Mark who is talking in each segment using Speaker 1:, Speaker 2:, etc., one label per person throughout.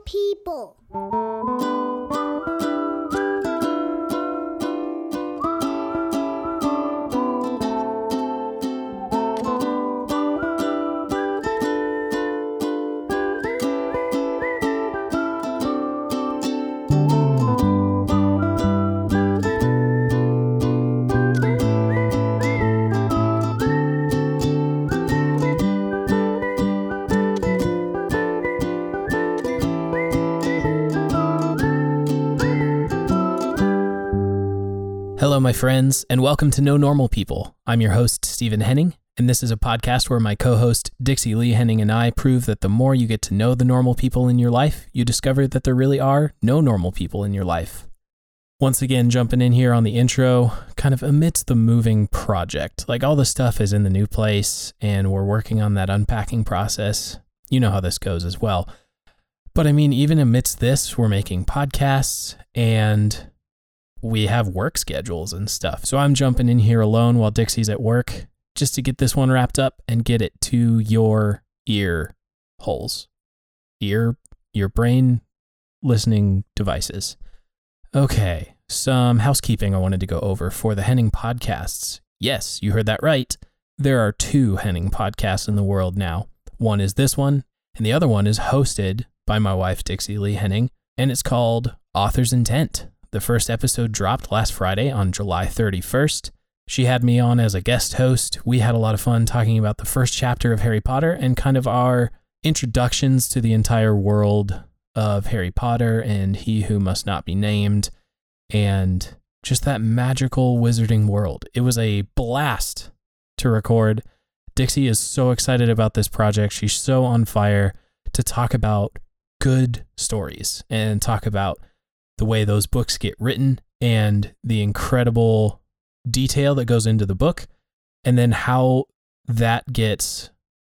Speaker 1: people.
Speaker 2: Hello, my friends, and welcome to No Normal People. I'm your host, Stephen Henning, and this is a podcast where my co host, Dixie Lee Henning, and I prove that the more you get to know the normal people in your life, you discover that there really are no normal people in your life. Once again, jumping in here on the intro, kind of amidst the moving project. Like all the stuff is in the new place, and we're working on that unpacking process. You know how this goes as well. But I mean, even amidst this, we're making podcasts and we have work schedules and stuff. So I'm jumping in here alone while Dixie's at work just to get this one wrapped up and get it to your ear holes, ear, your brain listening devices. Okay, some housekeeping I wanted to go over for the Henning podcasts. Yes, you heard that right. There are two Henning podcasts in the world now. One is this one, and the other one is hosted by my wife, Dixie Lee Henning, and it's called Author's Intent. The first episode dropped last Friday on July 31st. She had me on as a guest host. We had a lot of fun talking about the first chapter of Harry Potter and kind of our introductions to the entire world of Harry Potter and He Who Must Not Be Named and just that magical wizarding world. It was a blast to record. Dixie is so excited about this project. She's so on fire to talk about good stories and talk about the way those books get written and the incredible detail that goes into the book, and then how that gets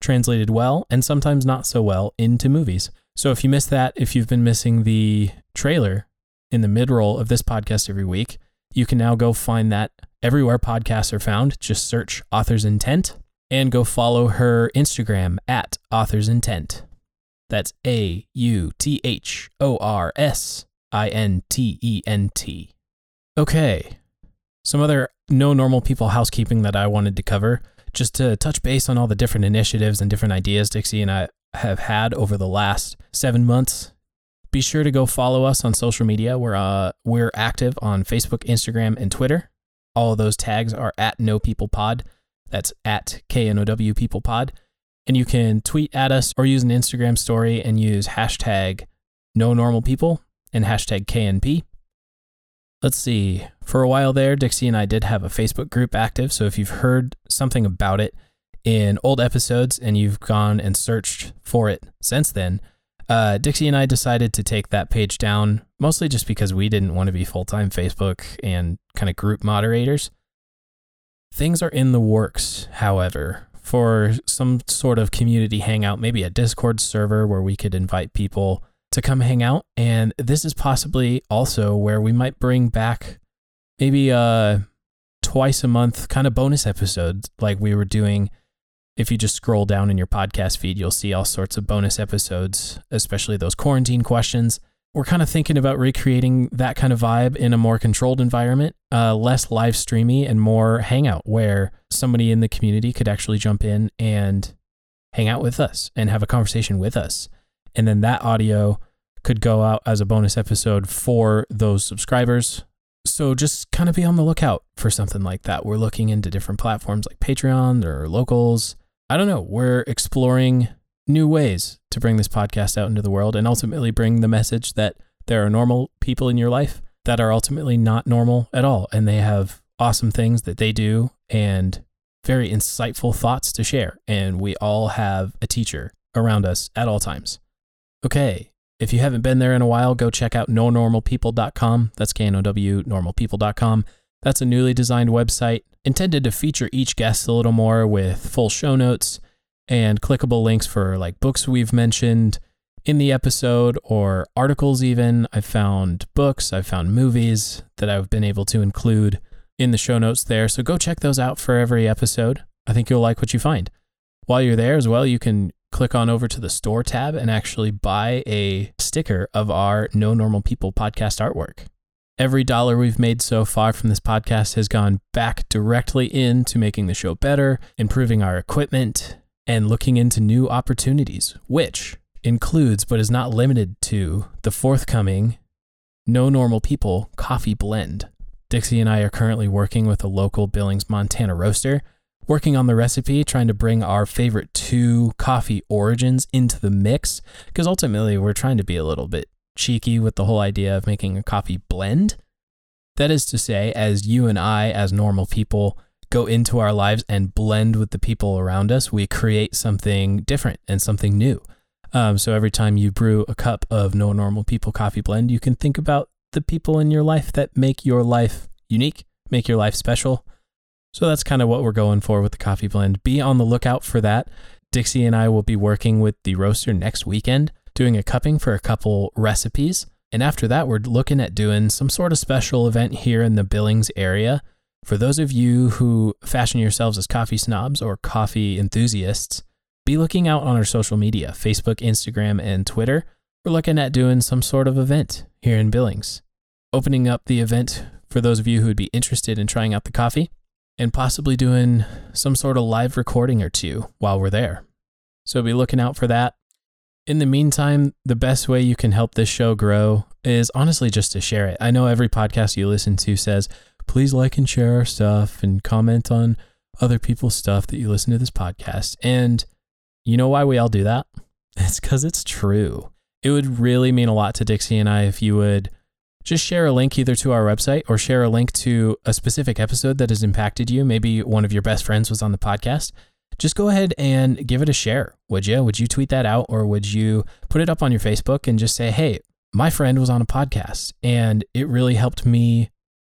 Speaker 2: translated well and sometimes not so well into movies. So if you missed that, if you've been missing the trailer in the mid roll of this podcast every week, you can now go find that everywhere podcasts are found. Just search Author's Intent and go follow her Instagram at Author's Intent. That's A U T H O R S I N T E N T. Okay. Some other no normal people housekeeping that I wanted to cover, just to touch base on all the different initiatives and different ideas Dixie and I have had over the last seven months. Be sure to go follow us on social media. We're uh, we're active on Facebook, Instagram, and Twitter. All of those tags are at No People Pod. That's at K N O W People Pod. And you can tweet at us or use an Instagram story and use hashtag No Normal People and hashtag KNP. Let's see. For a while there, Dixie and I did have a Facebook group active. So if you've heard something about it in old episodes and you've gone and searched for it since then, uh, Dixie and I decided to take that page down, mostly just because we didn't want to be full time Facebook and kind of group moderators. Things are in the works, however, for some sort of community hangout, maybe a Discord server where we could invite people to come hang out. And this is possibly also where we might bring back maybe a twice a month kind of bonus episode like we were doing. If you just scroll down in your podcast feed, you'll see all sorts of bonus episodes, especially those quarantine questions. We're kind of thinking about recreating that kind of vibe in a more controlled environment, uh, less live streamy and more hangout where somebody in the community could actually jump in and hang out with us and have a conversation with us and then that audio could go out as a bonus episode for those subscribers. So just kind of be on the lookout for something like that. We're looking into different platforms like Patreon or locals. I don't know. We're exploring new ways to bring this podcast out into the world and ultimately bring the message that there are normal people in your life that are ultimately not normal at all. And they have awesome things that they do and very insightful thoughts to share. And we all have a teacher around us at all times. Okay. If you haven't been there in a while, go check out nonormalpeople.com. That's K N O W, normalpeople.com. That's a newly designed website intended to feature each guest a little more with full show notes and clickable links for like books we've mentioned in the episode or articles, even. I found books, I found movies that I've been able to include in the show notes there. So go check those out for every episode. I think you'll like what you find. While you're there as well, you can click on over to the store tab and actually buy a sticker of our No Normal People podcast artwork. Every dollar we've made so far from this podcast has gone back directly into making the show better, improving our equipment, and looking into new opportunities, which includes but is not limited to the forthcoming No Normal People coffee blend. Dixie and I are currently working with a local Billings, Montana roaster, working on the recipe, trying to bring our favorite two coffee origins into the mix, because ultimately we're trying to be a little bit cheeky with the whole idea of making a coffee blend. That is to say, as you and I, as normal people, go into our lives and blend with the people around us, we create something different and something new. Um, so every time you brew a cup of no normal people coffee blend, you can think about the people in your life that make your life unique, make your life special. So that's kind of what we're going for with the coffee blend. Be on the lookout for that. Dixie and I will be working with the roaster next weekend, doing a cupping for a couple recipes. And after that, we're looking at doing some sort of special event here in the Billings area. For those of you who fashion yourselves as coffee snobs or coffee enthusiasts, be looking out on our social media Facebook, Instagram, and Twitter. We're looking at doing some sort of event here in Billings, opening up the event for those of you who would be interested in trying out the coffee and possibly doing some sort of live recording or two while we're there. So be looking out for that. In the meantime, the best way you can help this show grow is honestly just to share it. I know every podcast you listen to says, please like and share our stuff and comment on other people's stuff that you listen to this podcast. And you know why we all do that? It's because it's true. It would really mean a lot to Dixie and I if you would just share a link either to our website or share a link to a specific episode that has impacted you. Maybe one of your best friends was on the podcast. Just go ahead and give it a share, would you? Would you tweet that out or would you put it up on your Facebook and just say, hey, my friend was on a podcast and it really helped me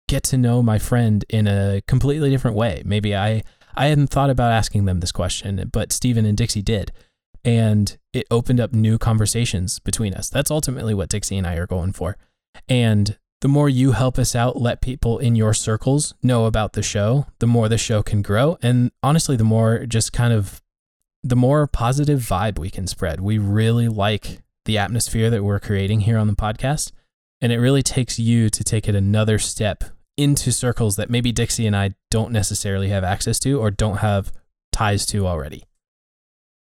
Speaker 2: get to know my friend in a completely different way. Maybe I, I hadn't thought about asking them this question, but Stephen and Dixie did. And it opened up new conversations between us. That's ultimately what Dixie and I are going for. And the more you help us out, let people in your circles know about the show, the more the show can grow. And honestly, the more just kind of the more positive vibe we can spread. We really like the atmosphere that we're creating here on the podcast. And it really takes you to take it another step into circles that maybe Dixie and I don't necessarily have access to or don't have ties to already.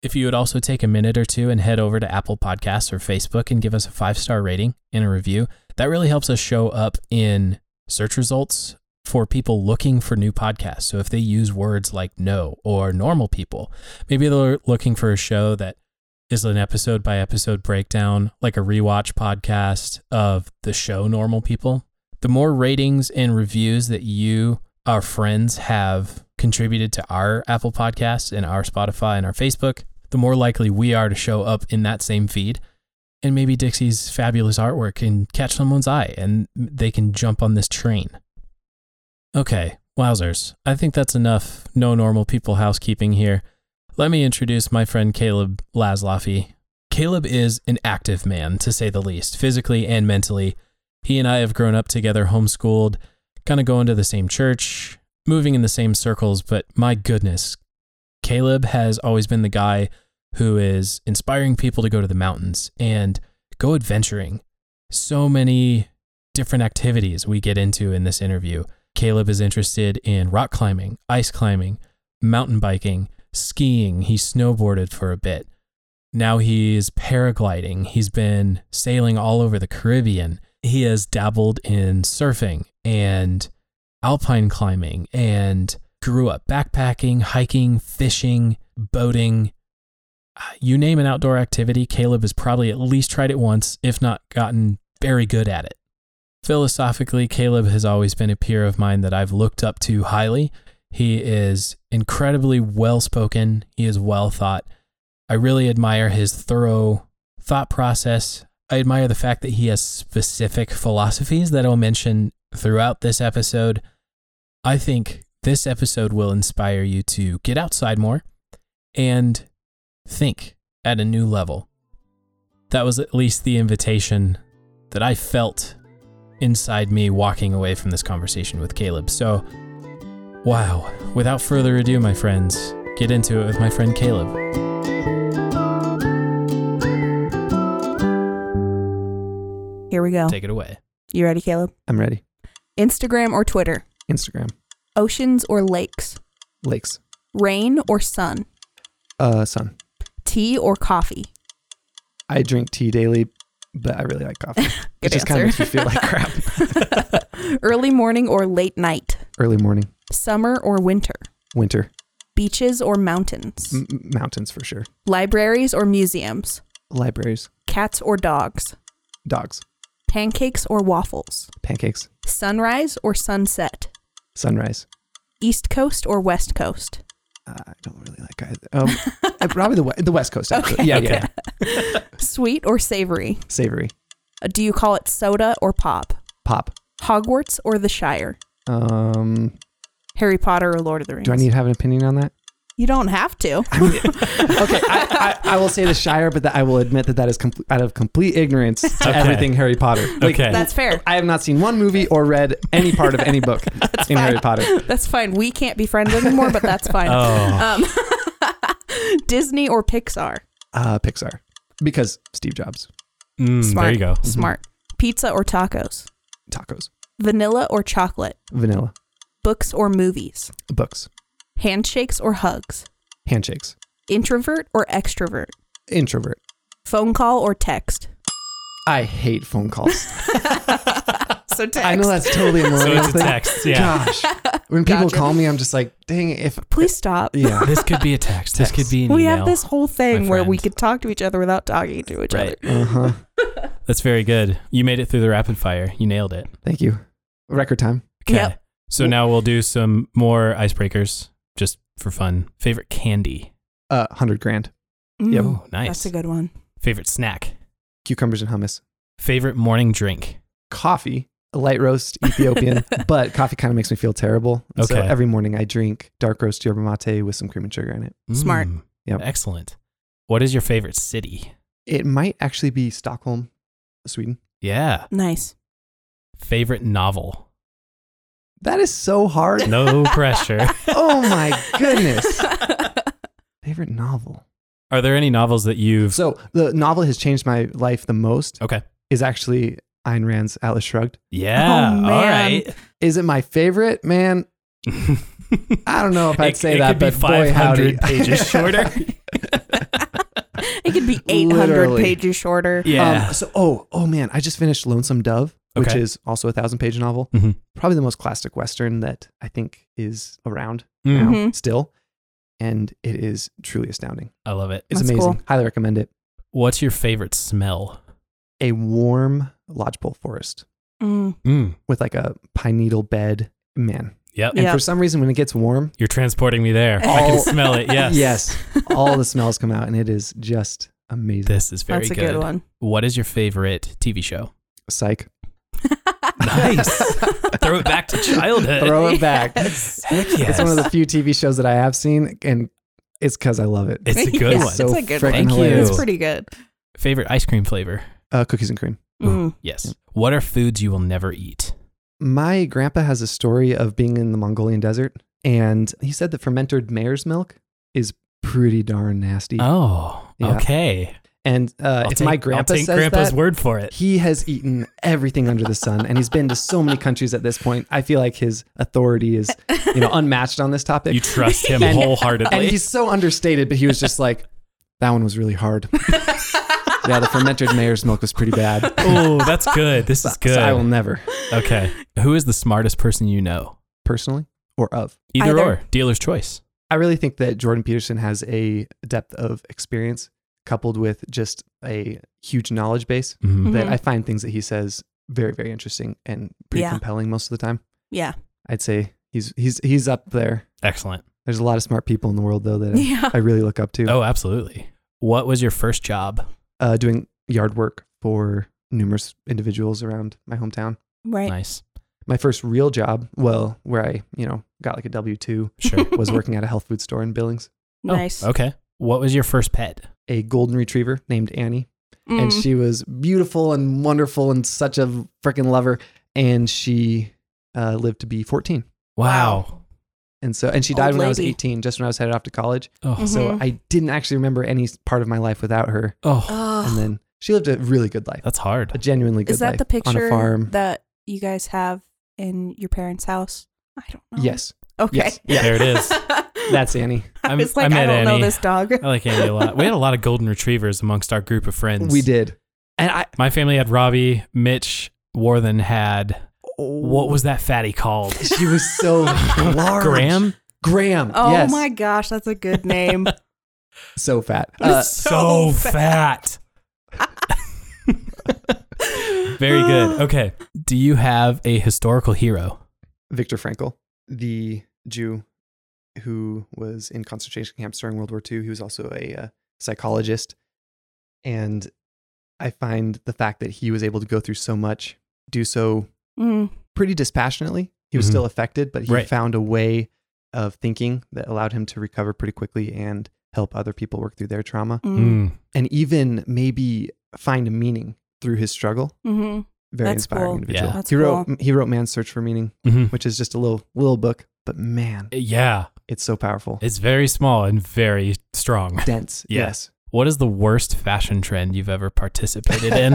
Speaker 2: If you would also take a minute or two and head over to Apple Podcasts or Facebook and give us a five star rating and a review, that really helps us show up in search results for people looking for new podcasts. So if they use words like no or normal people, maybe they're looking for a show that is an episode by episode breakdown, like a rewatch podcast of the show Normal People. The more ratings and reviews that you, our friends, have contributed to our Apple Podcasts and our Spotify and our Facebook, the more likely we are to show up in that same feed. And maybe Dixie's fabulous artwork can catch someone's eye and they can jump on this train. Okay, wowzers. I think that's enough no normal people housekeeping here. Let me introduce my friend Caleb Laslaffy. Caleb is an active man, to say the least, physically and mentally. He and I have grown up together, homeschooled, kind of going to the same church, moving in the same circles, but my goodness, Caleb has always been the guy who is inspiring people to go to the mountains and go adventuring. So many different activities we get into in this interview. Caleb is interested in rock climbing, ice climbing, mountain biking, skiing. He snowboarded for a bit. Now he's paragliding. He's been sailing all over the Caribbean. He has dabbled in surfing and alpine climbing and grew up backpacking, hiking, fishing, boating. You name an outdoor activity, Caleb has probably at least tried it once, if not gotten very good at it. Philosophically, Caleb has always been a peer of mine that I've looked up to highly. He is incredibly well spoken, he is well thought. I really admire his thorough thought process. I admire the fact that he has specific philosophies that I'll mention throughout this episode. I think this episode will inspire you to get outside more and think at a new level. That was at least the invitation that I felt inside me walking away from this conversation with Caleb. So, wow, without further ado, my friends, get into it with my friend Caleb.
Speaker 3: we go.
Speaker 2: Take it away.
Speaker 3: You ready, Caleb?
Speaker 4: I'm ready.
Speaker 3: Instagram or Twitter?
Speaker 4: Instagram.
Speaker 3: Oceans or lakes?
Speaker 4: Lakes.
Speaker 3: Rain or sun?
Speaker 4: Uh, sun.
Speaker 3: Tea or coffee?
Speaker 4: I drink tea daily, but I really like coffee. it
Speaker 3: Good
Speaker 4: just kind of makes
Speaker 3: answer.
Speaker 4: me feel like crap.
Speaker 3: Early morning or late night?
Speaker 4: Early morning,
Speaker 3: Summer or winter?
Speaker 4: winter,
Speaker 3: Beaches or mountains?
Speaker 4: m- m- mountains for sure.
Speaker 3: Libraries or museums?
Speaker 4: Libraries,
Speaker 3: Cats or dogs?
Speaker 4: dogs,
Speaker 3: Pancakes or waffles?
Speaker 4: pancakes,
Speaker 3: Sunrise or sunset?
Speaker 4: sunrise.
Speaker 3: East Coast or West Coast?
Speaker 4: Uh, I don't really like either. Um, uh, probably the we- the West Coast. actually.
Speaker 3: Okay.
Speaker 4: Yeah, yeah, yeah.
Speaker 3: Sweet or savory?
Speaker 4: Savory,
Speaker 3: Uh, Do you call it soda or pop?
Speaker 4: pop.
Speaker 3: Hogwarts or the Shire?
Speaker 4: Um,
Speaker 3: Harry Potter or Lord of the Rings?
Speaker 4: do I need to have an opinion on that?
Speaker 3: you don't have to.
Speaker 4: Okay, I, I, I will say the Shire, but that I will admit that that is compl- out of complete ignorance to
Speaker 2: Okay.
Speaker 4: everything Harry Potter. Like,
Speaker 2: Okay.
Speaker 3: That's fair.
Speaker 4: I have not seen one movie or read any part of any book in Harry Potter.
Speaker 3: That's fine. We can't be friends anymore, but that's fine.
Speaker 4: Uh.
Speaker 2: Oh,
Speaker 3: Um, Disney or Pixar?
Speaker 4: Uh, Pixar, because Steve Jobs,
Speaker 2: Mm, there you go.
Speaker 4: Mm-hmm.
Speaker 3: Smart. Pizza or tacos?
Speaker 4: tacos,
Speaker 3: Vanilla or chocolate?
Speaker 4: vanilla,
Speaker 3: Books or movies?
Speaker 4: books,
Speaker 3: Handshakes or hugs?
Speaker 4: handshakes,
Speaker 3: Introvert or extrovert?
Speaker 4: introvert.
Speaker 3: Phone call or text?
Speaker 4: I hate phone calls.
Speaker 3: So text.
Speaker 4: I know that's totally a
Speaker 2: So
Speaker 4: millennial
Speaker 2: it's a
Speaker 4: thing.
Speaker 2: text. Yeah.
Speaker 4: Gosh, when people
Speaker 3: Gotcha.
Speaker 4: call me, I'm just like, dang, if
Speaker 3: Please stop.
Speaker 4: yeah,
Speaker 2: This could be a text. This could
Speaker 4: Text.
Speaker 2: be an
Speaker 3: We
Speaker 2: email.
Speaker 3: have this whole thing
Speaker 2: my
Speaker 3: where we
Speaker 2: friend.
Speaker 3: could talk to each other without talking to each
Speaker 2: Right.
Speaker 3: other.
Speaker 4: uh huh.
Speaker 2: That's very good. You made it through the rapid fire. You nailed it.
Speaker 4: Thank you. Record time.
Speaker 2: Okay.
Speaker 3: Yep.
Speaker 2: So now we'll do some more icebreakers just for fun. Favorite candy.
Speaker 4: Uh, hundred grand.
Speaker 3: Mm,
Speaker 4: Yep.
Speaker 2: Ooh, nice.
Speaker 3: That's a good one.
Speaker 2: Favorite snack.
Speaker 4: Cucumbers and hummus.
Speaker 2: Favorite morning drink.
Speaker 4: Coffee. a Light roast Ethiopian, but coffee kind of makes me feel terrible. And So
Speaker 2: Okay.
Speaker 4: every morning I drink dark roast yerba mate with some cream and sugar in it.
Speaker 3: Smart.
Speaker 2: Mm,
Speaker 4: Yep.
Speaker 2: Excellent. What is your favorite city?
Speaker 4: It might actually be Stockholm, Sweden.
Speaker 2: Yeah.
Speaker 3: Nice.
Speaker 2: Favorite novel.
Speaker 4: That is so hard.
Speaker 2: No pressure.
Speaker 4: oh my goodness. Favorite novel.
Speaker 2: Are there any novels that you've
Speaker 4: So the novel has changed my life the most
Speaker 2: Okay.
Speaker 3: Oh,
Speaker 4: is actually Ayn Rand's Atlas Shrugged.
Speaker 2: Yeah.
Speaker 3: Oh,
Speaker 2: All
Speaker 3: man.
Speaker 2: right.
Speaker 4: Is it my favorite? Man, I don't know if I'd
Speaker 2: It-
Speaker 4: say
Speaker 2: it
Speaker 4: that,
Speaker 2: could be
Speaker 4: but boy, howdy. Um,
Speaker 2: 500 pages shorter.
Speaker 3: Um, It could be 800
Speaker 4: Literally.
Speaker 3: pages shorter.
Speaker 2: yeah.
Speaker 4: Um, so, oh, oh man, I just finished Lonesome Dove, which
Speaker 2: Okay.
Speaker 4: is also a thousand page novel.
Speaker 2: Mhm.
Speaker 4: Probably the most classic Western that I think is around
Speaker 2: Mm,
Speaker 4: now
Speaker 3: Mhm.
Speaker 4: still. And it is truly astounding.
Speaker 2: I love it.
Speaker 4: It's
Speaker 3: That's
Speaker 4: amazing.
Speaker 3: cool.
Speaker 4: Highly recommend it.
Speaker 2: What's your favorite smell?
Speaker 4: A warm lodgepole forest
Speaker 3: Mm.
Speaker 2: Mm.
Speaker 4: with like a pine needle bed. Man.
Speaker 2: Yep.
Speaker 4: And
Speaker 3: Yeah. Oh.
Speaker 4: for some reason, when it gets warm,
Speaker 2: You're transporting me there. I can
Speaker 4: All-
Speaker 2: smell it. Yes.
Speaker 3: Mm.
Speaker 4: yes, all the smells come out and it is just amazing.
Speaker 2: This is very
Speaker 3: That's a good one.
Speaker 2: What is your favorite TV show?
Speaker 4: Psych.
Speaker 2: Nice. Throw it back to childhood.
Speaker 4: Throw it back.
Speaker 3: Yes.
Speaker 2: Heck yes.
Speaker 4: It's one of the few TV shows that I have seen and it's because I love it.
Speaker 2: It's a good
Speaker 3: Yeah,
Speaker 2: one.
Speaker 4: So
Speaker 3: It's a good
Speaker 4: freaking
Speaker 3: one.
Speaker 2: Thank you.
Speaker 4: hilarious.
Speaker 3: It's pretty good.
Speaker 2: favorite ice cream flavor?
Speaker 4: Uh, cookies and cream.
Speaker 3: Mm.
Speaker 2: Yes. What are foods you will never eat?
Speaker 4: My grandpa has a story of being in the Mongolian desert, and he said that fermented mare's milk is pretty darn nasty.
Speaker 2: Oh,
Speaker 4: Yeah.
Speaker 2: okay.
Speaker 4: and uh,
Speaker 2: I'll
Speaker 4: if
Speaker 2: take,
Speaker 4: my
Speaker 2: I'll
Speaker 4: grandpa
Speaker 2: take
Speaker 4: says
Speaker 2: grandpa's
Speaker 4: that,
Speaker 2: word for it.
Speaker 4: he has eaten everything under the sun, and he's been to so many countries at this point. I feel like his authority is, you know, unmatched on this topic.
Speaker 2: You trust him
Speaker 4: And-
Speaker 2: wholeheartedly.
Speaker 4: and he's so understated, but he was just like, "That one was really hard." yeah, the fermented mare's milk was pretty bad.
Speaker 2: oh, that's good. This is good.
Speaker 4: So I will never,
Speaker 2: okay. Who is the smartest person you know?
Speaker 4: personally or of.
Speaker 2: Either,
Speaker 3: Either.
Speaker 2: or. Dealer's choice.
Speaker 4: I really think that Jordan Peterson has a depth of experience coupled with just a huge knowledge base
Speaker 2: Mhm.
Speaker 4: that
Speaker 3: Mhm.
Speaker 4: I find things that he says very, very interesting and pretty
Speaker 3: Yeah.
Speaker 4: compelling most of the time.
Speaker 3: Yeah.
Speaker 4: I'd say he's he's he's up there.
Speaker 2: Excellent.
Speaker 4: There's a lot of smart people in the world though that I-
Speaker 3: Yeah.
Speaker 4: I really look up to.
Speaker 2: Oh, absolutely. What was your first job?
Speaker 4: Uh, doing yard work for numerous individuals around my hometown.
Speaker 3: Right.
Speaker 4: Oh,
Speaker 2: Nice.
Speaker 4: My first real job, well, where I, you know, got like a W two,
Speaker 2: Sure.
Speaker 4: was working at a health food store in Billings.
Speaker 2: Oh,
Speaker 3: Nice.
Speaker 2: okay. What was your first pet?
Speaker 4: A golden retriever named Annie.
Speaker 3: Mm.
Speaker 4: and she was beautiful and wonderful and such a freaking lover and she uh, lived to be 14
Speaker 2: Wow.
Speaker 4: and so and she
Speaker 3: Old
Speaker 4: died when i was
Speaker 3: lady.
Speaker 4: 18 just when i was headed off to college
Speaker 2: Oh,
Speaker 3: Mhm.
Speaker 4: so i didn't actually remember any part of my life without her
Speaker 2: oh.
Speaker 3: Ugh.
Speaker 4: and then She lived a really good life,
Speaker 2: That's hard.
Speaker 4: a genuinely good
Speaker 3: Is that
Speaker 4: life
Speaker 3: the
Speaker 4: on
Speaker 3: picture
Speaker 4: a farm.
Speaker 3: that you guys have in your parents' house? I don't know.
Speaker 4: yes,
Speaker 3: Okay.
Speaker 4: yes, yeah,
Speaker 2: There it is.
Speaker 4: that's Annie.
Speaker 3: I
Speaker 2: I'm-
Speaker 3: was like,
Speaker 2: I'm
Speaker 3: I
Speaker 2: at
Speaker 3: don't know
Speaker 2: Annie. Uh,
Speaker 3: this dog.
Speaker 2: I like Andy a lot. We had a lot of golden retrievers amongst our group of friends.
Speaker 4: We did, and I.
Speaker 2: My family had Robbie, Mitch, Warthen had what was that fatty called?
Speaker 4: She was so large.
Speaker 2: Graham?
Speaker 4: Graham.
Speaker 3: Oh
Speaker 4: yes.
Speaker 3: my gosh, that's a good name.
Speaker 4: So fat.
Speaker 2: Uh,
Speaker 4: Uh,
Speaker 2: so fat. Very good. Okay. Do you have a historical hero?
Speaker 4: Uh, Viktor Frankl, the Jew who was in concentration camps during World War II. He was also a uh, psychologist. And I find the fact that he was able to go through so much, do so
Speaker 3: Mm.
Speaker 4: pretty dispassionately. He was
Speaker 2: Mhm.
Speaker 4: still affected, but he
Speaker 2: Right.
Speaker 4: found a way of thinking that allowed him to recover pretty quickly and help other people work through their trauma
Speaker 2: Hmm.
Speaker 3: Mm.
Speaker 4: and even maybe find a meaning through his struggle.
Speaker 3: hmm
Speaker 4: Very
Speaker 3: That's
Speaker 4: inspiring
Speaker 3: cool.
Speaker 4: individual.
Speaker 2: Yeah.
Speaker 3: That's
Speaker 4: he wrote he wrote Man's Search for Meaning,
Speaker 2: Mhm.
Speaker 4: which is just a little little book, but man,
Speaker 2: Yeah.
Speaker 4: it's so powerful.
Speaker 2: It's very small and very strong.
Speaker 4: dense.
Speaker 2: Yeah.
Speaker 4: Yes.
Speaker 2: What is the worst fashion trend you've ever participated in?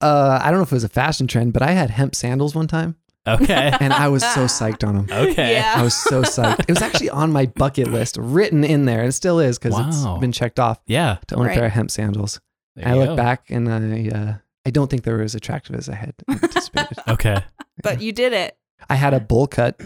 Speaker 4: Uh, I don't know if it was a fashion trend, but I had hemp sandals one time,
Speaker 2: Okay.
Speaker 4: and I was so psyched on them.
Speaker 2: Okay.
Speaker 3: Yeah.
Speaker 4: I was so psyched. It was actually on my bucket list, written in there, and it still is because
Speaker 2: Wow.
Speaker 4: it's been checked off
Speaker 2: Yeah.
Speaker 4: to own a
Speaker 3: Right.
Speaker 4: pair of hemp sandals.
Speaker 2: There
Speaker 4: I
Speaker 2: you
Speaker 4: look
Speaker 2: go.
Speaker 4: back and I, uh, I don't think they were as attractive as I had anticipated.
Speaker 2: Okay.
Speaker 3: But you did it.
Speaker 4: I had a bowl cut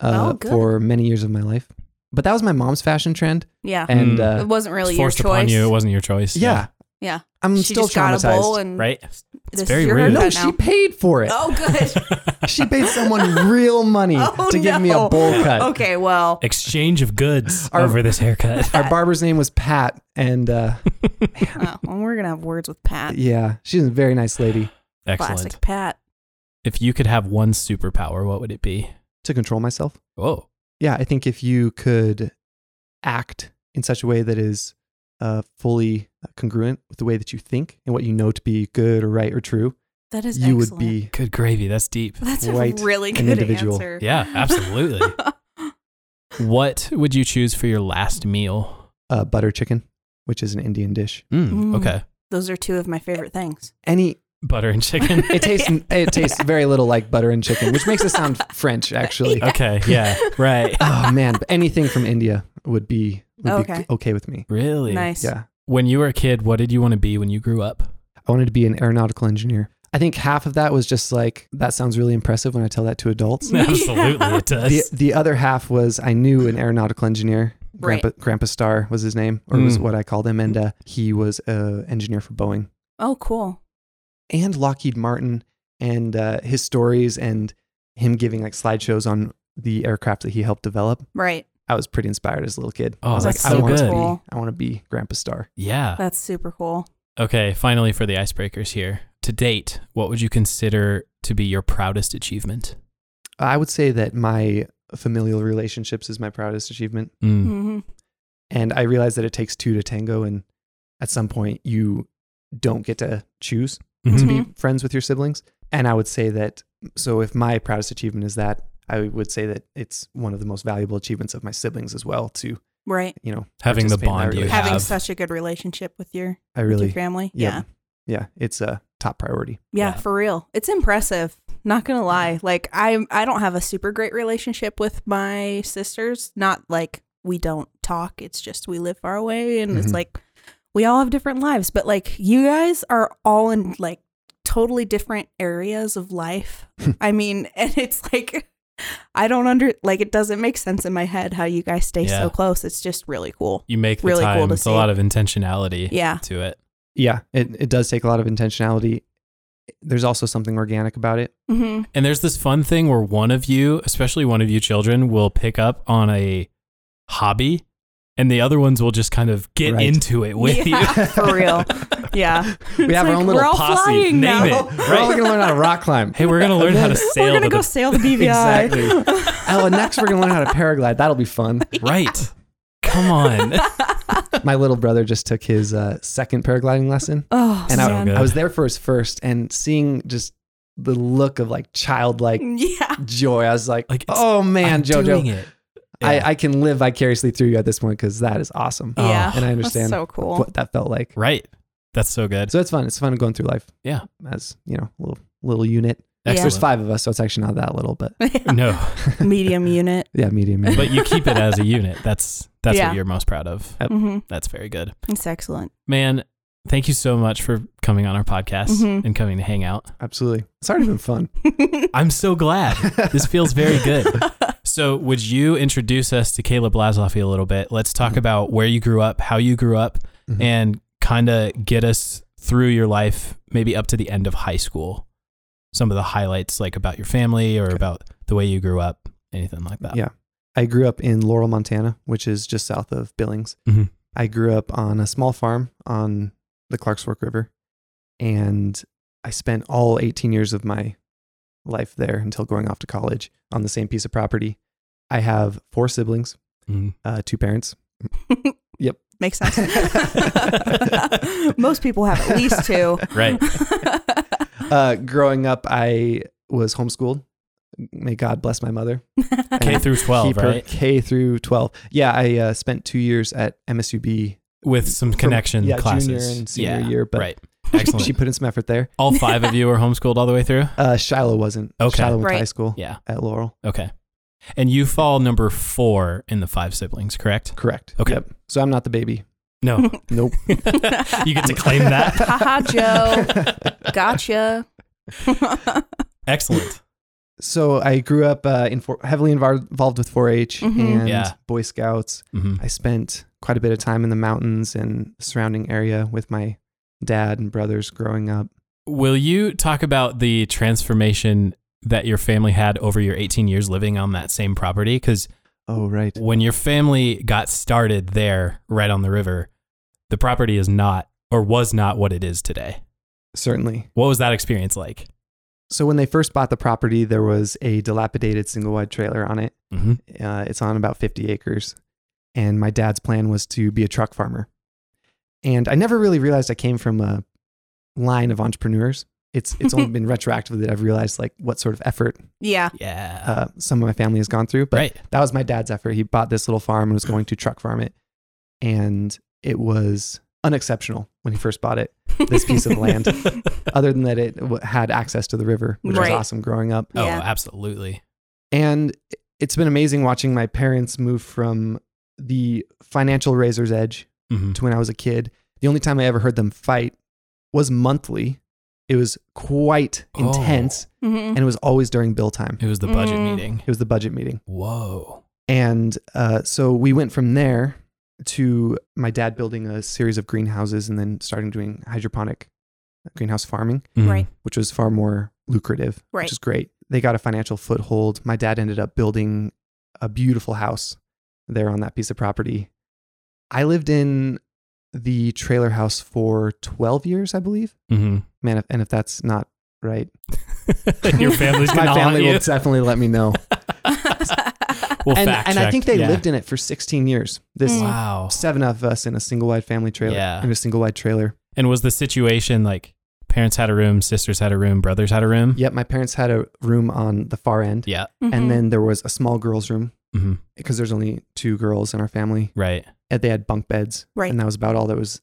Speaker 3: Oh,
Speaker 4: uh,
Speaker 3: good.
Speaker 4: for many years of my life, but that was my mom's fashion trend,
Speaker 3: Yeah.
Speaker 4: and
Speaker 2: Mm.
Speaker 4: uh,
Speaker 3: it wasn't really
Speaker 2: It's
Speaker 3: your
Speaker 2: forced
Speaker 3: choice.
Speaker 2: upon you. It wasn't your choice.
Speaker 4: yeah,
Speaker 3: Yeah.
Speaker 4: I'm
Speaker 3: she
Speaker 4: still
Speaker 3: just got a bowl
Speaker 4: traumatized.
Speaker 3: and
Speaker 2: Right.
Speaker 3: this
Speaker 2: very
Speaker 3: is your
Speaker 2: rude.
Speaker 3: haircut
Speaker 4: No,
Speaker 3: now.
Speaker 4: she paid for it.
Speaker 3: Oh, good.
Speaker 4: She paid someone real money
Speaker 3: Oh,
Speaker 4: to give me a
Speaker 3: no.
Speaker 4: bowl cut.
Speaker 3: okay, well,
Speaker 2: Exchange of goods
Speaker 4: Our-
Speaker 2: over this haircut.
Speaker 4: Our barber's name was Pat, and uh,
Speaker 3: oh, well, we're gonna have words with Pat.
Speaker 4: yeah, she's a very nice lady.
Speaker 2: Excellent.
Speaker 3: Classic Pat.
Speaker 2: If you could have one superpower, what would it be?
Speaker 4: To control myself,
Speaker 2: Oh,
Speaker 4: yeah, I think if you could act in such a way that is uh, fully congruent with the way that you think and what you know to be good or right or true,
Speaker 3: That is
Speaker 4: you
Speaker 3: excellent.
Speaker 4: would be.
Speaker 2: good gravy. That's deep.
Speaker 3: That's a
Speaker 4: quite
Speaker 3: really
Speaker 4: an
Speaker 3: good
Speaker 4: individual.
Speaker 3: answer.
Speaker 2: Yeah, absolutely. what would you choose for your last meal?
Speaker 4: uh, butter chicken, which is an Indian dish.
Speaker 2: Mm,
Speaker 3: Mm.
Speaker 2: Okay.
Speaker 3: Those are two of my favorite things.
Speaker 4: Any
Speaker 2: Butter and chicken.
Speaker 4: it tastes it tastes very little like butter and chicken, which makes it sound French actually.
Speaker 2: okay. Yeah. Right.
Speaker 4: Oh man, but anything from India would be would
Speaker 3: Okay.
Speaker 4: be okay with me.
Speaker 2: Really?
Speaker 3: Nice.
Speaker 4: Yeah,
Speaker 2: When you were a kid, what did you want to be when you grew up?
Speaker 4: I wanted to be an aeronautical engineer. I think half of that was just like that sounds really impressive when I tell that to adults.
Speaker 2: Absolutely, it
Speaker 4: The,
Speaker 2: does.
Speaker 4: the other half was I knew an aeronautical engineer.
Speaker 3: Right.
Speaker 4: Grandpa, Grandpa Star was his name, or was
Speaker 2: Mm.
Speaker 4: what I called him, and uh, he was an engineer for Boeing.
Speaker 3: Oh, cool.
Speaker 4: and Lockheed Martin and uh, his stories and him giving like slideshows on the aircraft that he helped develop.
Speaker 3: Right.
Speaker 4: I was pretty inspired as a little kid.
Speaker 2: Oh,
Speaker 4: I was
Speaker 2: that's
Speaker 4: like,
Speaker 2: so
Speaker 4: I want
Speaker 2: good.
Speaker 4: to
Speaker 3: Cool.
Speaker 4: be, I want to be Grandpa Star.
Speaker 2: Yeah.
Speaker 3: That's super cool.
Speaker 2: Okay. Finally, for the icebreakers here. To date, what would you consider to be your proudest achievement?
Speaker 4: I would say that my familial relationships is my proudest achievement,
Speaker 2: Mm.
Speaker 3: hmm
Speaker 4: and I realize that it takes two to tango, and at some point you don't get to choose
Speaker 3: Mm-hmm.
Speaker 4: to
Speaker 2: Mm-hmm.
Speaker 4: be friends with your siblings. And I would say that so if my proudest achievement is that, I would say that it's one of the most valuable achievements of my siblings as well to,
Speaker 3: Right.
Speaker 4: you know,
Speaker 2: Having the
Speaker 4: participate in that
Speaker 2: bond you
Speaker 4: relationship.
Speaker 2: have.
Speaker 3: Having such a good relationship with your
Speaker 4: I
Speaker 3: with
Speaker 4: really,
Speaker 3: your family.
Speaker 4: yeah, yeah, it's a top priority.
Speaker 3: yeah.
Speaker 2: Yeah.
Speaker 3: Yeah, for real. It's impressive. Not gonna lie. Like I I don't have a super great relationship with my sisters. Not like we don't talk. It's just we live far away and
Speaker 4: Mhm.
Speaker 3: it's like we all have different lives. But like you guys are all in like totally different areas of life. I mean, and it's like I don't under like it doesn't make sense in my head how you guys stay
Speaker 2: Yeah.
Speaker 3: so close. It's just really cool.
Speaker 2: You make the
Speaker 3: Really cool
Speaker 2: time.
Speaker 3: to
Speaker 2: it's a
Speaker 3: see.
Speaker 2: lot of intentionality
Speaker 3: Yeah.
Speaker 2: to it.
Speaker 4: Yeah, it it does take a lot of intentionality. There's also something organic about it.
Speaker 3: Mm-hmm.
Speaker 2: And there's this fun thing where one of you, especially one of you children, will pick up on a hobby and the other ones will just kind of get
Speaker 4: Right.
Speaker 2: into it with
Speaker 3: yeah,
Speaker 2: you.
Speaker 3: for real. Yeah.
Speaker 4: We have our own little
Speaker 3: we're all
Speaker 2: posse.
Speaker 3: Flying
Speaker 2: Name
Speaker 3: now.
Speaker 2: it.
Speaker 4: We're all gonna learn how to rock climb.
Speaker 2: Hey, we're gonna learn how to
Speaker 3: We're
Speaker 2: sail
Speaker 3: gonna
Speaker 2: to
Speaker 3: go
Speaker 2: the
Speaker 3: sail the BVI.
Speaker 4: Exactly. Oh, and next we're gonna learn how to paraglide. That'll be fun.
Speaker 2: right. Come on.
Speaker 4: My little brother just took his uh, second paragliding lesson,
Speaker 3: Oh,
Speaker 4: and
Speaker 2: So
Speaker 4: I,
Speaker 3: man.
Speaker 2: good.
Speaker 4: I was there for his first, and seeing just the look of like childlike
Speaker 3: yeah,
Speaker 4: joy, I was like,
Speaker 2: Like, it's-
Speaker 4: oh man,
Speaker 2: I'm
Speaker 4: JoJo,
Speaker 2: doing it. Yeah.
Speaker 4: I, I can live vicariously through you at this point because that is awesome,
Speaker 2: Oh,
Speaker 3: yeah.
Speaker 4: and I
Speaker 3: That's
Speaker 4: understand
Speaker 3: so cool.
Speaker 4: what that felt like.
Speaker 2: right. That's so good.
Speaker 4: So it's fun. It's fun going through life.
Speaker 2: Yeah.
Speaker 4: As, you know, little little unit.
Speaker 3: Yeah.
Speaker 4: There's
Speaker 2: Excellent.
Speaker 4: five of us, so it's actually not that little, but
Speaker 2: No,
Speaker 3: Medium unit.
Speaker 4: yeah, medium. unit.
Speaker 2: but you keep it as a unit. That's that's
Speaker 3: Yeah.
Speaker 2: what you're most proud of.
Speaker 3: hmm
Speaker 2: That's very good.
Speaker 3: It's excellent.
Speaker 2: Man, thank you so much for coming on our podcast
Speaker 3: Mhm.
Speaker 2: and coming to hang out.
Speaker 4: Absolutely. It's already been fun.
Speaker 2: I'm so glad. this feels very good. So, would you introduce us to Caleb Lasloffy a little bit? Let's talk
Speaker 4: Mhm.
Speaker 2: about where you grew up, how you grew up,
Speaker 4: Mhm.
Speaker 2: and kind of get us through your life, maybe up to the end of high school. Some of the highlights, like about your family or
Speaker 4: Okay.
Speaker 2: about the way you grew up, anything like that.
Speaker 4: Yeah. I grew up in Laurel, Montana, which is just south of Billings.
Speaker 2: Mhm.
Speaker 4: I grew up on a small farm on the Clarks Fork River, and I spent all 18 years of my life there until going off to college on the same piece of property. I have four siblings,
Speaker 2: Mhm.
Speaker 4: uh, two parents. Yep.
Speaker 3: Makes sense. Most people have at least two.
Speaker 2: Right.
Speaker 4: Uh, growing up, I was homeschooled. May God bless my mother.
Speaker 2: K through 12,
Speaker 4: Keep her
Speaker 2: right?
Speaker 4: K through 12. Yeah, I uh, spent two years at MSUB.
Speaker 2: With some
Speaker 4: from-
Speaker 2: connection
Speaker 4: yeah,
Speaker 2: classes.
Speaker 4: junior and senior
Speaker 2: yeah.
Speaker 4: year, but
Speaker 2: right. Excellent.
Speaker 4: she put in some effort there.
Speaker 2: all five of you were homeschooled all the way through?
Speaker 4: Uh, Shiloh wasn't.
Speaker 2: Okay.
Speaker 4: Shiloh went to
Speaker 3: Right.
Speaker 4: high school
Speaker 2: Yeah.
Speaker 4: at Laurel.
Speaker 2: Okay. And you fall number four in the five siblings, correct?
Speaker 4: Correct.
Speaker 2: Okay.
Speaker 4: Yep. So I'm not the baby.
Speaker 2: No.
Speaker 4: Nope.
Speaker 2: you get to claim that.
Speaker 3: Haha, Joe. gotcha.
Speaker 2: Excellent.
Speaker 4: So I grew up uh, in four heavily invar- involved with 4-H
Speaker 3: Mhm.
Speaker 4: and
Speaker 2: Yeah.
Speaker 4: Boy Scouts.
Speaker 2: hmm
Speaker 4: I spent quite a bit of time in the mountains and surrounding area with my dad and brothers growing up.
Speaker 2: Will you talk about the transformation that your family had over your 18 years living on that same property? Because
Speaker 4: Oh, right.
Speaker 2: when your family got started there, right on the river, the property is not or was not what it is today.
Speaker 4: Certainly.
Speaker 2: What was that experience like?
Speaker 4: So when they first bought the property, there was a dilapidated single wide trailer on it.
Speaker 2: Mm-hmm.
Speaker 4: Uh, it's on about 50 acres. And my dad's plan was to be a truck farmer. And I never really realized I came from a line of entrepreneurs. It's, it's only been retroactively that I've realized like what sort of effort
Speaker 3: Yeah.
Speaker 2: Yeah.
Speaker 4: uh, some of my family has gone through. But
Speaker 2: right.
Speaker 4: that was my dad's effort. He bought this little farm and was going to truck farm it. And it was unexceptional when he first bought it, this piece of land,
Speaker 2: Oh,
Speaker 4: other than that it w- had access to the river, which
Speaker 3: Right.
Speaker 4: was awesome growing up.
Speaker 2: Oh,
Speaker 3: Yeah.
Speaker 2: absolutely.
Speaker 4: And it's been amazing watching my parents move from the financial razor's edge
Speaker 2: hmm
Speaker 4: to when I was a kid. The only time I ever heard them fight was monthly. It was quite
Speaker 2: Oh.
Speaker 4: intense
Speaker 3: Mhm.
Speaker 4: and it was always during bill time.
Speaker 2: It was the budget
Speaker 3: Mm.
Speaker 2: meeting.
Speaker 4: It was the budget meeting.
Speaker 2: Whoa.
Speaker 4: And uh, so we went from there to my dad building a series of greenhouses and then starting doing hydroponic greenhouse farming
Speaker 3: Right.
Speaker 4: which was far more lucrative,
Speaker 3: Right.
Speaker 4: which is great. They got a financial foothold. My dad ended up building a beautiful house there on that piece of property. I lived in the trailer house for 12 years, I believe.
Speaker 2: hmm
Speaker 4: Man, if, and if that's not right,
Speaker 2: Your family's
Speaker 4: Mm-hmm. my
Speaker 2: gonna
Speaker 4: family
Speaker 2: haunt you.
Speaker 4: will definitely let me know.
Speaker 2: We'll
Speaker 4: and,
Speaker 2: fact
Speaker 4: and I
Speaker 2: check.
Speaker 4: think they
Speaker 2: Yeah.
Speaker 4: lived in it for 16 years. This
Speaker 3: Mm.
Speaker 2: Wow.
Speaker 4: seven of us in a single wide family trailer,
Speaker 2: Yeah.
Speaker 4: in a single wide trailer.
Speaker 2: And was the situation like parents had a room, sisters had a room, brothers had a room?
Speaker 4: Yep, my parents had a room on the far end,
Speaker 2: Yeah.
Speaker 3: Mhm.
Speaker 4: and then there was a small girls' room
Speaker 2: hmm
Speaker 4: because there's only two girls in our family.
Speaker 2: Right.
Speaker 4: and they had bunk beds,
Speaker 3: Right.
Speaker 4: And that was about all there was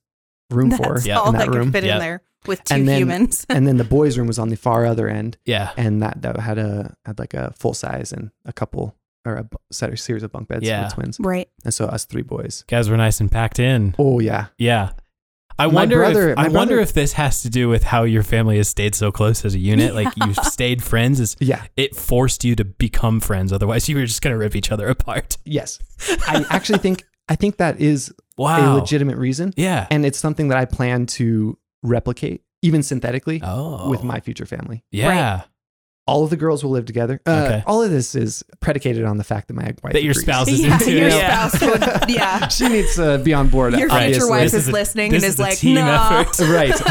Speaker 4: room for
Speaker 3: That's
Speaker 2: Yeah.
Speaker 3: all
Speaker 4: in that
Speaker 3: that
Speaker 4: room.
Speaker 3: could fit
Speaker 2: Yeah.
Speaker 3: in there with two
Speaker 4: And then-
Speaker 3: humans.
Speaker 4: and then the boys' room was on the far other end,
Speaker 2: Yeah.
Speaker 4: and that that had a had like a full size and a couple or a bu- set or series of bunk beds
Speaker 2: Yeah.
Speaker 4: for twins,
Speaker 3: right.
Speaker 4: and so us three boys.
Speaker 2: Guys were nice and packed in.
Speaker 4: Oh yeah,
Speaker 2: Yeah. I
Speaker 4: My
Speaker 2: wonder
Speaker 4: brother-
Speaker 2: if,
Speaker 4: my
Speaker 2: I wonder
Speaker 4: brother-
Speaker 2: if this has to do with how your family has stayed so close as a unit. Like you've stayed friends is
Speaker 4: yeah,
Speaker 2: it forced you to become friends. Otherwise you were just gonna rip each other apart.
Speaker 4: yes. I actually think I think that is
Speaker 2: Wow.
Speaker 4: a legitimate reason,
Speaker 2: yeah.
Speaker 4: and it's something that I plan to replicate, even synthetically,
Speaker 2: oh.
Speaker 4: with my future family.
Speaker 2: Yeah.
Speaker 4: All of the girls will live together. Uh,
Speaker 2: Okay.
Speaker 4: All of this is predicated on the fact that my wife
Speaker 2: That your
Speaker 4: agrees.
Speaker 2: spouse is
Speaker 3: Yeah,
Speaker 2: into
Speaker 3: your
Speaker 2: it.
Speaker 3: spouse would. Yeah.
Speaker 4: she needs to be on board.
Speaker 3: Your
Speaker 2: Right.
Speaker 3: future
Speaker 4: obviously.
Speaker 3: wife
Speaker 2: This is
Speaker 3: is,
Speaker 2: a-
Speaker 3: listening
Speaker 2: this
Speaker 3: and
Speaker 2: is
Speaker 3: is,
Speaker 2: a
Speaker 3: like,
Speaker 2: team
Speaker 3: nah.
Speaker 2: effort.
Speaker 4: Right. it's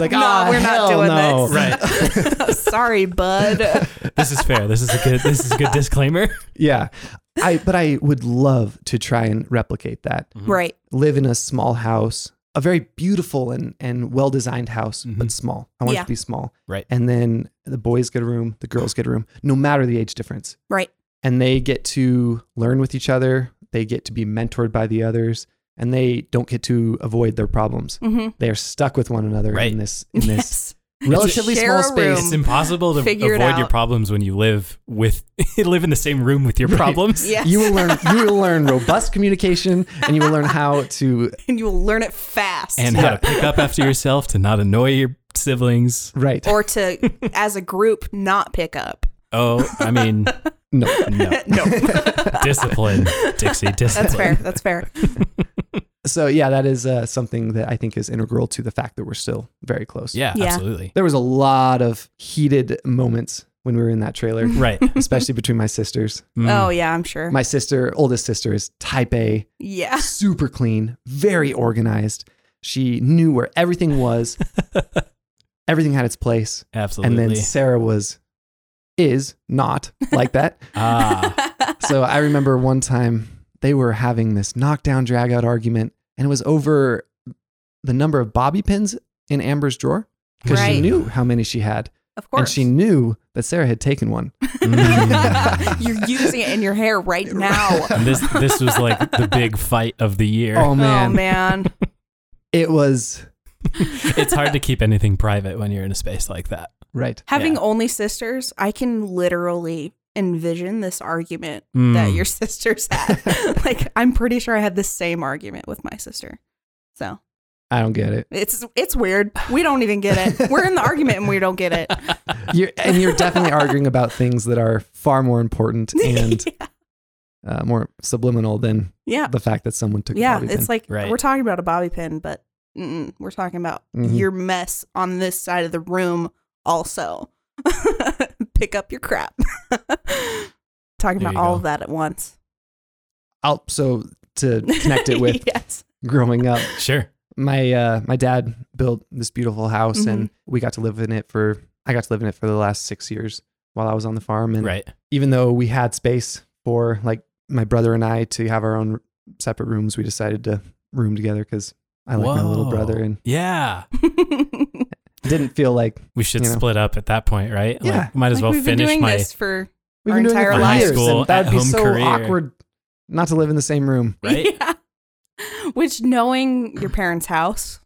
Speaker 4: like,
Speaker 3: no,
Speaker 4: ah,
Speaker 3: we're not
Speaker 4: hell
Speaker 3: doing
Speaker 4: no.
Speaker 3: this. Sorry, bud.
Speaker 2: This is fair. This is a good this is a good disclaimer.
Speaker 4: Yeah. I but I would love to try and replicate that.
Speaker 3: Right.
Speaker 4: Live in a small house, a very beautiful and and well designed house,
Speaker 2: Mhm.
Speaker 4: but small. I want
Speaker 3: Yeah.
Speaker 4: it to be small.
Speaker 2: Right.
Speaker 4: And then the boys get a room, the girls get a room, no matter the age difference.
Speaker 3: Right.
Speaker 4: And they get to learn with each other. They get to be mentored by the others. and they don't get to avoid their problems.
Speaker 3: Mm-hmm.
Speaker 4: They are stuck with one another
Speaker 2: Right.
Speaker 4: in this in this
Speaker 3: Yes.
Speaker 4: relatively
Speaker 3: Share
Speaker 4: small
Speaker 3: a room.
Speaker 4: space.
Speaker 2: It's impossible to
Speaker 3: Figure it
Speaker 2: avoid your
Speaker 3: out.
Speaker 2: problems when you live with live in the same room with your
Speaker 4: Right.
Speaker 2: problems.
Speaker 3: Yes.
Speaker 4: You will learn you will learn robust communication and you will learn how to
Speaker 3: and you will learn it fast.
Speaker 2: And how to pick up after yourself to not annoy your siblings.
Speaker 4: right.
Speaker 3: or to, as a group, not pick up.
Speaker 2: Oh, I mean,
Speaker 4: No.
Speaker 2: no.
Speaker 3: No.
Speaker 2: Discipline, Dixie, discipline.
Speaker 3: That's fair. That's fair.
Speaker 4: So yeah, that is uh, something that I think is integral to the fact that we're still very close.
Speaker 2: Yeah,
Speaker 3: Yeah.
Speaker 2: absolutely.
Speaker 4: There was a lot of heated moments when we were in that trailer,
Speaker 3: Mm-hmm.
Speaker 2: Right. Mm,
Speaker 4: especially between my sisters.
Speaker 3: Oh, yeah, I'm sure.
Speaker 4: Mm. My sister, oldest sister, is type A,
Speaker 3: yeah.
Speaker 4: super clean, very organized. She knew where everything was. everything had its place.
Speaker 2: Absolutely.
Speaker 4: And then Sarah was is not like that.
Speaker 2: ah,
Speaker 4: so I remember one time they were having this knockdown drag out argument and it was over the number of bobby pins in Amber's drawer because she
Speaker 3: Right.
Speaker 4: knew how many she had
Speaker 3: Of
Speaker 4: and
Speaker 3: course.
Speaker 4: she knew that Sarah had taken one.
Speaker 2: Mm.
Speaker 3: You're using it in your hair right now.
Speaker 2: And this this was like the big fight of the year.
Speaker 4: Oh man,
Speaker 3: Oh, man.
Speaker 4: it was
Speaker 2: It's hard to keep anything private when you're in a space like that.
Speaker 4: right.
Speaker 3: Having
Speaker 2: Yeah.
Speaker 3: only sisters, I can literally envision this argument that
Speaker 2: Mm.
Speaker 3: your sisters had. like, I'm pretty sure I had the same argument with my sister. So
Speaker 4: I don't get it.
Speaker 3: it's it's weird. We don't even get it. We're in the argument and we don't get it.
Speaker 4: You're and you're definitely arguing about things that are far more important and uh, more subliminal than
Speaker 3: yeah,
Speaker 4: the fact that someone took. a
Speaker 3: yeah.
Speaker 4: bobby pin.
Speaker 3: It's like
Speaker 2: Right.
Speaker 3: we're talking about a bobby pin, but mm-mm, we're talking about
Speaker 2: Mm-hmm.
Speaker 4: Mhm.
Speaker 3: your mess on this side of the room. Also, pick up your crap. talking
Speaker 2: There
Speaker 3: about
Speaker 2: you
Speaker 3: all
Speaker 2: go.
Speaker 3: of that at once.
Speaker 4: I'll, so to connect it with
Speaker 3: yes.
Speaker 4: growing up.
Speaker 2: Sure.
Speaker 4: my uh my dad built this beautiful house and
Speaker 3: Mm-hmm.
Speaker 4: we got to live in it for I got to live in it for the last 6 years while I was on the farm and
Speaker 2: Right.
Speaker 4: even though we had space for like my brother and I to have our own separate rooms we decided to room together cuz I like my little
Speaker 2: Whoa.
Speaker 4: brother and
Speaker 2: Yeah.
Speaker 4: didn't feel like
Speaker 2: We should
Speaker 4: You know.
Speaker 2: split up at that point, right?
Speaker 4: Yeah.
Speaker 2: Like, might as
Speaker 3: Like,
Speaker 2: well
Speaker 3: we've been
Speaker 2: finish
Speaker 3: doing
Speaker 2: my
Speaker 3: this for
Speaker 4: we've
Speaker 3: Our
Speaker 4: been doing
Speaker 3: entire
Speaker 4: it for
Speaker 2: life.
Speaker 4: years
Speaker 2: High school,
Speaker 4: and that'd be
Speaker 2: at-home
Speaker 4: so
Speaker 2: career.
Speaker 4: awkward not to live in the same room.
Speaker 2: right.
Speaker 3: Yeah. Which knowing your parents' house,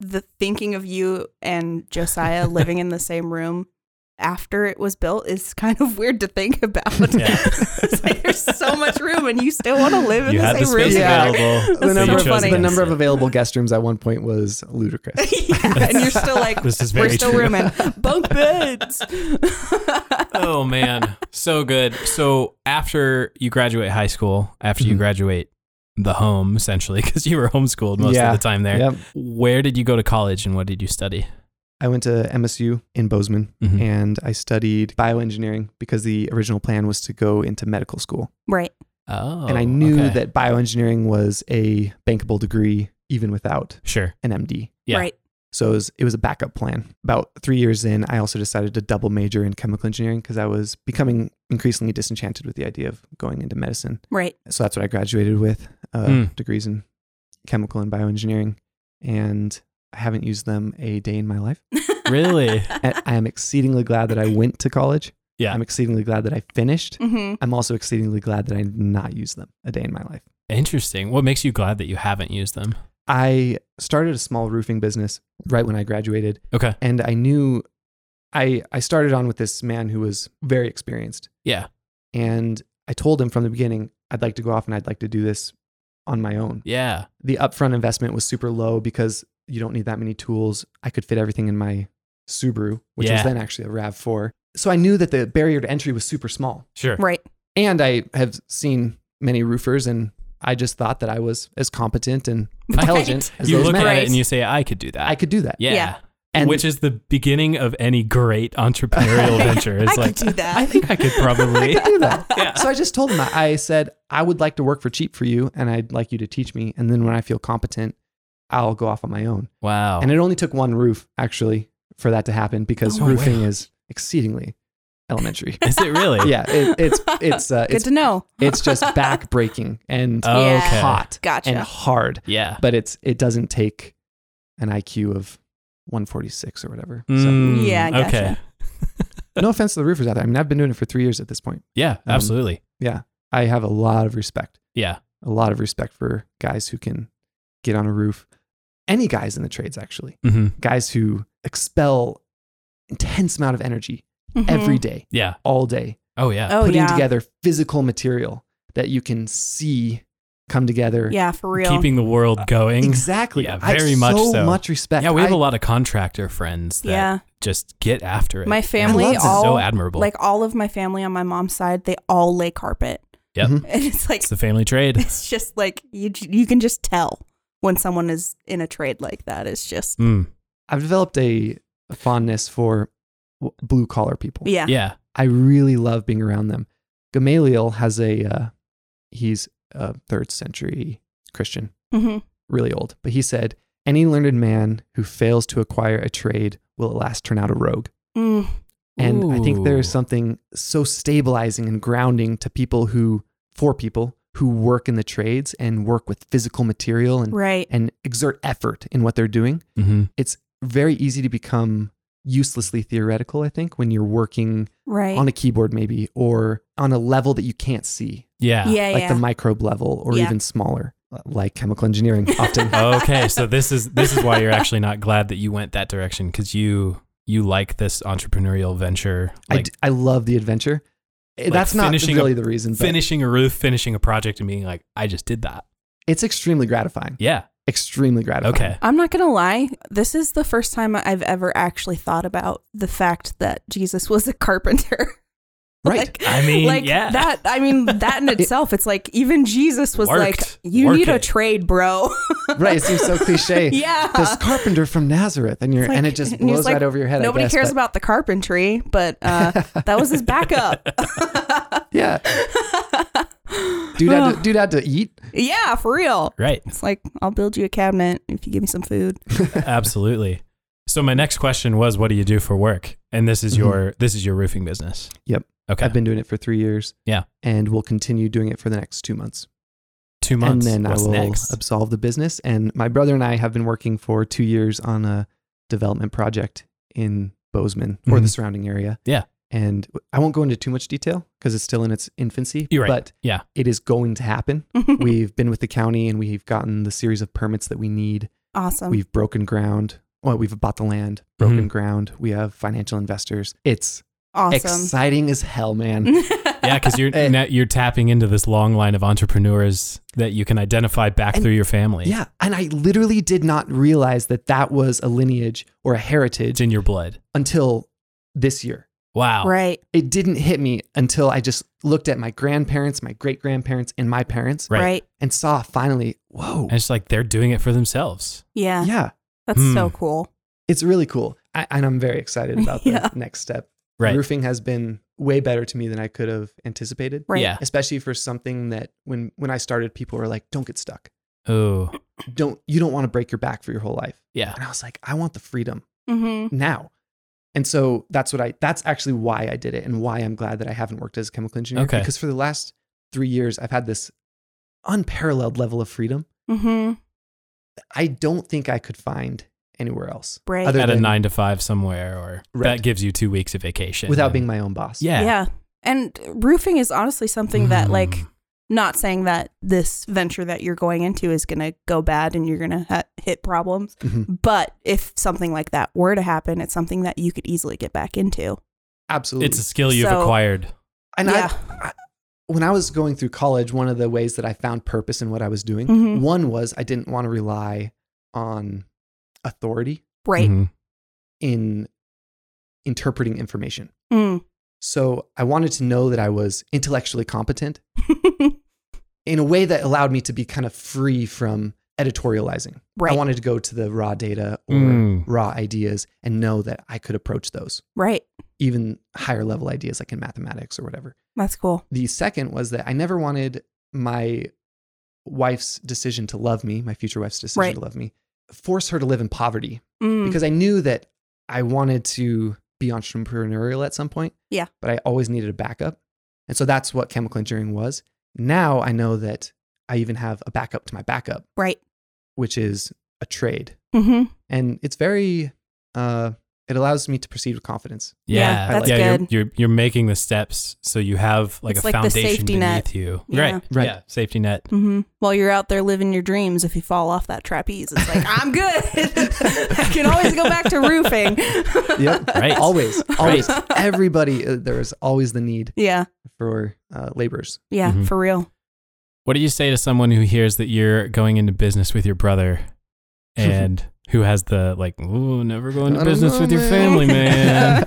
Speaker 3: the thinking of you and Josiah living in the same room after it was built is kind of weird to think about.
Speaker 2: Yeah.
Speaker 3: it's like there's so much room and you still want to live in
Speaker 2: You
Speaker 3: the
Speaker 2: had
Speaker 3: same
Speaker 2: the
Speaker 3: room.
Speaker 2: space
Speaker 4: Yeah.
Speaker 3: together.
Speaker 2: available.
Speaker 3: That's
Speaker 4: The
Speaker 3: so
Speaker 4: number,
Speaker 3: funny.
Speaker 4: of, the
Speaker 3: against
Speaker 4: number of
Speaker 2: it.
Speaker 4: available guest rooms at one point was ludicrous.
Speaker 3: yeah, and you're still like,
Speaker 2: This is
Speaker 3: we're
Speaker 2: very
Speaker 3: still
Speaker 2: true.
Speaker 3: rooming. Bunk beds.
Speaker 2: oh man, so good. So after you graduate high school, after you
Speaker 4: Mhm.
Speaker 2: graduate the home essentially because you were homeschooled most
Speaker 4: Yeah.
Speaker 2: of the time there.
Speaker 4: Yep.
Speaker 2: Where did you go to college and what did you study?
Speaker 4: I went to MSU in Bozeman
Speaker 2: Mhm.
Speaker 4: and I studied bioengineering because the original plan was to go into medical school.
Speaker 3: right.
Speaker 2: Oh,
Speaker 4: and I knew
Speaker 2: okay.
Speaker 4: that bioengineering was a bankable degree even without
Speaker 2: Sure.
Speaker 4: an MD.
Speaker 2: Yeah.
Speaker 3: Right.
Speaker 4: So it was, it was a backup plan. About three years in, I also decided to double major in chemical engineering because I was becoming increasingly disenchanted with the idea of going into medicine.
Speaker 3: Right.
Speaker 4: So that's what I graduated with uh,
Speaker 2: Mm.
Speaker 4: degrees in chemical and bioengineering. And I haven't used them a day in my life.
Speaker 2: Really?
Speaker 4: I I am exceedingly glad that I went to college.
Speaker 2: Yeah.
Speaker 4: I'm exceedingly glad that I finished.
Speaker 3: hmm
Speaker 4: I'm also exceedingly glad that I did not use them a day in my life.
Speaker 2: Interesting. What makes you glad that you haven't used them?
Speaker 4: I started a small roofing business right when I graduated,
Speaker 2: Okay.
Speaker 4: and I knew I I started on with this man who was very experienced,
Speaker 2: Yeah.
Speaker 4: and I told him from the beginning I'd like to go off and I'd like to do this on my own.
Speaker 2: Yeah.
Speaker 4: The upfront investment was super low because you don't need that many tools. I could fit everything in my Subaru, which
Speaker 2: Yeah.
Speaker 4: was then actually a RAV4. So I knew that the barrier to entry was super small.
Speaker 2: Sure.
Speaker 3: Right.
Speaker 4: and I have seen many roofers, and I just thought that I was as competent and intelligent as
Speaker 2: You
Speaker 4: those
Speaker 2: look
Speaker 4: men.
Speaker 2: at
Speaker 3: Right.
Speaker 2: it and you say, I could do that.
Speaker 4: I could do that.
Speaker 2: yeah.
Speaker 3: Yeah.
Speaker 4: And
Speaker 2: Which is the beginning of any great entrepreneurial venture. It's
Speaker 3: I
Speaker 2: like,
Speaker 3: could do that.
Speaker 2: I think I could probably.
Speaker 4: I do that.
Speaker 2: yeah.
Speaker 4: So I just told him, I said, I would like to work for cheap for you, and I'd like you to teach me. And then when I feel competent, I'll go off on my own.
Speaker 2: Wow.
Speaker 4: And it only took one roof, actually, for that to happen because
Speaker 2: Oh, wow.
Speaker 4: roofing is exceedingly elementary.
Speaker 2: Is it really?
Speaker 4: yeah, it, it's it's uh,
Speaker 3: Good
Speaker 4: it's
Speaker 3: to know.
Speaker 4: it's just backbreaking and
Speaker 2: Oh,
Speaker 3: Yeah.
Speaker 2: okay.
Speaker 4: hot
Speaker 3: Gotcha.
Speaker 4: and hard.
Speaker 2: Yeah.
Speaker 4: but it's it doesn't take an IQ of 146 or whatever.
Speaker 2: Mm,
Speaker 3: Yeah, I gotcha.
Speaker 2: Okay.
Speaker 4: So no offense to the roofers out there. I mean, I've been doing it for three years at this point.
Speaker 2: Yeah.
Speaker 4: Um,
Speaker 2: Absolutely.
Speaker 4: Yeah, I have a lot of respect,
Speaker 2: Yeah.
Speaker 4: a lot of respect for guys who can get on a roof. Any guys in the trades, actually,
Speaker 2: Mm-hmm.
Speaker 4: guys who expel intense amount of energy
Speaker 3: Mm-hmm.
Speaker 4: every day,
Speaker 2: Yeah.
Speaker 4: all day,
Speaker 2: Oh yeah.
Speaker 3: Oh,
Speaker 4: putting
Speaker 3: yeah.
Speaker 4: together physical material that you can see come together.
Speaker 3: Yeah, for real.
Speaker 2: Keeping the world going.
Speaker 4: Exactly.
Speaker 2: Yeah,
Speaker 4: I have
Speaker 2: very much so.
Speaker 4: much respect.
Speaker 2: Yeah, we have
Speaker 4: I-
Speaker 2: a lot of contractor friends that
Speaker 3: yeah.
Speaker 2: just get after it.
Speaker 3: My
Speaker 4: I
Speaker 3: family
Speaker 4: love that.
Speaker 3: all
Speaker 2: so admirable.
Speaker 3: like all of my family on my mom's side, they all lay carpet.
Speaker 2: Yep.
Speaker 4: Mhm.
Speaker 3: And it's like
Speaker 2: it's the family trade.
Speaker 3: it's just like you j- you can just tell when someone is in a trade like that. It's just
Speaker 2: Mm.
Speaker 4: I've developed a a fondness for blue collar people.
Speaker 3: yeah.
Speaker 2: Yeah.
Speaker 4: I really love being around them. Gamaliel has a, uh, he's a third century Christian,
Speaker 3: Mhm.
Speaker 4: really old, but he said, Any learned man who fails to acquire a trade will at last turn out a rogue.
Speaker 3: Mm.
Speaker 4: And I think there is
Speaker 2: Ooh.
Speaker 4: something so stabilizing and grounding to people who, for people who work in the trades and work with physical material and,
Speaker 3: Right.
Speaker 4: and exert effort in what they're doing.
Speaker 2: Mhm.
Speaker 4: Very easy to become uselessly theoretical, I think, when you're working
Speaker 3: Right.
Speaker 4: on a keyboard maybe or on a level that you can't see
Speaker 2: Yeah.
Speaker 3: yeah.
Speaker 4: like
Speaker 3: yeah.
Speaker 4: the microbe level or
Speaker 3: Yeah.
Speaker 4: even smaller like chemical engineering often
Speaker 2: okay, so this is this is why you're actually not glad that you went that direction because you you like this entrepreneurial venture,
Speaker 4: I,
Speaker 2: like
Speaker 4: d- I love the adventure Eh,
Speaker 2: Like
Speaker 4: that's not
Speaker 2: finishing a-
Speaker 4: really the reason but
Speaker 2: finishing a roof, finishing a project, and being like, I just did that.
Speaker 4: it's extremely gratifying
Speaker 2: Yeah.
Speaker 4: extremely gratifying
Speaker 2: Okay.
Speaker 3: I'm not gonna lie. This is the first time I've ever actually thought about the fact that Jesus was a carpenter.
Speaker 4: right
Speaker 3: Like-
Speaker 2: I mean,
Speaker 3: like
Speaker 2: yeah.
Speaker 3: that. I mean, that in itself, it's like even Jesus was
Speaker 2: Worked.
Speaker 3: like, "You
Speaker 2: Work
Speaker 3: need a
Speaker 2: it."
Speaker 3: trade, bro."
Speaker 4: right it seems so cliche
Speaker 3: yeah.
Speaker 4: this carpenter from nazareth and you're
Speaker 3: It's like-
Speaker 4: and it just
Speaker 3: and he's
Speaker 4: blows
Speaker 3: like,
Speaker 4: right over your head I
Speaker 3: Nobody
Speaker 4: guess,
Speaker 3: cares
Speaker 4: but-
Speaker 3: about the carpentry, but uh, that was his backup.
Speaker 4: yeah dude had to, dude had to eat
Speaker 3: yeah, for real.
Speaker 2: Right.
Speaker 3: It's like I'll build you a cabinet if you give me some food.
Speaker 2: Absolutely. So my next question was, what do you do for work? And this is
Speaker 4: Mhm.
Speaker 2: your this is your roofing business.
Speaker 4: Yep.
Speaker 2: Okay.
Speaker 4: i've been doing it for three years
Speaker 2: Yeah.
Speaker 4: and we'll continue doing it for the next two months
Speaker 2: Two months.
Speaker 4: And then
Speaker 2: What's
Speaker 4: I will
Speaker 2: next?
Speaker 4: absolve the business. And my brother and I have been working for two years on a development project in Bozeman or the
Speaker 2: Mhm.
Speaker 4: surrounding area.
Speaker 2: Yeah.
Speaker 4: And I won't go into too much detail because it's still in its infancy.
Speaker 2: You're right.
Speaker 4: But
Speaker 2: yeah.
Speaker 4: it is going to happen. we've been with the county and we've gotten the series of permits that we need.
Speaker 3: awesome.
Speaker 4: we've broken ground. Well, we've bought the land, broken
Speaker 2: Mm-hmm.
Speaker 4: ground. We have financial investors. It's
Speaker 3: awesome.
Speaker 4: exciting as hell, man.
Speaker 2: Yeah, because you're
Speaker 4: Hey.
Speaker 2: now you're tapping into this long line of entrepreneurs that you can identify back
Speaker 4: And-
Speaker 2: through your family.
Speaker 4: yeah. And I literally did not realize that that was a lineage or a heritage
Speaker 2: It's in your blood.
Speaker 4: until this year.
Speaker 2: Wow.
Speaker 3: right.
Speaker 4: It didn't hit me until I just looked at my grandparents, my great grandparents, and my parents
Speaker 2: Right.
Speaker 3: Right.
Speaker 4: and saw finally, whoa.
Speaker 2: And it's like they're doing it for themselves.
Speaker 3: Yeah.
Speaker 4: Yeah.
Speaker 3: That's so
Speaker 2: Hmm.
Speaker 3: cool.
Speaker 4: It's really cool. I, and I'm very excited about the
Speaker 3: Yeah.
Speaker 4: next step.
Speaker 2: Right.
Speaker 4: Roofing has been way better to me than I could have anticipated.
Speaker 3: Right.
Speaker 2: Yeah.
Speaker 4: Especially for something that when when I started, people were like, Don't get stuck.
Speaker 2: Oh.
Speaker 4: Don't you don't want to break your back for your whole life.
Speaker 2: Yeah.
Speaker 4: And I was like, I want the freedom.
Speaker 3: Mm-hmm.
Speaker 4: now. And so that's what I that's actually why I did it and why I'm glad that I haven't worked as a chemical engineer.
Speaker 2: Okay.
Speaker 4: Because for the last three years I've had this unparalleled level of freedom
Speaker 3: Mm-hmm.
Speaker 4: that I don't think I could find anywhere else.
Speaker 3: Right.
Speaker 4: Other
Speaker 2: At a
Speaker 4: than-
Speaker 2: nine to five somewhere, or
Speaker 4: Right.
Speaker 2: that gives you two weeks of vacation
Speaker 4: Without
Speaker 2: and-
Speaker 4: being my own boss.
Speaker 2: Yeah.
Speaker 3: Yeah. And roofing is honestly something
Speaker 4: Hmm.
Speaker 3: that, like,
Speaker 2: Mm.
Speaker 3: not saying that this venture that you're going into is going to go bad and you're going to ha- hit problems,
Speaker 4: Mhm.
Speaker 3: but if something like that were to happen, it's something that you could easily get back into.
Speaker 4: Absolutely.
Speaker 2: It's a skill you've
Speaker 3: So-
Speaker 2: acquired.
Speaker 4: and
Speaker 3: yeah.
Speaker 4: I, I when I was going through college, one of the ways that I found purpose in what I was doing,
Speaker 3: Mhm.
Speaker 4: one was I didn't want to rely on authority
Speaker 3: Right.
Speaker 2: Mhm.
Speaker 4: in interpreting information.
Speaker 3: Mm.
Speaker 4: So I wanted to know that I was intellectually competent in a way that allowed me to be kind of free from editorializing.
Speaker 3: right.
Speaker 4: I wanted to go to the raw data or
Speaker 2: Mm.
Speaker 4: raw ideas and know that I could approach those,
Speaker 3: right.
Speaker 4: even higher level ideas like in mathematics or whatever.
Speaker 3: That's cool.
Speaker 4: The second was that I never wanted my wife's decision to love me, my future wife's decision
Speaker 3: Right.
Speaker 4: to love me, force her to live in poverty
Speaker 3: Mm.
Speaker 4: because I knew that I wanted to be entrepreneurial at some point.
Speaker 3: Yeah.
Speaker 4: But I always needed a backup. And so that's what chemical engineering was. Now I know that I even have a backup to my backup,
Speaker 3: right.
Speaker 4: which is a trade.
Speaker 3: Mm-hmm.
Speaker 4: And it's very uh, it allows me to proceed with confidence.
Speaker 3: Yeah,
Speaker 5: Yeah,
Speaker 3: that's
Speaker 4: like-
Speaker 5: yeah.
Speaker 3: good.
Speaker 2: You're, you're you're making the steps so you have like
Speaker 3: It's
Speaker 2: a
Speaker 3: like the
Speaker 2: foundation
Speaker 3: safety
Speaker 2: beneath
Speaker 3: net.
Speaker 2: you.
Speaker 3: Yeah.
Speaker 2: Right.
Speaker 4: Right.
Speaker 2: Yeah. Safety net.
Speaker 3: hmm While you're out there living your dreams, if you fall off that trapeze, it's like I'm good. I can always go back to roofing.
Speaker 4: Yep.
Speaker 2: Right.
Speaker 4: Always, always. Everybody, uh, there is always the need
Speaker 3: yeah,
Speaker 4: for uh, laborers.
Speaker 3: yeah,
Speaker 2: Mhm.
Speaker 3: for real.
Speaker 2: What do you say to someone who hears that you're going into business with your brother and who has the like, oh, never go into
Speaker 4: I don't
Speaker 2: business
Speaker 4: know,
Speaker 2: with your
Speaker 4: man."
Speaker 2: family, man?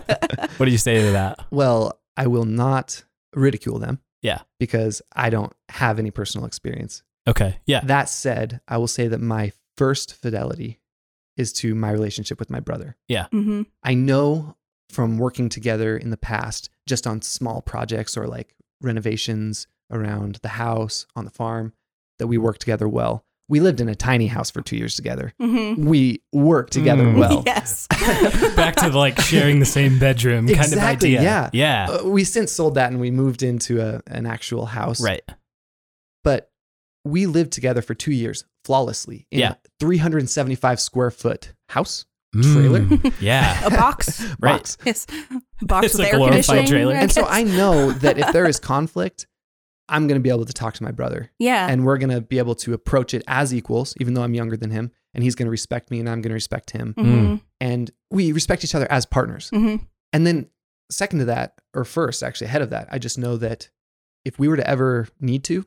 Speaker 2: what do you say to that?
Speaker 4: Well, I will not ridicule them.
Speaker 2: Yeah.
Speaker 4: Because I don't have any personal experience.
Speaker 2: Okay. Yeah.
Speaker 4: That said, I will say that my first fidelity is to my relationship with my brother.
Speaker 3: hmm
Speaker 4: I know from working together in the past, just on small projects or like renovations around the house, on the farm, that we work together well. We lived in a tiny house for two years together.
Speaker 3: hmm
Speaker 4: We work together
Speaker 2: Mm.
Speaker 4: well.
Speaker 3: yes.
Speaker 2: Back to like sharing the same bedroom kind
Speaker 4: Exactly,
Speaker 2: of idea.
Speaker 4: yeah.
Speaker 2: Yeah.
Speaker 4: Uh, we since sold that and we moved into a, an actual house.
Speaker 2: right.
Speaker 4: But we lived together for two years flawlessly in
Speaker 2: Yeah.
Speaker 4: a 375 square foot house Trailer?
Speaker 2: Mm, yeah.
Speaker 3: A box.
Speaker 2: Right.
Speaker 4: box.
Speaker 3: Yes. Box
Speaker 2: It's
Speaker 3: with
Speaker 2: a
Speaker 3: air
Speaker 2: glorified
Speaker 3: conditioning.
Speaker 2: trailer.
Speaker 3: I
Speaker 4: And so
Speaker 3: guess.
Speaker 4: I know that if there is conflict, I'm going to be able to talk to my brother
Speaker 3: Yeah.
Speaker 4: and we're going to be able to approach it as equals, even though I'm younger than him. And he's going to respect me and I'm going to respect him.
Speaker 3: Mhm.
Speaker 4: And we respect each other as partners.
Speaker 3: Mhm.
Speaker 4: And then, second to that, or first, actually, ahead of that, I just know that if we were to ever need to,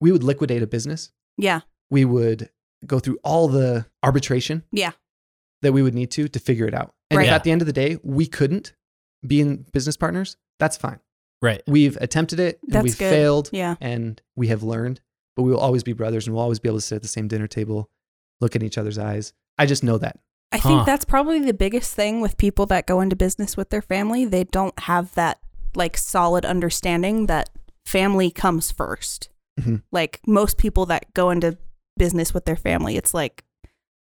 Speaker 4: we would liquidate a business.
Speaker 3: Yeah.
Speaker 4: We would go through all the arbitration.
Speaker 3: Yeah.
Speaker 4: That we would need to to figure it out. And
Speaker 3: Right.
Speaker 4: if
Speaker 2: Yeah.
Speaker 4: at the end of the day we couldn't be in business partners, that's fine.
Speaker 2: Right.
Speaker 4: We've attempted it and
Speaker 3: That's
Speaker 4: we've
Speaker 3: good.
Speaker 4: failed
Speaker 3: Yeah.
Speaker 4: and we have learned, but we will always be brothers and we'll always be able to sit at the same dinner table, look in each other's eyes. I just know that.
Speaker 3: I
Speaker 2: Huh.
Speaker 3: think that's probably the biggest thing with people that go into business with their family. They don't have that like solid understanding that family comes 1st
Speaker 4: Mhm.
Speaker 3: Like most people that go into business with their family, it's like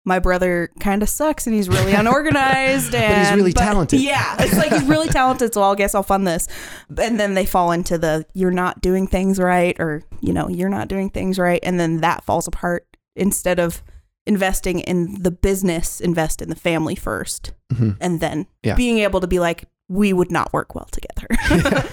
Speaker 3: my brother kind of sucks and he's really unorganized
Speaker 4: he's
Speaker 3: and
Speaker 4: really talented.
Speaker 3: Yeah, it's like he's really talented, so I guess I'll fund this. And then they fall into the you're not doing things right or you know, you're not doing things right and then that falls apart instead of investing in the business, invest in the family first,
Speaker 2: Mm-hmm.
Speaker 4: Mhm.
Speaker 3: and then
Speaker 4: Yeah.
Speaker 3: being able to be like, we would not work well together.
Speaker 4: and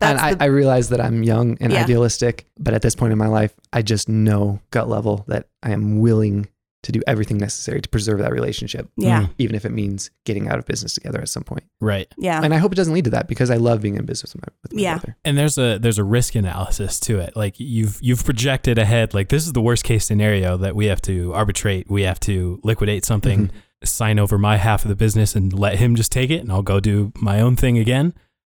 Speaker 3: That's
Speaker 4: I,
Speaker 3: the-
Speaker 4: I realize that I'm young and
Speaker 3: Yeah.
Speaker 4: idealistic, but at this point in my life, I just know gut level that I am willing to do everything necessary to preserve that relationship,
Speaker 3: yeah,
Speaker 2: Mm,
Speaker 4: even if it means getting out of business together at some point.
Speaker 2: right.
Speaker 3: yeah,
Speaker 4: And I hope it doesn't lead to that because I love being in business with my, with my
Speaker 3: Yeah.
Speaker 4: brother.
Speaker 2: and there's a there's a risk analysis to it like you've you've projected ahead like this is the worst case scenario that we have to arbitrate we have to liquidate something sign over my half of the business and let him just take it and I'll go do my own thing again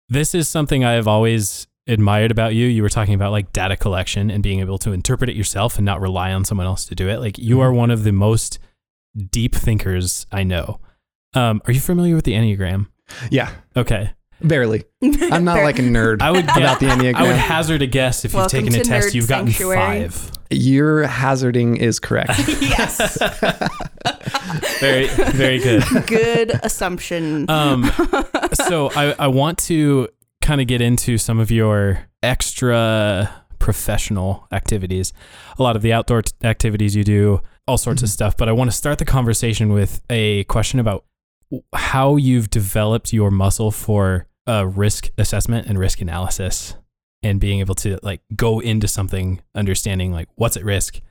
Speaker 2: this is something I have always admired about you you were talking about like data collection and being able to interpret it yourself and not rely on someone else to do it like you are one of the most deep thinkers I know um, are you familiar with the enneagram
Speaker 4: Yeah,
Speaker 2: okay
Speaker 4: barely. I'm not
Speaker 3: Fair.
Speaker 4: like a nerd
Speaker 2: I would
Speaker 4: about the Enneagram.
Speaker 2: I would hazard a guess if you've
Speaker 3: Welcome
Speaker 2: taken a
Speaker 3: to
Speaker 2: test,
Speaker 3: Nerd
Speaker 2: you've gotten
Speaker 3: Sanctuary.
Speaker 2: five.
Speaker 4: Your hazarding is correct.
Speaker 3: yes,
Speaker 2: Very, very good.
Speaker 3: good assumption.
Speaker 2: Um, so I, I want to kind of get into some of your extra professional activities, a lot of the outdoor t- activities you do, all sorts of stuff. But I want to start the conversation with a question about w- how you've developed your muscle for uh, risk assessment and risk analysis and being able to like go into something understanding like what's at risk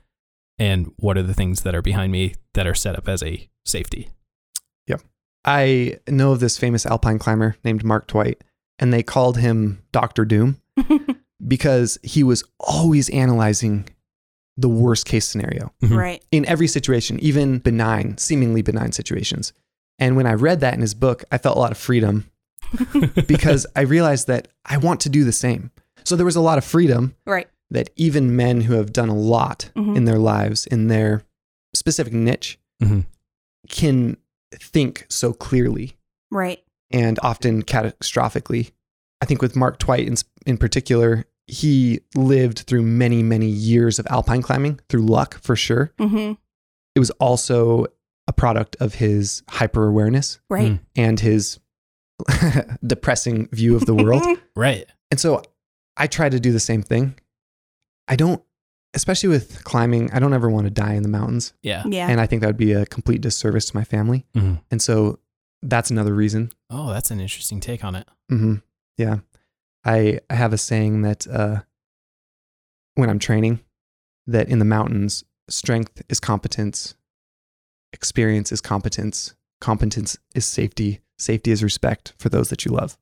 Speaker 2: and what are the things that are behind me that are set up as a safety
Speaker 4: I know of this famous alpine climber named Mark Twite, and they called him Dr. Doom because he was always analyzing the worst case scenario
Speaker 3: right,
Speaker 4: in every situation, even benign, seemingly benign situations. And when I read that in his book, I felt a lot of freedom because I realized that I want to do the same. So there was a lot of freedom
Speaker 3: right,
Speaker 4: that even men who have done a lot
Speaker 3: Mhm.
Speaker 4: in their lives, in their specific niche,
Speaker 2: Mhm.
Speaker 4: can think so clearly
Speaker 3: right,
Speaker 4: and often catastrophically. I think with Mark Twite in, in particular, he lived through many, many years of alpine climbing through luck for sure.
Speaker 3: hmm
Speaker 4: It was also a product of his hyper awareness
Speaker 3: right,
Speaker 2: Mm.
Speaker 4: and his depressing view of the Hmm. world.
Speaker 2: right
Speaker 4: And so I try to do the same thing. I don't, especially with climbing, I don't ever want to die in the mountains.
Speaker 2: yeah
Speaker 3: yeah,
Speaker 4: And I think that would be a complete disservice to my family.
Speaker 2: Mhm.
Speaker 4: And so That's another reason.
Speaker 5: Oh, that's an interesting take on it.
Speaker 4: hmm Yeah. I, I have a saying that uh, when I'm training, that in the mountains, strength is competence, experience is competence, competence is safety, safety is respect for those that you love.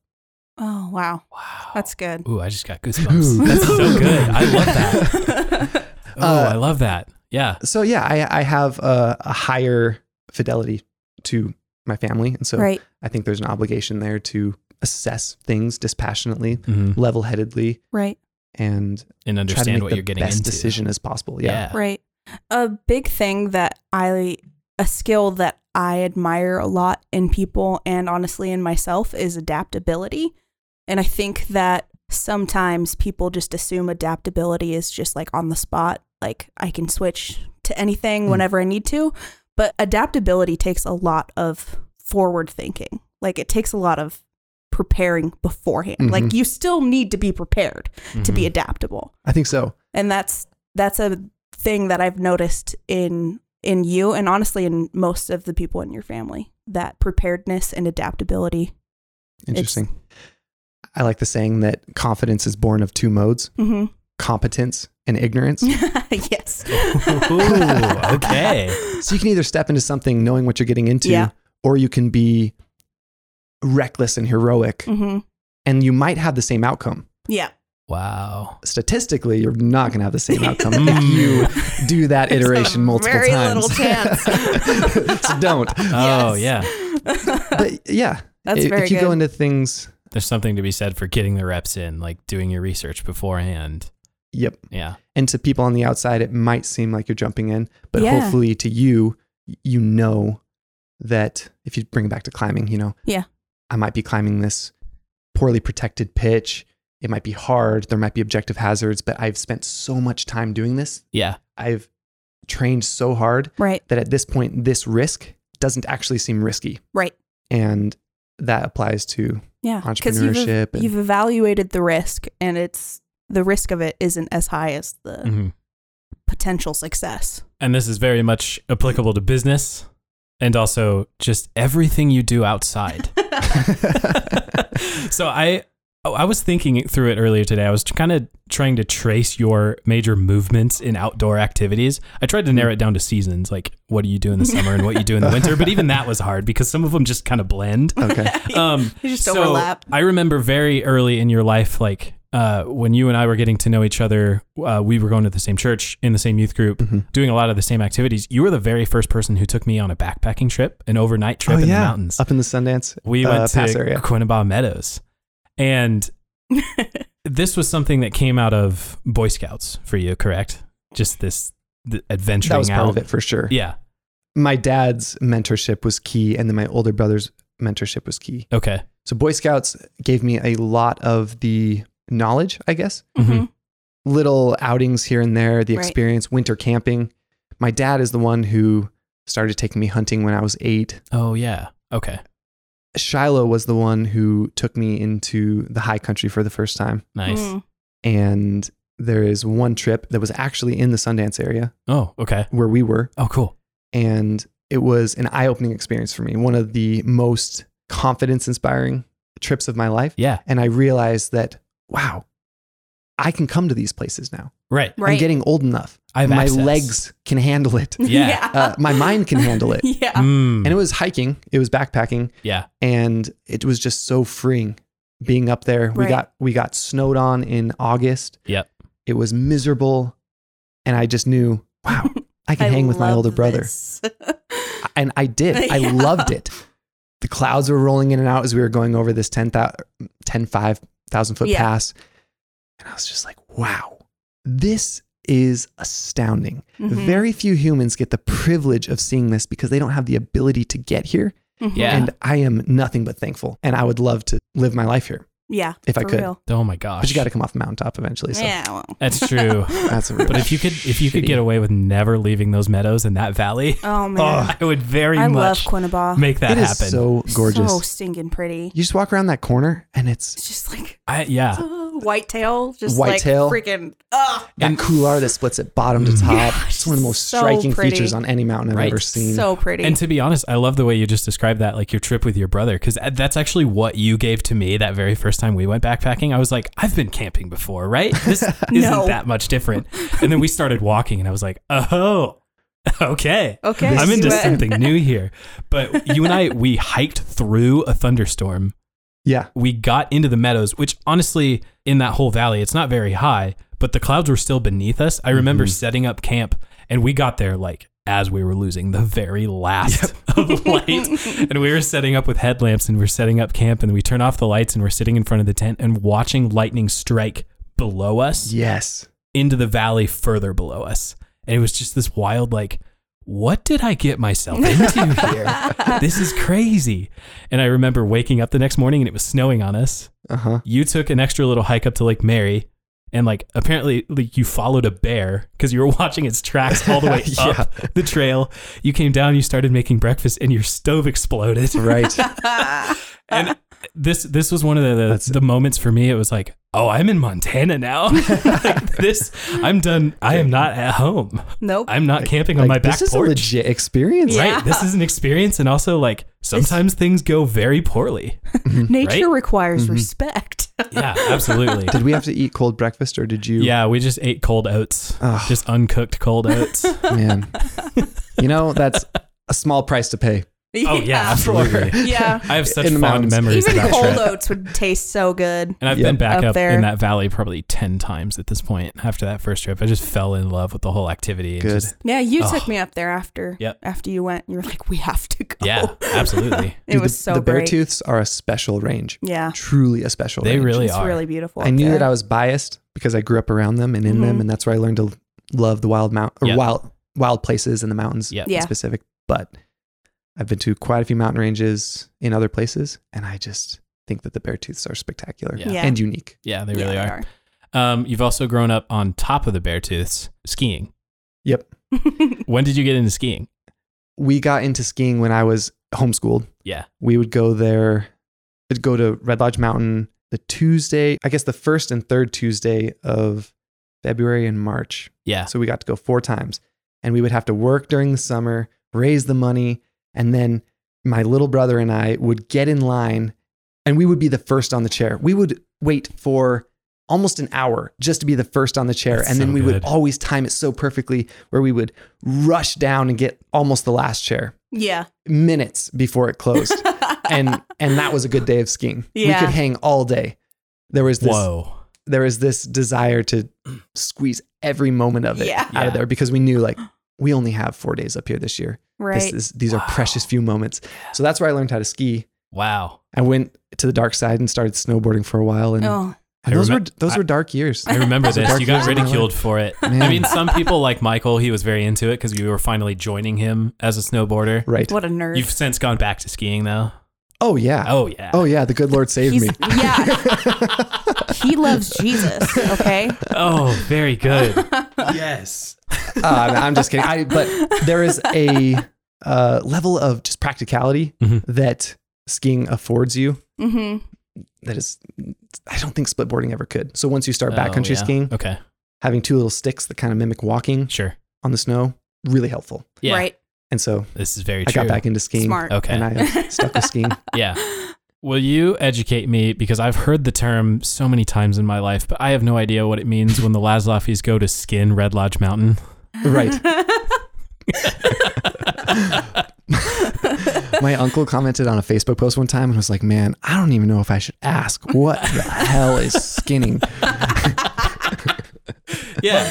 Speaker 3: Oh, wow.
Speaker 5: Wow.
Speaker 3: That's good.
Speaker 5: Ooh, I just got
Speaker 4: Ooh.
Speaker 5: goosebumps. that's so good. I love that.
Speaker 3: that.
Speaker 5: Oh,
Speaker 4: Uh,
Speaker 5: I love that. Yeah.
Speaker 4: So, yeah, I, I have a, a higher fidelity to my family. And so
Speaker 3: right,
Speaker 4: I think there's an obligation there to assess things dispassionately,
Speaker 5: Mhm.
Speaker 4: level headedly,
Speaker 3: right,
Speaker 4: and
Speaker 5: And
Speaker 4: Mm-hmm. try to
Speaker 5: understand
Speaker 4: make
Speaker 5: what
Speaker 4: the
Speaker 5: you're getting
Speaker 4: best
Speaker 5: into.
Speaker 4: decision as possible.
Speaker 5: Yeah.
Speaker 4: Yeah.
Speaker 3: right. A big thing that I, a skill that I admire a lot in people and honestly in myself is adaptability. And I think that sometimes people just assume adaptability is just like on the spot, like I can switch to anything
Speaker 4: Mm.
Speaker 3: whenever I need to. But adaptability takes a lot of forward thinking. Like it takes a lot of preparing beforehand. Like
Speaker 4: Mhm.
Speaker 3: you still need to be prepared
Speaker 4: Mm-hmm.
Speaker 3: to
Speaker 2: Mm-hmm.
Speaker 3: be
Speaker 5: Mhm.
Speaker 3: adaptable.
Speaker 4: I think so.
Speaker 3: and that's that's a thing that I've noticed in in you and honestly in most of the people in your family that preparedness and adaptability.
Speaker 4: Interesting. I like the saying that confidence is born of two modes
Speaker 3: hmm
Speaker 4: competence and ignorance.
Speaker 3: yes.
Speaker 5: Ooh, okay.
Speaker 4: so you can either step into something knowing what you're getting into,
Speaker 3: Yeah.
Speaker 4: or you can be reckless and heroic,
Speaker 3: hmm
Speaker 4: and you might have the same outcome.
Speaker 3: Yeah.
Speaker 5: Wow.
Speaker 4: Statistically, you're not going to have the same outcome if
Speaker 5: Mm.
Speaker 4: you do that
Speaker 3: There's a
Speaker 4: iteration multiple
Speaker 3: very
Speaker 4: times.
Speaker 3: little chance.
Speaker 4: so don't.
Speaker 5: Oh, yeah.
Speaker 3: yeah.
Speaker 4: But yeah,
Speaker 3: That's
Speaker 4: if,
Speaker 3: very
Speaker 4: if you
Speaker 3: good.
Speaker 4: go into things,
Speaker 5: There's something to be said for getting the reps in, like doing your research beforehand.
Speaker 4: yep,
Speaker 5: Yeah.
Speaker 4: and to people on the outside it might seem like you're jumping in but
Speaker 3: Yeah.
Speaker 4: hopefully to you you know that if you bring it back to climbing you know
Speaker 3: Yeah.
Speaker 4: i might be climbing this poorly protected pitch it might be hard there might be objective hazards but i've spent so much time doing this
Speaker 5: Yeah.
Speaker 4: i've trained so hard
Speaker 3: right.
Speaker 4: that at this point this risk doesn't actually seem risky
Speaker 3: Right.
Speaker 4: and that applies to
Speaker 3: Yeah. Because you've, ev-
Speaker 4: entrepreneurship and-
Speaker 3: you've evaluated the risk and it's the risk of it isn't as high as the
Speaker 4: Mm-hmm.
Speaker 5: Mhm.
Speaker 3: potential success.
Speaker 2: And this is very much applicable to business and also just everything you do outside. so I oh, I was thinking through it earlier today. I was kind of trying to trace your major movements in outdoor activities. I tried to
Speaker 3: Hmm.
Speaker 2: narrow it down to seasons, like what do you do in the summer and what you do in the winter, but even that was hard because some of them just kind of blend.
Speaker 4: okay
Speaker 5: Oh,
Speaker 2: Um
Speaker 3: They just
Speaker 2: so
Speaker 3: overlap.
Speaker 2: I remember very early in your life like uh, when you and I were getting to know each other, uh, we were going to the same church in the same youth group,
Speaker 3: Mm-hmm.
Speaker 4: Mhm.
Speaker 2: doing a lot of the same activities. You were the very first person who took me on a backpacking trip, an overnight
Speaker 3: Oh,
Speaker 2: trip in the mountains.
Speaker 4: up in the sundance
Speaker 2: We
Speaker 4: uh,
Speaker 2: went
Speaker 4: pass
Speaker 2: to
Speaker 4: area.
Speaker 2: Quinnabaugh Meadows. And this was something that came out of Boy Scouts for you, correct? Just this the adventuring
Speaker 4: that was part
Speaker 2: out.
Speaker 4: of it for sure
Speaker 2: Yeah.
Speaker 4: my dad's mentorship was key, and then my older brother's mentorship was key.
Speaker 2: Okay.
Speaker 4: So Boy Scouts gave me a lot of the knowledge, I guess,
Speaker 3: Mhm.
Speaker 4: little outings here and there, the
Speaker 3: Right.
Speaker 4: experience, winter camping. My dad is the one who started taking me hunting when I was eight.
Speaker 5: Oh, yeah. Okay.
Speaker 4: Shiloh was the one who took me into the high country for the first time.
Speaker 5: Nice.
Speaker 3: Mm.
Speaker 4: And there is one trip that was actually in the Sundance area
Speaker 5: Oh, okay.
Speaker 4: where we were.
Speaker 5: Oh, cool.
Speaker 4: and it was an eye-opening experience for me one of the most confidence-inspiring trips of my life
Speaker 5: Yeah.
Speaker 4: and i realized that wow i can come to these places now
Speaker 5: Right.
Speaker 4: i'm
Speaker 3: Right.
Speaker 4: getting old enough
Speaker 5: I have
Speaker 4: my
Speaker 5: access.
Speaker 4: legs can handle it
Speaker 5: Yeah.
Speaker 4: uh, my mind can handle it
Speaker 3: yeah.
Speaker 2: Hmm.
Speaker 5: Mm.
Speaker 4: and it was hiking it was backpacking
Speaker 5: yeah.
Speaker 4: and it was just so freeing being up there we
Speaker 3: Right.
Speaker 4: got we got snowed on in august
Speaker 5: Yep.
Speaker 4: it was miserable and i just knew wow i can hang with my
Speaker 3: love
Speaker 4: older brother
Speaker 3: this.
Speaker 4: and I did. I
Speaker 3: Yeah.
Speaker 4: loved it. The clouds were rolling in and out as we were going over this 10, 10 5,000 foot
Speaker 3: Yeah.
Speaker 4: pass. And I was just like, wow, this is astounding.
Speaker 3: Mhm.
Speaker 4: Very few humans get the privilege of seeing this because they don't have the ability to get here.
Speaker 3: Mhm.
Speaker 5: Yeah.
Speaker 4: And I am nothing but thankful. And I would love to live my life here.
Speaker 3: Yeah.
Speaker 4: If I
Speaker 3: for
Speaker 4: could.
Speaker 3: real.
Speaker 5: Oh, my gosh.
Speaker 4: But you got to come off the mountaintop eventually. So
Speaker 3: Yeah. well.
Speaker 2: That's true.
Speaker 4: that's a real
Speaker 2: but if you could if you could
Speaker 4: shitty-
Speaker 2: get away with never leaving those meadows and that valley,
Speaker 3: Oh man.
Speaker 2: I would very
Speaker 3: I love
Speaker 2: much
Speaker 3: Quinnabaugh.
Speaker 2: make that
Speaker 4: It is
Speaker 2: happen.
Speaker 4: so gorgeous.
Speaker 3: So stinking pretty.
Speaker 4: you just walk around that corner and it's
Speaker 3: It's just like
Speaker 2: I, yeah.
Speaker 3: oh, Whitetail, just
Speaker 4: Whitetail.
Speaker 3: like freaking. Ugh,
Speaker 4: That
Speaker 2: And-
Speaker 4: couloir that splits at bottom to top.
Speaker 3: Yeah,
Speaker 4: it's one of the most
Speaker 3: so
Speaker 4: striking
Speaker 3: pretty.
Speaker 4: features on any mountain I've
Speaker 2: Right.
Speaker 4: ever seen.
Speaker 3: so pretty.
Speaker 2: And to be honest, I love the way you just described that, like your trip with your brother, because that's actually what you gave to me that very first time we went backpacking. I was like, I've been camping before, right? This isn't
Speaker 3: No.
Speaker 2: that much different. And then we started walking, and I was like, oh, okay.
Speaker 3: okay,
Speaker 2: I'm
Speaker 3: see
Speaker 2: into
Speaker 3: what-
Speaker 2: something new here. But you and I, we hiked through a thunderstorm.
Speaker 4: yeah.
Speaker 2: We got into the meadows, which honestly, in that whole valley, it's not very high, but the clouds were still beneath us. I remember setting up camp and we got there like as we were losing the very last of light. and we were setting up with headlamps and we are setting up camp and we turn off the lights and we're sitting in front of the tent and watching lightning strike below us
Speaker 4: Yes.
Speaker 2: into the valley further below us. And it was just this wild, like, what did I get myself into here? this is crazy. And I remember waking up the next morning and it was snowing on us.
Speaker 4: Uh huh.
Speaker 2: You took an extra little hike up to Lake Mary. And like apparently, like you followed a bear because you were watching its tracks all the way
Speaker 4: Yeah.
Speaker 2: up the trail. You came down, you started making breakfast, and your stove exploded.
Speaker 4: Right.
Speaker 2: And this this was one of the
Speaker 4: That's-
Speaker 2: the, the moments for me. It was like, oh, I'm in Montana now. like this, I'm done. I am not at home.
Speaker 3: nope.
Speaker 2: I'm not camping on
Speaker 4: Like,
Speaker 2: my back
Speaker 4: this is
Speaker 2: porch.
Speaker 4: a legit experience.
Speaker 3: Yeah.
Speaker 2: Right. This is an experience, and also like sometimes things go very poorly.
Speaker 3: Nature
Speaker 2: Mm. right? Mm-hmm. Oh,
Speaker 3: requires respect.
Speaker 2: Yeah, absolutely.
Speaker 4: Did we have to eat cold breakfast or did you?
Speaker 2: yeah, we just ate cold oats,
Speaker 4: Ugh.
Speaker 2: just uncooked cold oats.
Speaker 4: Man. you know, that's a small price to pay.
Speaker 2: oh yeah, absolutely.
Speaker 3: yeah.
Speaker 2: I have such
Speaker 4: In the
Speaker 2: fond
Speaker 4: mountains.
Speaker 2: memories
Speaker 3: Even
Speaker 2: of that
Speaker 3: cold
Speaker 2: trip.
Speaker 3: oats would taste so good.
Speaker 2: And I've
Speaker 4: Yeah.
Speaker 2: been back
Speaker 3: Up
Speaker 2: up,
Speaker 3: there.
Speaker 2: in that valley probably ten times at this point. After that first trip, I just fell in love with the whole activity. and
Speaker 4: Good.
Speaker 2: just-
Speaker 3: Yeah, you
Speaker 2: Ugh.
Speaker 3: took me up there after.
Speaker 2: Yep.
Speaker 3: After you went, you were like, "We have to go."
Speaker 2: yeah, absolutely.
Speaker 3: it
Speaker 4: Dude,
Speaker 3: was
Speaker 4: the,
Speaker 3: so
Speaker 4: The bear
Speaker 3: great.
Speaker 4: tooths are a special range.
Speaker 3: Yeah,
Speaker 4: Truly a special
Speaker 2: They
Speaker 4: range.
Speaker 2: really
Speaker 3: it's
Speaker 2: are.
Speaker 3: really beautiful.
Speaker 4: I
Speaker 3: up
Speaker 4: knew
Speaker 3: there.
Speaker 4: that I was biased because I grew up around them and in them,
Speaker 3: Mhm.
Speaker 4: and that's where I learned to love the wild mount or
Speaker 2: Yeah.
Speaker 4: wild wild places and the mountains
Speaker 2: Yeah.
Speaker 4: in
Speaker 3: Yeah.
Speaker 4: specific. But I've been to quite a few mountain ranges in other places, and I just think that the bear tooths are spectacular
Speaker 2: Yeah.
Speaker 3: Yeah.
Speaker 4: and unique.
Speaker 2: Yeah, they
Speaker 3: Yeah,
Speaker 2: really are. Um, you've also grown up on top of the bear tooths skiing.
Speaker 4: Yep.
Speaker 2: When did you get into skiing?
Speaker 4: We got into skiing when I was homeschooled.
Speaker 2: Yeah.
Speaker 4: We would go there, would go to Red Lodge Mountain the Tuesday, I guess the first and third Tuesday of February and March.
Speaker 2: Yeah.
Speaker 4: So we got to go four times. And we would have to work during the summer, raise the money, and then my little brother and I would get in line and we would be the first on the chair. We would wait for almost an hour just to be the first on the chair.
Speaker 2: That's
Speaker 4: and then
Speaker 2: so
Speaker 4: we would
Speaker 2: good.
Speaker 4: always time it so perfectly where we would rush down and get almost the last chair
Speaker 3: Yeah.
Speaker 4: minutes before it closed. and and that was a good day of skiing.
Speaker 3: Yeah.
Speaker 4: We could hang all day. There was this
Speaker 2: Whoa.
Speaker 4: there was this desire to squeeze every moment of it
Speaker 3: Yeah.
Speaker 4: out
Speaker 2: Yeah.
Speaker 4: of there because we knew like we only have four days up here this year. This
Speaker 3: right.
Speaker 4: is, these
Speaker 2: Wow.
Speaker 4: are precious few moments. So that's where I learned how to ski.
Speaker 2: Wow.
Speaker 4: I went to the dark side and started snowboarding for a while, and,
Speaker 3: oh,
Speaker 4: and
Speaker 2: I
Speaker 4: those
Speaker 2: remem-
Speaker 4: were those
Speaker 2: I-
Speaker 4: were dark years.
Speaker 2: I remember
Speaker 4: Those are
Speaker 2: this.
Speaker 4: dark
Speaker 2: You got
Speaker 4: years of my
Speaker 2: ridiculed for it. I
Speaker 4: Man.
Speaker 2: mean, some people like Michael, he was very into it because we were finally joining him as a snowboarder.
Speaker 4: right?
Speaker 3: what a nerd.
Speaker 2: You've since gone back to skiing though.
Speaker 4: Oh yeah.
Speaker 2: Oh yeah.
Speaker 4: Oh yeah. The good Lord saved
Speaker 3: He's-
Speaker 4: me.
Speaker 3: yeah. he loves Jesus. Okay.
Speaker 2: Oh, very good. yes.
Speaker 4: Uh, no, I'm just kidding. I, but there is a uh, level of just practicality
Speaker 2: Mhm.
Speaker 4: that skiing affords you
Speaker 3: hmm
Speaker 4: that is, I don't think split boarding ever could. So once you start
Speaker 2: Oh,
Speaker 4: backcountry
Speaker 2: yeah.
Speaker 4: skiing,
Speaker 2: Okay.
Speaker 4: having two little sticks that kind of mimic walking
Speaker 2: Sure.
Speaker 4: on the snow, really helpful.
Speaker 2: Yeah.
Speaker 3: Right.
Speaker 4: And so
Speaker 2: This is very
Speaker 4: I
Speaker 2: true.
Speaker 4: got back into skiing
Speaker 3: Smart.
Speaker 2: Okay.
Speaker 4: and I am stuck with skiing.
Speaker 2: yeah. Will you educate me? Because I've heard the term so many times in my life, but I have no idea what it means when the Lazlafis go to skin Red Lodge Mountain.
Speaker 4: Right. My uncle commented on a Facebook post one time and was like, man, I don't even know if I should ask what the hell is skinning.
Speaker 2: Yeah.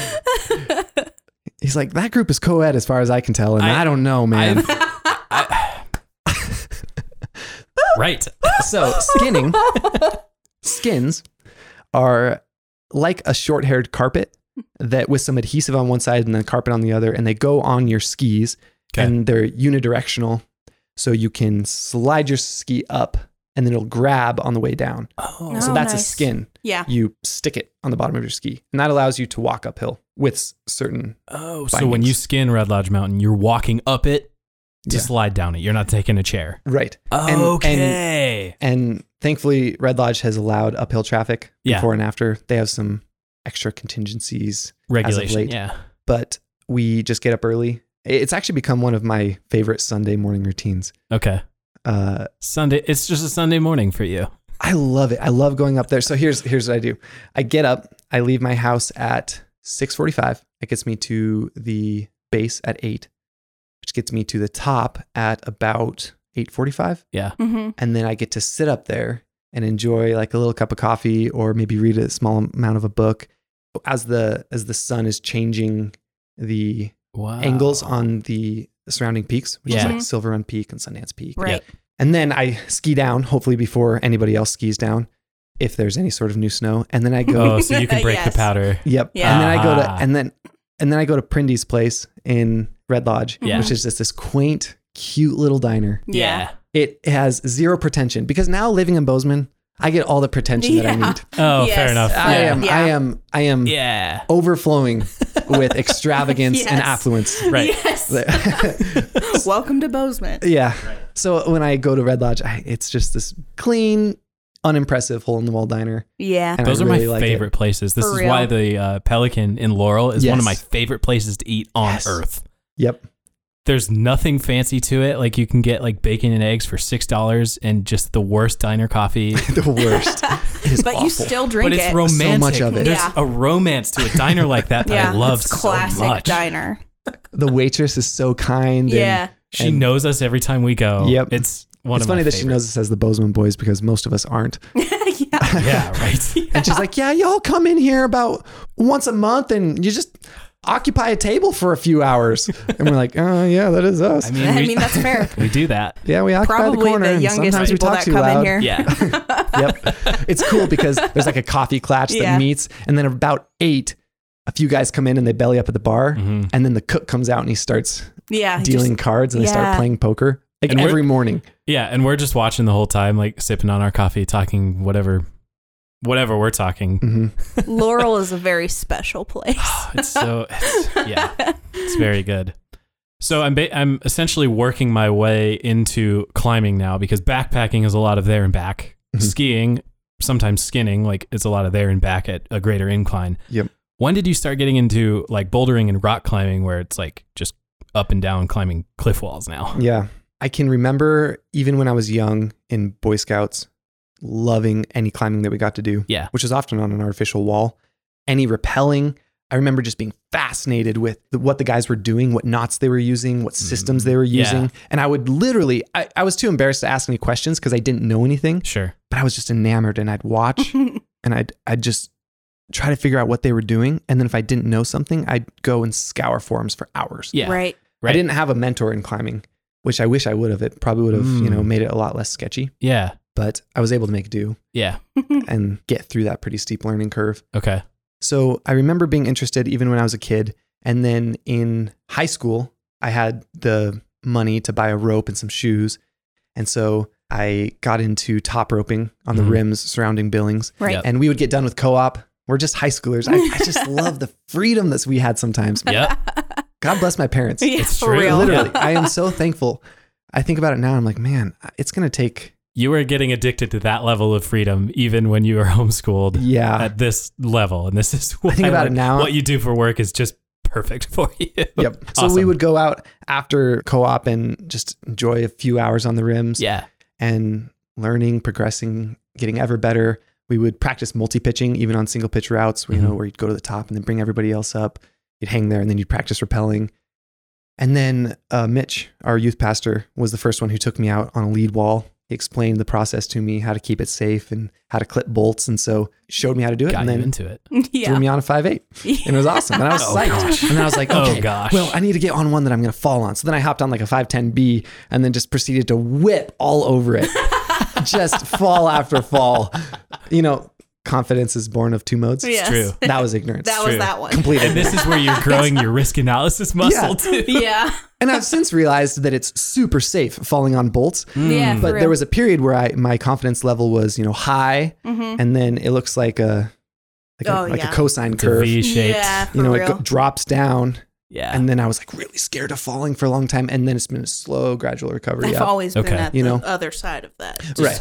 Speaker 4: He's like, that group is co ed as far as I can tell. And
Speaker 2: I-
Speaker 4: I, don't know, man.
Speaker 2: right.
Speaker 4: so skinning skins are like a short-haired carpet that with some adhesive on one side and then carpet on the other and they go on your skis
Speaker 2: Okay.
Speaker 4: and they're unidirectional so you can slide your ski up and then it'll grab on the way down
Speaker 2: Oh.
Speaker 3: No.
Speaker 4: so that's a
Speaker 3: nice.
Speaker 4: skin
Speaker 3: yeah.
Speaker 4: you stick it on the bottom of your ski and that allows you to walk uphill with s- certain
Speaker 2: Oh, so when you
Speaker 4: Bindings.
Speaker 2: skin Red Lodge Mountain, you're walking up it to
Speaker 4: Yeah.
Speaker 2: slide down it. You're not taking a chair.
Speaker 4: Right. and- And thankfully, Red Lodge has allowed uphill traffic
Speaker 2: Yeah.
Speaker 4: before and after. They have some extra contingencies,
Speaker 2: Regulation.
Speaker 4: late.
Speaker 2: Yeah.
Speaker 4: but we just get up early. It's actually become one of my favorite Sunday morning routines.
Speaker 2: Okay.
Speaker 4: Uh,
Speaker 2: Sunday. It's just a Sunday morning for you.
Speaker 4: I love it. I love going up there. So here's here's what I do. I get up. I leave my house at 6:45. That gets me to the base at 8, which gets me to the top at about 8:45,
Speaker 3: Mm-hmm.
Speaker 4: and then I get to sit up there and enjoy like a little cup of coffee or maybe read a small amount of a book as the as the sun is changing the
Speaker 2: Wow.
Speaker 4: angles on the surrounding peaks, which
Speaker 2: Yeah.
Speaker 4: is like Silver Run Peak and Sundance Peak.
Speaker 3: Right.
Speaker 4: And then I ski down, hopefully before anybody else skis down, if there's any sort of new snow. And then I go,
Speaker 2: Oh, so you can break
Speaker 3: Yes.
Speaker 2: the powder.
Speaker 4: yep.
Speaker 3: Yeah.
Speaker 4: And then I go to,
Speaker 2: Ah.
Speaker 4: and then, and then I go to Prindy's place in Red Lodge,
Speaker 3: Mm-hmm.
Speaker 2: Yeah.
Speaker 4: which is just this quaint, cute little diner.
Speaker 3: Yeah.
Speaker 4: It has zero pretension because now living in Bozeman, I get all the pretension that I
Speaker 3: Yeah.
Speaker 4: need.
Speaker 2: Oh, fair
Speaker 3: Yes.
Speaker 2: enough.
Speaker 4: I
Speaker 3: Yeah.
Speaker 4: am, I am, I am
Speaker 2: Yeah.
Speaker 4: overflowing with extravagance and
Speaker 3: Yes.
Speaker 4: affluence.
Speaker 2: Right.
Speaker 3: Yes. Welcome to Bozeman.
Speaker 4: Yeah. So when I go to Red Lodge, I, it's just this clean, unimpressive hole in the wall diner.
Speaker 3: Yeah.
Speaker 4: And I
Speaker 2: Those are
Speaker 4: really
Speaker 2: my
Speaker 4: like it.
Speaker 2: favorite places. This
Speaker 3: For
Speaker 2: is why
Speaker 3: real.
Speaker 2: the uh, Pelican in Laurel is one of
Speaker 4: Yes.
Speaker 2: my favorite places to eat on
Speaker 4: Yes.
Speaker 2: earth.
Speaker 4: Yep.
Speaker 2: There's nothing fancy to it. Like you can get like bacon and eggs for six dollars and just the worst diner coffee.
Speaker 4: The worst. It is
Speaker 3: but
Speaker 4: awful.
Speaker 3: you still drink
Speaker 2: but it's
Speaker 3: it.
Speaker 2: romantic.
Speaker 4: So much of it.
Speaker 2: There's
Speaker 3: Yeah.
Speaker 2: a romance to a diner like that that
Speaker 3: yeah.
Speaker 2: I love
Speaker 3: it's
Speaker 2: so
Speaker 3: classic
Speaker 2: much.
Speaker 3: diner.
Speaker 4: the waitress is so kind.
Speaker 3: Yeah.
Speaker 2: She
Speaker 4: And-
Speaker 2: knows us every time we go.
Speaker 4: Yep.
Speaker 2: It's one
Speaker 4: And it's
Speaker 2: of my
Speaker 4: funny that she
Speaker 2: favorites.
Speaker 4: knows us as the Bozeman boys because most of us aren't.
Speaker 3: yeah.
Speaker 2: Yeah, right.
Speaker 4: And she's like, "Yeah, y'all come in here about once a month, and you just occupy a table for a few hours." And we're like, "Oh, yeah, that is us.
Speaker 2: I mean,
Speaker 3: I
Speaker 2: we,
Speaker 3: mean, that's fair.
Speaker 2: we do that.
Speaker 4: yeah, we occupy the
Speaker 3: Probably
Speaker 4: corner,
Speaker 3: the
Speaker 4: and
Speaker 3: youngest
Speaker 4: sometimes we
Speaker 3: people
Speaker 4: talk
Speaker 3: that
Speaker 4: too
Speaker 3: come in
Speaker 4: loud."
Speaker 3: here.
Speaker 2: Yeah.
Speaker 4: yep. It's cool because there's like a coffee clutch that
Speaker 3: Yeah.
Speaker 4: meets, and then about eight, a few guys come in and they belly up at the bar,
Speaker 2: Mhm.
Speaker 4: and then the cook comes out and he starts
Speaker 3: Yeah. just-
Speaker 4: dealing cards and they start
Speaker 3: yeah.
Speaker 4: playing poker like
Speaker 2: And we're-
Speaker 4: every morning.
Speaker 2: Yeah, and we're just watching the whole time, like sipping on our coffee, talking whatever whatever we're talking.
Speaker 4: hmm
Speaker 3: Laurel is a very special place.
Speaker 2: It's so it's, yeah. It's very good. So I'm ba- I'm essentially working my way into climbing now because backpacking is a lot of there and back.
Speaker 4: Mhm.
Speaker 2: Skiing, sometimes skinning, like it's a lot of there and back at a greater incline.
Speaker 4: Yep.
Speaker 2: When did you start getting into like bouldering and rock climbing where it's like just up and down climbing cliff walls now?
Speaker 4: Yeah. I can remember even when I was young in Boy Scouts, loving any climbing that we got to do.
Speaker 2: Yeah.
Speaker 4: Which was often on an artificial wall. Any rappelling. I remember just being fascinated with the, what the guys were doing, what knots they were using, what systems they were
Speaker 2: Mm. yeah.
Speaker 4: using. And I would literally, I, I was too embarrassed to ask any questions because I didn't know anything,
Speaker 2: Sure.
Speaker 4: but I was just enamored and I'd watch and I'd, I'd just try to figure out what they were doing. And then if I didn't know something, I'd go and scour forums for hours.
Speaker 2: Yeah.
Speaker 3: Right.
Speaker 2: Right.
Speaker 4: I didn't have a mentor in climbing, which I wish I would have. It probably would have, you know,
Speaker 2: Mm.
Speaker 4: made it a lot less sketchy,
Speaker 2: Yeah.
Speaker 4: but I was able to make do
Speaker 2: Yeah.
Speaker 4: and get through that pretty steep learning curve.
Speaker 2: Okay.
Speaker 4: So I remember being interested even when I was a kid. And then in high school, I had the money to buy a rope and some shoes. And so I got into top roping on
Speaker 2: Mhm.
Speaker 4: the rims surrounding Billings.
Speaker 3: Right.
Speaker 2: Yep.
Speaker 4: And we would get done with co op. We're just high schoolers. I, I just love the freedom that we had sometimes.
Speaker 2: Yep.
Speaker 4: God bless my parents.
Speaker 3: Yeah,
Speaker 2: It's
Speaker 3: for
Speaker 2: true.
Speaker 3: real.
Speaker 4: Literally, I am so thankful. I think about it now. I'm like, man, it's gonna take.
Speaker 2: You were getting addicted to that level of freedom even when you were homeschooled.
Speaker 4: Yeah,
Speaker 2: at this level, and this is what
Speaker 4: Ah. think about it now.
Speaker 2: What you do for work is just perfect for you.
Speaker 4: yep. So we
Speaker 2: Awesome.
Speaker 4: would go out after co-op and just enjoy a few hours on the rims
Speaker 2: Yeah.
Speaker 4: and learning, progressing, getting ever better. We would practice multi-pitching even on single pitch routes. You know,
Speaker 2: Mm-hmm.
Speaker 4: where you'd go to the top and then bring everybody else up. You'd hang there and then you'd practice rappelling. And then uh, Mitch, our youth pastor, was the first one who took me out on a lead wall. He explained the process to me, how to keep it safe and how to clip bolts, and so showed me how to do it.
Speaker 2: Got
Speaker 4: and
Speaker 2: you
Speaker 4: then
Speaker 2: into it.
Speaker 4: threw
Speaker 3: yeah.
Speaker 4: me on a five eight, and it was awesome. And I was
Speaker 2: Oh,
Speaker 4: psyched.
Speaker 2: gosh.
Speaker 4: And then I was like,
Speaker 2: Oh,
Speaker 4: okay,
Speaker 2: gosh.
Speaker 4: well, I need to get on one that I'm going to fall on. So then I hopped on like a 510B and then just proceeded to whip all over it. just fall after fall. You know, confidence is born of two modes.
Speaker 3: Yes.
Speaker 2: true.
Speaker 4: That was ignorance.
Speaker 3: That
Speaker 2: true.
Speaker 3: was that one.
Speaker 4: Complete
Speaker 2: And
Speaker 4: ignorance.
Speaker 2: this is where you're growing your risk analysis muscle too.
Speaker 3: Yeah.
Speaker 4: And I've since realized that it's super safe falling on bolts.
Speaker 3: Yeah.
Speaker 4: But there was a period where I my confidence level was, you know, high
Speaker 3: hmm
Speaker 4: and then it looks like a like,
Speaker 3: Oh,
Speaker 4: a, like
Speaker 3: yeah.
Speaker 4: a cosine
Speaker 2: It's a
Speaker 4: curve.
Speaker 2: V shaped.
Speaker 3: Yeah. For
Speaker 4: you know, it
Speaker 3: real.
Speaker 4: go- drops down
Speaker 2: Yeah.
Speaker 4: And then I was like really scared of falling for a long time. And then it's been a slow, gradual recovery.
Speaker 3: I've
Speaker 4: up.
Speaker 3: always
Speaker 2: Okay.
Speaker 3: been at
Speaker 4: You
Speaker 3: the
Speaker 4: know?
Speaker 3: other side of that.
Speaker 4: Right.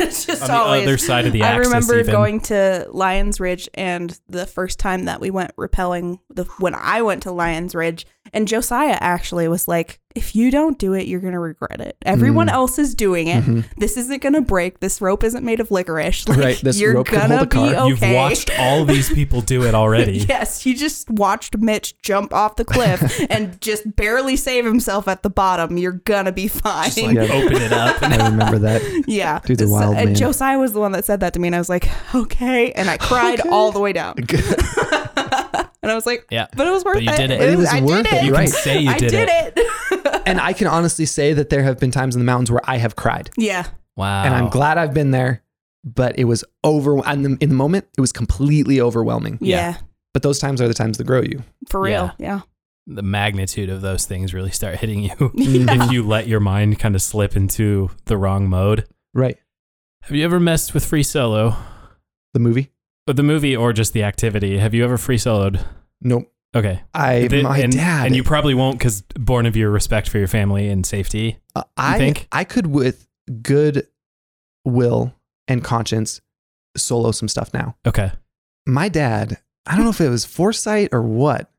Speaker 3: it's just
Speaker 2: on the
Speaker 3: always.
Speaker 2: other side of the
Speaker 3: I
Speaker 2: axis.
Speaker 3: remember
Speaker 2: even.
Speaker 3: going to Lions Ridge, and the first time that we went rappelling, the, when I went to Lions Ridge, and Josiah actually was like, "If you don't do it, you're gonna regret it. Everyone
Speaker 4: Mm.
Speaker 3: else is doing it.
Speaker 4: Mhm.
Speaker 3: This isn't gonna break. This rope isn't made of licorice. Like,
Speaker 4: Right, this
Speaker 3: you're
Speaker 4: rope can
Speaker 3: gonna
Speaker 4: hold a car.
Speaker 3: be okay."
Speaker 2: You've watched all these people do it already.
Speaker 3: Yes, you just watched Mitch jump off the cliff and just barely save himself at the bottom. You're gonna be fine.
Speaker 2: Just like
Speaker 4: Yeah.
Speaker 2: open it up.
Speaker 4: I remember that.
Speaker 3: yeah.
Speaker 4: Dude's a
Speaker 3: So-
Speaker 4: wild
Speaker 3: and
Speaker 4: man.
Speaker 3: Josiah was the one that said that to me, and I was like, okay. And I cried
Speaker 4: Okay.
Speaker 3: all the way down.
Speaker 4: Good.
Speaker 3: and I was like,
Speaker 2: Yeah.
Speaker 3: but it was worth
Speaker 2: But you did it.
Speaker 4: It was
Speaker 3: I
Speaker 4: worth
Speaker 3: did
Speaker 4: it,
Speaker 3: it.
Speaker 2: You
Speaker 4: Right.
Speaker 2: can say you
Speaker 3: I
Speaker 2: did, it.
Speaker 4: and I can honestly say that there have been times in the mountains where I have cried.
Speaker 3: Yeah.
Speaker 2: Wow.
Speaker 4: And I'm glad I've been there, but it was over. And the, in the moment, it was completely overwhelming.
Speaker 3: Yeah.
Speaker 2: Yeah.
Speaker 4: But those times are the times that grow you.
Speaker 3: For real. Yeah.
Speaker 2: The magnitude of those things really start hitting you
Speaker 3: Yeah.
Speaker 2: if you let your mind kind of slip into the wrong mode.
Speaker 4: Right.
Speaker 2: Have you ever messed with free solo?
Speaker 4: The movie?
Speaker 2: Or the movie or just the activity? Have you ever free soloed?
Speaker 4: Nope.
Speaker 2: Okay.
Speaker 4: I,
Speaker 2: Th-
Speaker 4: my
Speaker 2: and,
Speaker 4: dad.
Speaker 2: And you probably won't because born of your respect for your family and safety.
Speaker 4: Uh, I
Speaker 2: think?
Speaker 4: I could with good will and conscience solo some stuff now.
Speaker 2: Okay.
Speaker 4: My dad, I don't know if it was foresight or what,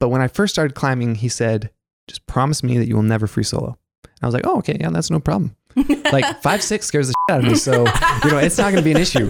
Speaker 4: but when I first started climbing, he said, "Just promise me that you will never free solo." I was like, "Oh, okay, yeah, that's no problem." Like five six scares the shit out of me, so you know it's not going to be an issue.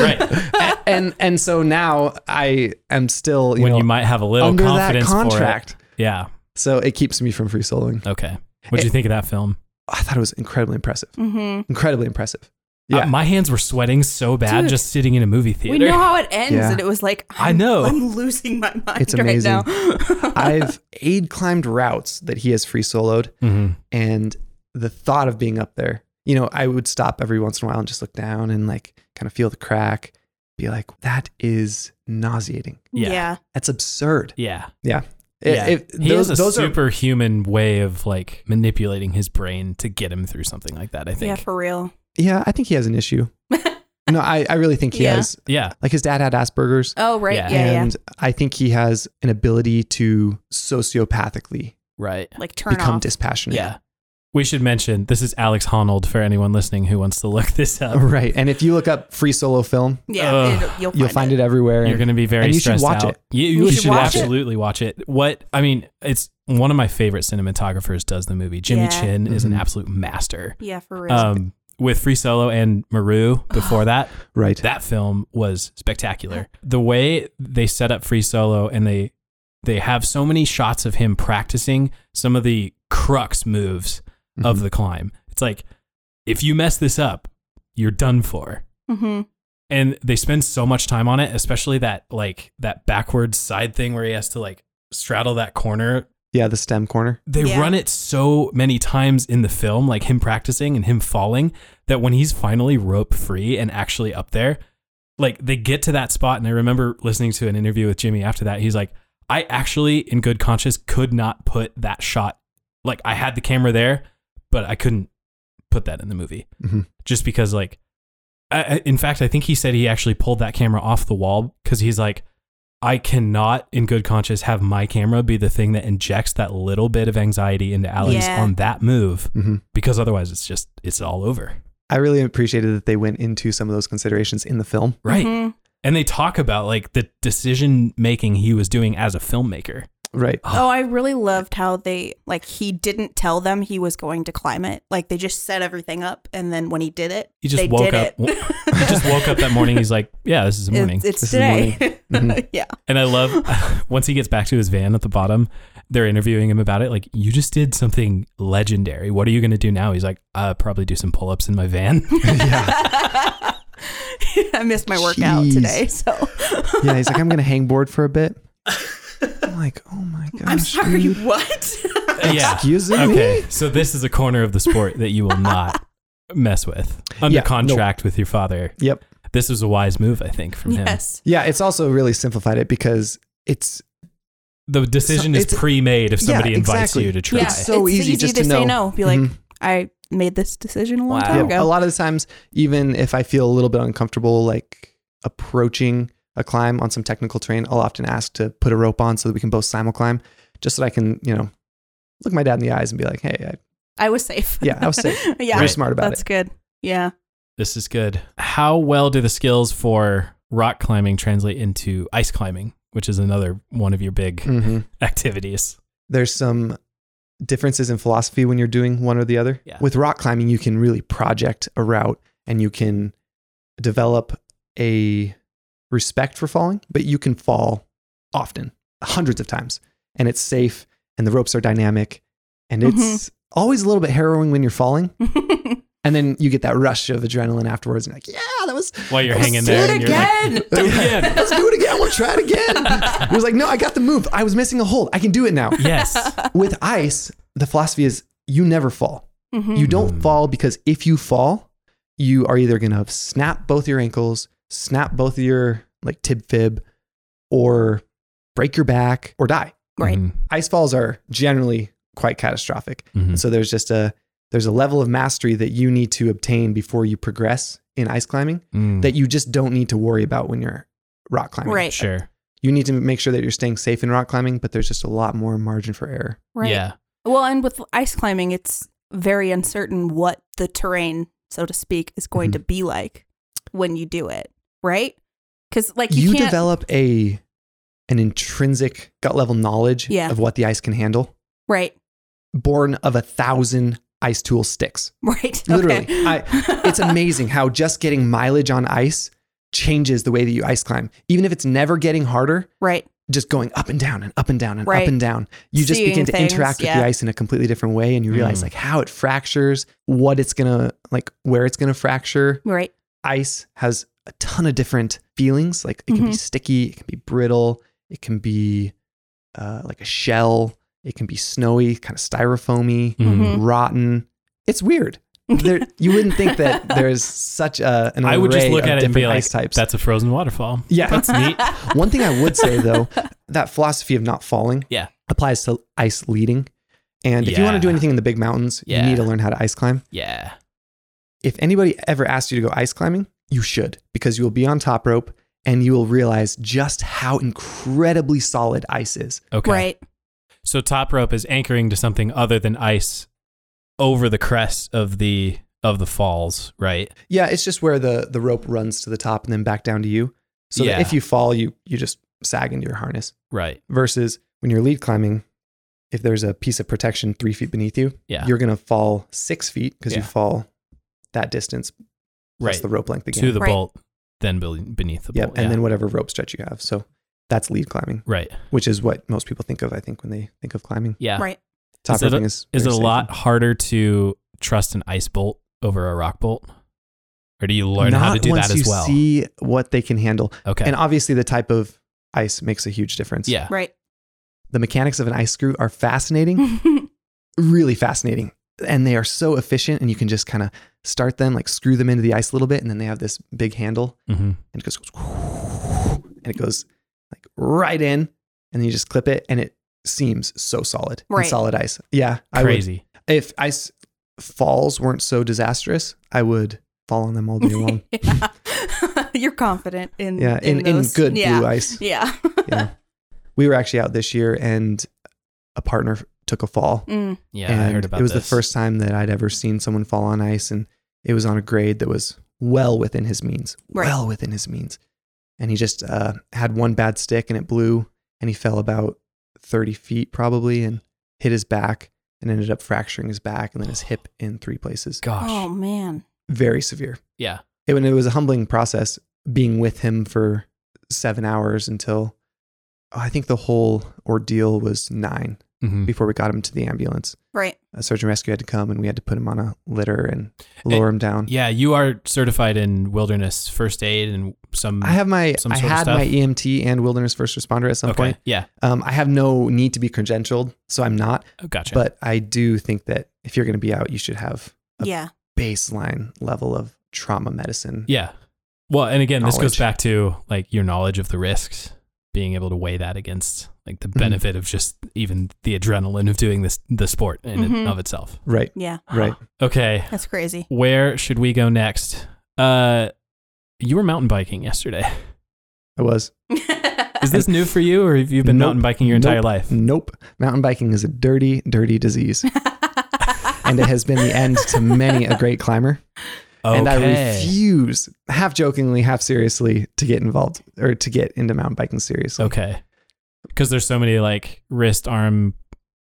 Speaker 2: Right.
Speaker 4: A- and and so now I am still you
Speaker 2: when
Speaker 4: know
Speaker 2: you might have a little
Speaker 4: under that
Speaker 2: confidence
Speaker 4: contract,
Speaker 2: for it. Yeah.
Speaker 4: so it keeps me from free soloing.
Speaker 2: Okay. What'd you think of that film?
Speaker 4: I thought it was incredibly impressive,
Speaker 3: hmm
Speaker 4: incredibly impressive.
Speaker 2: Uh, my hands were sweating so bad
Speaker 3: Dude.
Speaker 2: just sitting in a movie
Speaker 3: We
Speaker 2: theater.
Speaker 3: know how it ends,
Speaker 4: Yeah.
Speaker 3: and it was like
Speaker 2: I
Speaker 3: I'm-
Speaker 2: know.
Speaker 3: I'm losing my mind
Speaker 4: It's
Speaker 3: right
Speaker 4: amazing.
Speaker 3: now.
Speaker 4: I've aid climbed routes that he has free soloed,
Speaker 2: Mhm.
Speaker 4: and the thought of being up there, you know, I would stop every once in a while and just look down and like kind of feel the crack, be like, that is nauseating.
Speaker 2: Yeah.
Speaker 3: yeah.
Speaker 4: That's absurd.
Speaker 2: Yeah.
Speaker 4: It-
Speaker 2: yeah.
Speaker 4: it-
Speaker 2: he
Speaker 4: those,
Speaker 2: has a
Speaker 4: those are
Speaker 2: superhuman way of like manipulating his brain to get him through something like that, I
Speaker 3: Yeah.
Speaker 2: think.
Speaker 3: For real.
Speaker 4: yeah. I think he has an issue. no, I, I really think he
Speaker 3: Yeah.
Speaker 4: has.
Speaker 2: Yeah.
Speaker 4: Like his dad had Asperger's,
Speaker 3: Oh right.
Speaker 2: Yeah.
Speaker 3: Yeah. Yeah.
Speaker 4: and I think he has an ability to sociopathically
Speaker 2: Right.
Speaker 3: Like turn
Speaker 4: become
Speaker 3: off.
Speaker 4: dispassionate.
Speaker 2: Yeah. We should mention this is Alex Honnold for anyone listening who wants to look this up.
Speaker 4: Right. And if you look up free solo film,
Speaker 3: yeah.
Speaker 2: Ugh.
Speaker 3: it'll- you'll find,
Speaker 4: you'll find it, everywhere.
Speaker 2: You're
Speaker 4: and-
Speaker 2: going to be very
Speaker 4: and you should
Speaker 2: stressed
Speaker 4: watch
Speaker 2: out.
Speaker 4: it.
Speaker 2: You, you
Speaker 3: You
Speaker 2: should,
Speaker 3: should watch it.
Speaker 2: absolutely watch it. What I mean, it's one of my favorite cinematographers does the movie. Jimmy
Speaker 3: Yeah.
Speaker 2: Chin is an
Speaker 4: Mhm.
Speaker 2: absolute master.
Speaker 3: Yeah. For real.
Speaker 2: Um, with Free Solo and Maru before that,
Speaker 4: Right.
Speaker 2: that film was spectacular. The way they set up Free Solo and they they have so many shots of him practicing some of the crux moves of
Speaker 4: Mhm.
Speaker 2: the climb. It's like if you mess this up, you're done for.
Speaker 3: hmm
Speaker 2: And they spend so much time on it, especially that like that backwards side thing where he has to like straddle that corner.
Speaker 4: Yeah, the stem corner.
Speaker 2: They
Speaker 3: Yeah.
Speaker 2: run it so many times in the film, like him practicing and him falling, that when he's finally rope free and actually up there, like they get to that spot. And I remember listening to an interview with Jimmy after that. He's like, I actually, in good conscience, could not put that shot. Like I had the camera there, but I couldn't put that in the movie
Speaker 4: Mhm.
Speaker 2: just because, like, I, I- in fact, I think he said he actually pulled that camera off the wall because he's like, I cannot, in good conscience, have my camera be the thing that injects that little bit of anxiety into Alex
Speaker 3: Yeah.
Speaker 2: on that move
Speaker 4: Mhm.
Speaker 2: because otherwise it's just it's all over,
Speaker 4: I really appreciated that they went into some of those considerations in the film.
Speaker 2: right?
Speaker 3: Mhm.
Speaker 2: And they talk about like the decision making he was doing as a filmmaker.
Speaker 4: Right.
Speaker 3: Oh, I really loved how they like he didn't tell them he was going to climb it. Like they just set everything up, and then when he did it,
Speaker 2: He just
Speaker 3: they
Speaker 2: woke
Speaker 3: did
Speaker 2: up.
Speaker 3: It.
Speaker 2: He just woke up that morning. He's like, "Yeah, this is the morning."
Speaker 3: It's, it's
Speaker 4: This is
Speaker 3: today.
Speaker 4: morning. Mhm.
Speaker 3: yeah.
Speaker 2: And I love once he gets back to his van at the bottom, they're interviewing him about it. Like, you just did something legendary. What are you going to do now? He's like, uh, probably do some pull ups in my van.
Speaker 3: I missed my workout
Speaker 4: Jeez.
Speaker 3: today, so
Speaker 4: Yeah, he's like, I'm going to hang board for a bit. I'm like, oh my gosh.
Speaker 3: I'm sorry.
Speaker 4: dude.
Speaker 3: What?
Speaker 2: yeah.
Speaker 4: Excuse me?
Speaker 2: Okay. So, this is a corner of the sport that you will not mess with under
Speaker 4: Yeah, no.
Speaker 2: contract with your father.
Speaker 4: Yep.
Speaker 2: This was a wise move, I think, from him.
Speaker 3: yes.
Speaker 4: Yeah, it's also really simplified it because it's
Speaker 2: The decision
Speaker 4: So
Speaker 2: is
Speaker 4: it's-
Speaker 2: pre made if
Speaker 4: Yeah,
Speaker 2: somebody invites
Speaker 4: exactly.
Speaker 2: you to try.
Speaker 3: Yeah.
Speaker 4: It's so
Speaker 3: it's
Speaker 4: easy just
Speaker 3: to,
Speaker 4: to
Speaker 3: say
Speaker 4: know.
Speaker 3: no. Be like,
Speaker 4: Mhm.
Speaker 3: I made this decision a long
Speaker 2: Wow.
Speaker 3: time
Speaker 2: Yeah,
Speaker 3: ago.
Speaker 4: a lot of the times, even if I feel a little bit uncomfortable, like approaching a climb on some technical terrain, I'll often ask to put a rope on so that we can both simul climb, just so that I can, you know, look my dad in the eyes and be like, hey, I,
Speaker 3: I was safe.
Speaker 4: yeah, I was safe.
Speaker 3: yeah.
Speaker 4: I was smart about
Speaker 3: That's
Speaker 4: it.
Speaker 3: good. Yeah.
Speaker 2: This is good. How well do the skills for rock climbing translate into ice climbing, which is another one of your big
Speaker 4: hmm
Speaker 2: activities?
Speaker 4: There's some differences in philosophy when you're doing one or the other.
Speaker 2: Yeah.
Speaker 4: With rock climbing, you can really project a route and you can develop a respect for falling, but you can fall often, hundreds of times, and it's safe and the ropes are dynamic and it's always a little bit harrowing when you're falling. And then you get that rush of adrenaline afterwards and you're like, yeah, that was
Speaker 2: While you're
Speaker 4: Let's
Speaker 2: hanging
Speaker 4: do
Speaker 2: there,
Speaker 4: it
Speaker 2: and you're like, do it again.
Speaker 4: Let's do it again. We'll try it again. He was like, no, I got the move. I was missing a hold. I can do it now.
Speaker 2: yes,
Speaker 4: With ice, the philosophy is you never fall.
Speaker 3: Mhm.
Speaker 4: You don't
Speaker 2: Mm.
Speaker 4: fall because if you fall, you are either going to snap both your ankles, snap both of your like tib fib, or break your back or die.
Speaker 3: Right.
Speaker 2: Mhm.
Speaker 4: Ice falls are generally quite catastrophic.
Speaker 2: Mhm.
Speaker 4: And so there's just a there's a level of mastery that you need to obtain before you progress in ice climbing
Speaker 2: Mm.
Speaker 4: that you just don't need to worry about when you're rock climbing.
Speaker 3: Right.
Speaker 2: sure,
Speaker 4: You need to make sure that you're staying safe in rock climbing, but there's just a lot more margin for error.
Speaker 3: Right.
Speaker 2: yeah,
Speaker 3: Well, and with ice climbing, it's very uncertain what the terrain, so to speak, is going
Speaker 4: Mm-hmm.
Speaker 3: to be like when you do it, right? Because like you,
Speaker 4: you
Speaker 3: can't.
Speaker 4: develop a an intrinsic gut level knowledge
Speaker 3: Yeah.
Speaker 4: of what the ice can handle,
Speaker 3: right.
Speaker 4: born of a thousand ice tool sticks.
Speaker 3: Right.
Speaker 4: Literally,
Speaker 3: Okay.
Speaker 4: I- It's amazing how just getting mileage on ice changes the way that you ice climb. Even if it's never getting harder,
Speaker 3: right.
Speaker 4: just going up and down and up and down and
Speaker 3: Right.
Speaker 4: up and down, you just
Speaker 3: Seeing
Speaker 4: begin to
Speaker 3: things,
Speaker 4: interact with
Speaker 3: yeah.
Speaker 4: the ice in a completely different way, and you realize
Speaker 2: Mm.
Speaker 4: like how it fractures, what it's gonna like, where it's gonna fracture.
Speaker 3: Right.
Speaker 4: ice has a ton of different feelings. Like it can be
Speaker 3: Mhm.
Speaker 4: sticky, it can be brittle, it can be uh, like a shell, it can be snowy, kind of styrofoamy,
Speaker 2: Mhm.
Speaker 3: Mhm.
Speaker 4: rotten. It's weird. There, you wouldn't think that there's such a an
Speaker 2: I would just
Speaker 4: array
Speaker 2: look
Speaker 4: of
Speaker 2: at it and be
Speaker 4: different
Speaker 2: like,
Speaker 4: ice types.
Speaker 2: that's a frozen waterfall.
Speaker 4: yeah.
Speaker 2: That's neat.
Speaker 4: One thing I would say though, that philosophy of not falling
Speaker 2: Yeah.
Speaker 4: applies to ice leading. And if you want to do
Speaker 2: Yeah.
Speaker 4: anything in the big mountains,
Speaker 2: Yeah.
Speaker 4: you need to learn how to ice climb
Speaker 2: Yeah,
Speaker 4: if anybody ever asks you to go ice climbing, you should because you will be on top rope and you will realize just how incredibly solid ice is.
Speaker 2: okay.
Speaker 3: Right.
Speaker 2: So top rope is anchoring to something other than ice over the crest of the of the falls, right?
Speaker 4: Yeah, it's just where the the rope runs to the top and then back down to you. So
Speaker 2: Yeah.
Speaker 4: that if you fall, you you just sag into your harness.
Speaker 2: Right.
Speaker 4: Versus when you're lead climbing, if there's a piece of protection three feet beneath you,
Speaker 2: Yeah.
Speaker 4: you're gonna fall six feet because you
Speaker 2: Yeah.
Speaker 4: fall that distance plus
Speaker 2: Right.
Speaker 4: the rope length again.
Speaker 2: to the
Speaker 3: Right.
Speaker 2: bolt, then be- beneath the
Speaker 4: yep,
Speaker 2: bolt.
Speaker 4: and
Speaker 2: yeah.
Speaker 4: then whatever rope stretch you have. So that's lead climbing,
Speaker 2: right.
Speaker 4: which is what most people think of, I think, when they think of climbing.
Speaker 2: Yeah.
Speaker 3: Right.
Speaker 4: Top
Speaker 2: Is it
Speaker 4: roping
Speaker 2: a-
Speaker 4: is
Speaker 2: Is it
Speaker 4: very
Speaker 2: a
Speaker 4: safe.
Speaker 2: lot harder to trust an ice bolt over a rock bolt? Or do you learn how to
Speaker 4: Not
Speaker 2: do
Speaker 4: once
Speaker 2: that as
Speaker 4: you
Speaker 2: well?
Speaker 4: See what they can handle,
Speaker 2: okay.
Speaker 4: and obviously the type of ice makes a huge difference.
Speaker 2: yeah.
Speaker 3: Right.
Speaker 4: the mechanics of an ice screw are fascinating, really fascinating, and they are so efficient. And you can just kind of start them, like screw them into the ice a little bit, and then they have this big handle,
Speaker 2: hmm
Speaker 4: and it goes, and it goes like right in, and then you just clip it, and it seems so solid, and
Speaker 3: Right.
Speaker 4: solid ice. Yeah, I would
Speaker 2: Crazy.
Speaker 4: if ice falls weren't so disastrous, I would fall on them all day long.
Speaker 3: Yeah. You're confident in
Speaker 4: Yeah, in, in,
Speaker 3: those-
Speaker 4: good
Speaker 3: yeah.
Speaker 4: blue ice.
Speaker 3: Yeah.
Speaker 4: Yeah. we were actually out this year and a partner took a fall.
Speaker 3: Mm.
Speaker 2: Yeah,
Speaker 4: and
Speaker 2: I heard about
Speaker 4: it was
Speaker 2: this.
Speaker 4: the first time that I'd ever seen someone fall on ice and it was on a grade that was well within his means.
Speaker 3: Right.
Speaker 4: Well within his means. And he just uh, had one bad stick and it blew and he fell about 30 feet probably and hit his back and ended up fracturing his back and then his hip in three places.
Speaker 2: Gosh.
Speaker 3: Oh man.
Speaker 4: Very severe.
Speaker 2: yeah.
Speaker 4: It, and it was a humbling process being with him for seven hours until oh, I think the whole ordeal was nine
Speaker 2: Mhm.
Speaker 4: before we got him to the ambulance.
Speaker 3: Right.
Speaker 4: A search and rescue had to come and we had to put him on a litter and lower him down.
Speaker 2: Eh, Yeah, you are certified in wilderness first aid and some
Speaker 4: I have my
Speaker 2: Some
Speaker 4: I
Speaker 2: sort of
Speaker 4: had
Speaker 2: stuff?
Speaker 4: my EMT and wilderness first responder at some
Speaker 2: okay.
Speaker 4: point.
Speaker 2: Yeah.
Speaker 4: Um, I have no need to be credentialed, so I'm not.
Speaker 2: Oh, gotcha.
Speaker 4: But I do think that if you're going to be out, you should have A-
Speaker 3: Yeah.
Speaker 4: baseline level of trauma medicine.
Speaker 2: Yeah. Well, and again, this goes
Speaker 4: Knowledge.
Speaker 2: back to like your knowledge of the risks, being able to weigh that against like
Speaker 4: Mm-hmm.
Speaker 2: the benefit of just even the adrenaline of doing this the sport in and
Speaker 3: Mhm.
Speaker 2: of itself.
Speaker 4: Right.
Speaker 3: Yeah.
Speaker 4: Right.
Speaker 2: Okay.
Speaker 3: That's crazy.
Speaker 2: Where should we go next? Uh you were mountain biking yesterday.
Speaker 4: I was.
Speaker 2: Is this new for you, or have you been
Speaker 4: Nope.
Speaker 2: mountain biking your entire
Speaker 4: Nope.
Speaker 2: life?
Speaker 4: Nope. Mountain biking is a dirty, dirty disease. and it has been the end to many a great climber. And I refuse, half jokingly, half seriously, to get involved or to get into mountain biking seriously.
Speaker 2: Okay. Because there's so many like wrist, arm,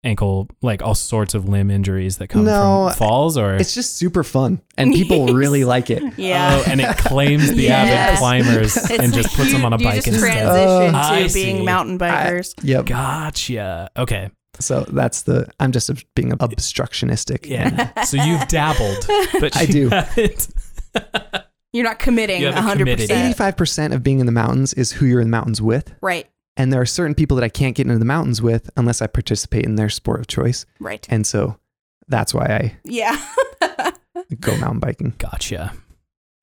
Speaker 2: ankle, like all sorts of limb injuries that come
Speaker 4: No,
Speaker 2: from falls or
Speaker 4: It's just super fun and people really like it.
Speaker 3: yeah.
Speaker 2: oh, and it claims the avid
Speaker 3: Yes.
Speaker 2: climbers
Speaker 3: It's
Speaker 2: and just
Speaker 3: like
Speaker 2: puts
Speaker 3: you-
Speaker 2: them on a
Speaker 3: you
Speaker 2: bike
Speaker 3: just
Speaker 2: instead.
Speaker 4: trans-
Speaker 3: transition
Speaker 2: Oh. I
Speaker 3: to being
Speaker 2: see.
Speaker 3: mountain bikers.
Speaker 4: Yep.
Speaker 2: gotcha. Okay.
Speaker 4: So that's the, I'm just ob- being obstructionistic.
Speaker 2: Yeah. so you've dabbled, but
Speaker 4: I
Speaker 2: you
Speaker 4: do.
Speaker 2: haven't-
Speaker 3: You're not committing
Speaker 2: You haven't
Speaker 3: 100%.
Speaker 2: committed yet.
Speaker 4: 85% of being in the mountains is who you're in the mountains with.
Speaker 3: Right,
Speaker 4: And there are certain people that I can't get into the mountains with unless I participate in their sport of choice.
Speaker 3: right.
Speaker 4: And so that's why
Speaker 3: Yeah.
Speaker 4: I go mountain biking.
Speaker 2: Gotcha.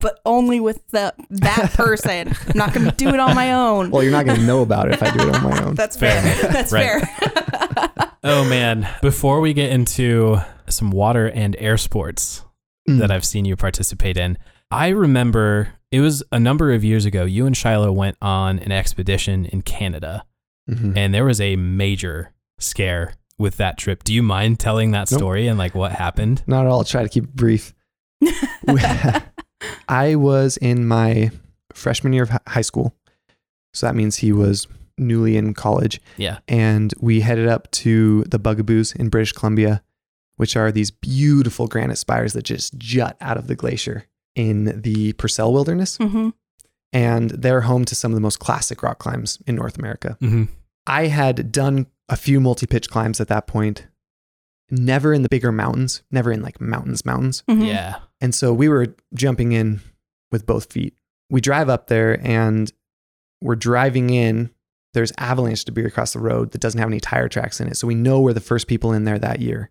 Speaker 3: but only with the that person. I'm not going to do it on my own.
Speaker 4: Well, you're not going to know about it if I do it on my own.
Speaker 3: That's
Speaker 2: Fair
Speaker 3: fair.
Speaker 2: enough.
Speaker 3: That's
Speaker 2: Right.
Speaker 3: fair.
Speaker 2: Oh man. Before we get into some water and air sports,
Speaker 4: Mm.
Speaker 2: that I've seen you participate in. I remember it was a number of years ago, you and Shiloh went on an expedition in Canada,
Speaker 4: Mhm.
Speaker 2: and there was a major scare with that trip. Do you mind telling that
Speaker 4: Nope.
Speaker 2: story and like what happened?
Speaker 4: Not at all. I'll try to keep it brief. I was in my freshman year of hi- high school. So that means he was newly in college.
Speaker 2: Yeah.
Speaker 4: And we headed up to the Bugaboos in British Columbia, which are these beautiful granite spires that just jut out of the glacier in the Purcell Wilderness.
Speaker 3: mm-hmm.
Speaker 4: And they're home to some of the most classic rock climbs in North America.
Speaker 2: Mm-hmm.
Speaker 4: I had done a few multi pitch climbs at that point, never in the bigger mountains, never in like mountains, mountains.
Speaker 3: mm-hmm,
Speaker 2: Yeah.
Speaker 4: And so we were jumping in with both feet. We drive up there and we're driving in. There's avalanche debris across the road that doesn't have any tire tracks in it. So we know we're the first people in there that year.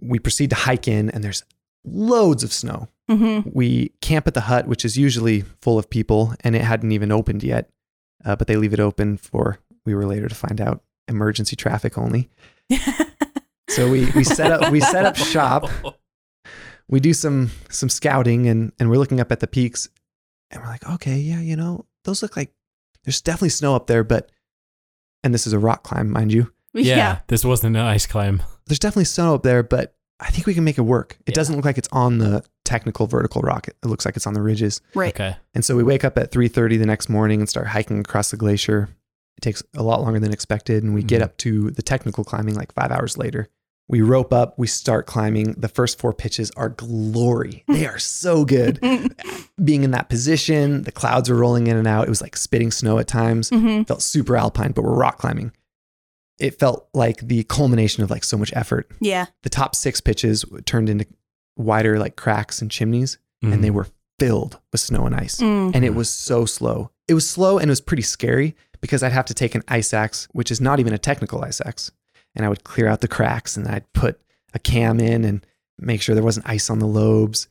Speaker 4: We proceed to hike in and there's loads of snow.
Speaker 3: Mm-hmm.
Speaker 4: We camp at the hut, which is usually full of people, and it hadn't even opened yet. Uh, but they leave it open for, we were later to find out, emergency traffic only. So we, we set up we set up shop we do some some scouting and and we're looking up at the peaks and we're like okay yeah you know those look like there's definitely snow up there but and this is a rock climb mind you
Speaker 2: Yeah, This wasn't an ice climb.
Speaker 4: there's definitely snow up there but i think we can make it work it
Speaker 2: Yeah.
Speaker 4: doesn't look like it's on the technical vertical rock it looks like it's on the ridges
Speaker 3: Right.
Speaker 2: Okay.
Speaker 4: and so we wake up at 3.30 the next morning and start hiking across the glacier it takes a lot longer than expected and we get
Speaker 2: Mhm.
Speaker 4: up to the technical climbing like five hours later we rope up we start climbing the first four pitches are glory they are so good
Speaker 3: Mm,
Speaker 4: being in that position, the clouds were rolling in and out. It was like spitting snow at times.
Speaker 3: Mm-hmm.
Speaker 4: It felt super alpine, but we're rock climbing. It felt like the culmination of like so much effort.
Speaker 3: Yeah.
Speaker 4: The top six pitches turned into wider like cracks and chimneys,
Speaker 2: Mm-hmm.
Speaker 4: and they were filled with snow and ice.
Speaker 3: Mm.
Speaker 4: And it was so slow. It was slow and it was pretty scary because I'd have to take an ice axe, which is not even a technical ice axe, and I would clear out the cracks and I'd put a cam in and make sure there wasn't ice on the lobes.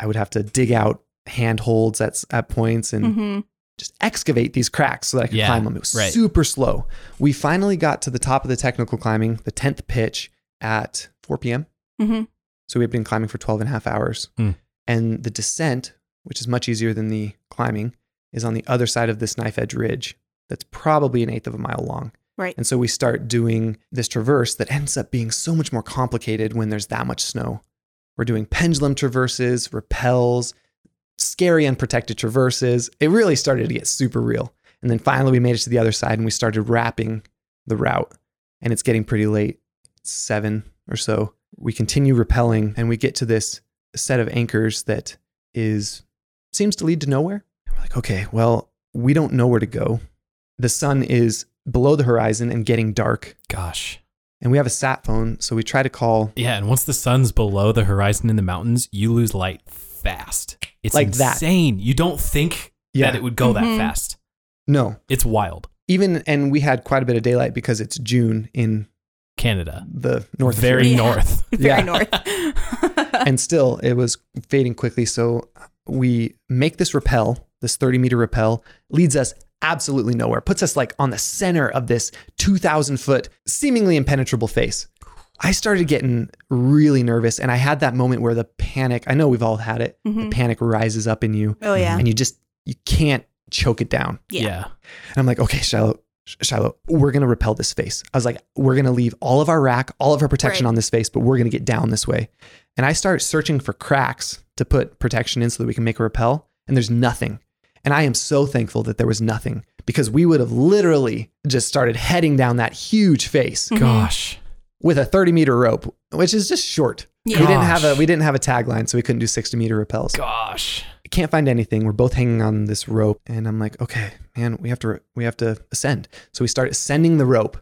Speaker 4: I would have to dig out handholds at, s- at points and
Speaker 3: Mm-hmm.
Speaker 4: just excavate these cracks so that I could
Speaker 2: Yeah,
Speaker 4: climb them. It was
Speaker 2: right.
Speaker 4: super slow. We finally got to the top of the technical climbing, the 10th pitch at 4 p.m.
Speaker 3: Mm-hmm.
Speaker 4: So we had been climbing for 12 and a half hours.
Speaker 2: Hmm.
Speaker 4: And the descent, which is much easier than the climbing, is on the other side of this knife edge ridge that's probably an eighth of a mile long.
Speaker 3: Right.
Speaker 4: And so we start doing this traverse that ends up being so much more complicated when there's that much snow. We're doing pendulum traverses, rappels, scary unprotected traverses. It really started to get super real. And then finally we made it to the other side and we started wrapping the route. And it's getting pretty late, seven or so. We continue rappelling and we get to this set of anchors that is seems to lead to nowhere. And we're like, okay, well, we don't know where to go. The sun is below the horizon and getting dark.
Speaker 2: Gosh.
Speaker 4: And we have a sat phone, so we try to call
Speaker 2: Yeah. And once the sun's below the horizon in the mountains, you lose light fast. It's
Speaker 4: Like that.
Speaker 2: insane. You don't think
Speaker 4: Yeah.
Speaker 2: that it would go that
Speaker 3: Mhm.
Speaker 2: fast.
Speaker 4: no.
Speaker 2: It's wild.
Speaker 4: Even and we had quite a bit of daylight because it's June in
Speaker 2: Canada.
Speaker 4: the north of
Speaker 2: Very
Speaker 4: here.
Speaker 3: Yeah.
Speaker 2: north.
Speaker 3: Very
Speaker 4: Yeah.
Speaker 3: north.
Speaker 4: and still it was fading quickly. So we make this rappel, this 30 meter rappel, leads us absolutely nowhere, puts us like on the center of this 2,000 foot, seemingly impenetrable face. I started getting really nervous, and I had that moment where the panic I know we've all had it
Speaker 3: Mhm.
Speaker 4: the panic rises up in you,
Speaker 3: Oh, yeah.
Speaker 4: and you just, you can't choke it down.
Speaker 3: Yeah.
Speaker 4: And I'm like, okay, Shiloh, Sh- Shiloh, we're gonna repel this face. I was like, we're gonna leave all of our rack, all of our protection
Speaker 3: Right.
Speaker 4: on this face, but we're gonna get down this way. And I start searching for cracks to put protection in so that we can make a repel. And there's nothing. And I am so thankful that there was nothing because we would have literally just started heading down that huge face
Speaker 2: Gosh.
Speaker 4: with a 30 meter rope, which is just short.
Speaker 3: Yeah.
Speaker 4: We didn't have a
Speaker 2: Gosh.
Speaker 4: we didn't have a tagline, so we couldn't do 60 meter repels.
Speaker 2: Gosh.
Speaker 4: I can't find anything. We're both hanging on this rope, and I'm like, okay, man, we have to we have to ascend. So we start ascending the rope.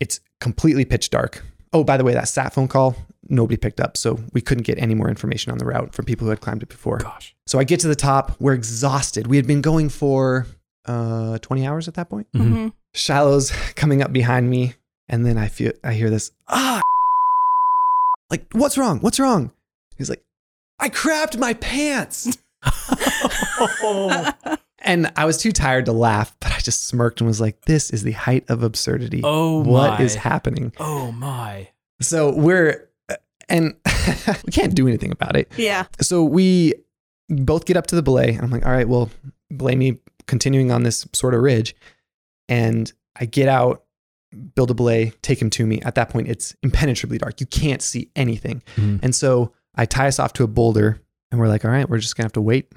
Speaker 4: It's completely pitch dark. Oh, by the way, that sat phone call nobody picked up, so we couldn't get any more information on the route from people who had climbed it before.
Speaker 2: Gosh.
Speaker 4: So I get to the top. We're exhausted. We had been going for uh, 20 hours at that point.
Speaker 2: Mhm.
Speaker 3: Mhm.
Speaker 4: Shiloh's coming up behind me, and then I feel I hear this ah, like what's wrong? What's wrong? He's like, I crapped my pants, and I was too tired to laugh, but I just smirked and was like, this is the height of absurdity.
Speaker 2: Oh
Speaker 4: what
Speaker 2: my.
Speaker 4: is happening?
Speaker 2: Oh my.
Speaker 4: So we're uh, and we can't do anything about it.
Speaker 3: Yeah.
Speaker 4: So we both get up to the belay. I'm like, all right, well, belay me continuing on this sort of ridge. And I get out, build a belay, take him to me. At that point, it's impenetrably dark. You can't see anything.
Speaker 2: Mhm.
Speaker 4: And so I tie us off to a boulder and we're like, all right, we're just going to have to wait.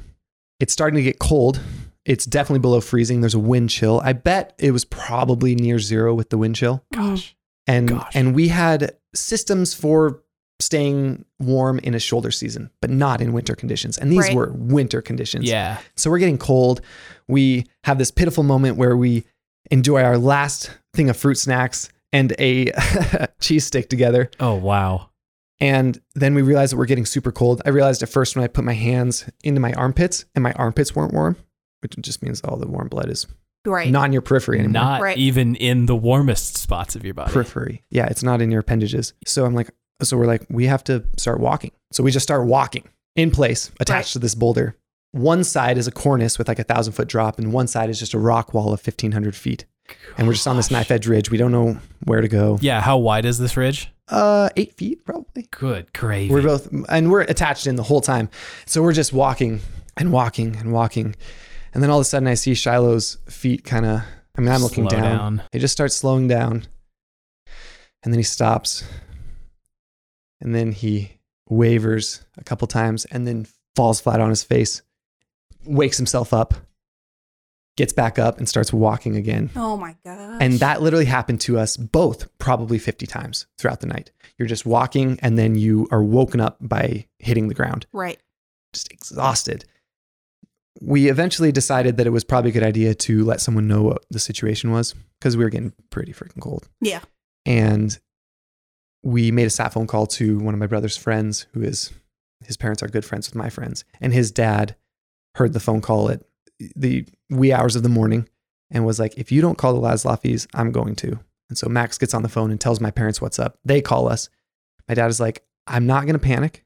Speaker 4: It's starting to get cold. It's definitely below freezing. There's a wind chill. I bet it was probably near zero with the wind chill
Speaker 3: Mm-hmm.
Speaker 2: Gosh.
Speaker 4: and
Speaker 2: Gosh.
Speaker 4: and we had systems for staying warm in a shoulder season, but not in winter conditions. And these
Speaker 3: Right.
Speaker 4: were winter conditions.
Speaker 2: Yeah.
Speaker 4: So we're getting cold. We have this pitiful moment where we enjoy our last thing of fruit snacks and a cheese stick together.
Speaker 2: Oh wow.
Speaker 4: And then we realize that we're getting super cold. I realized at first when I put my hands into my armpits and my armpits weren't warm, which just means all the warm blood is
Speaker 3: Right.
Speaker 4: not in your periphery anymore.
Speaker 2: Not
Speaker 3: Right.
Speaker 2: even in the warmest spots of your body.
Speaker 4: periphery. Yeah, it's not in your appendages. So I'm like, so we're like, we have to start walking. So we just start walking in place, attached
Speaker 3: Right.
Speaker 4: to this boulder. One side is a cornice with like a thousand foot drop, and one side is just a rock wall of 1,500 feet. And we're just on this
Speaker 2: Gosh.
Speaker 4: knife edge ridge. We don't know where to go.
Speaker 2: Yeah. How wide is this ridge?
Speaker 4: Uh, eight feet, probably.
Speaker 2: Good gravy.
Speaker 4: We're both, and we're attached in the whole time. So we're just walking and walking and walking. And then all of a sudden, I see Shiloh's feet kind of, I mean, I'm looking
Speaker 2: Slow
Speaker 4: down. He just starts slowing down. And then he stops. And then he wavers a couple times and then falls flat on his face, wakes himself up, gets back up, and starts walking again.
Speaker 3: Oh my god.
Speaker 4: And that literally happened to us both probably 50 times throughout the night. You're just walking and then you are woken up by hitting the ground
Speaker 3: Right.
Speaker 4: just exhausted. We eventually decided that it was probably a good idea to let someone know what the situation was because we were getting pretty freaking cold.
Speaker 3: Yeah.
Speaker 4: And we made a sat phone call to one of my brother's friends, who is his parents are good friends with my friends. And his dad heard the phone call at the wee hours of the morning and was like, if you don't call the Laslafis, I'm going to. And so Max gets on the phone and tells my parents what's up. They call us. My dad is like, I'm not going to panic.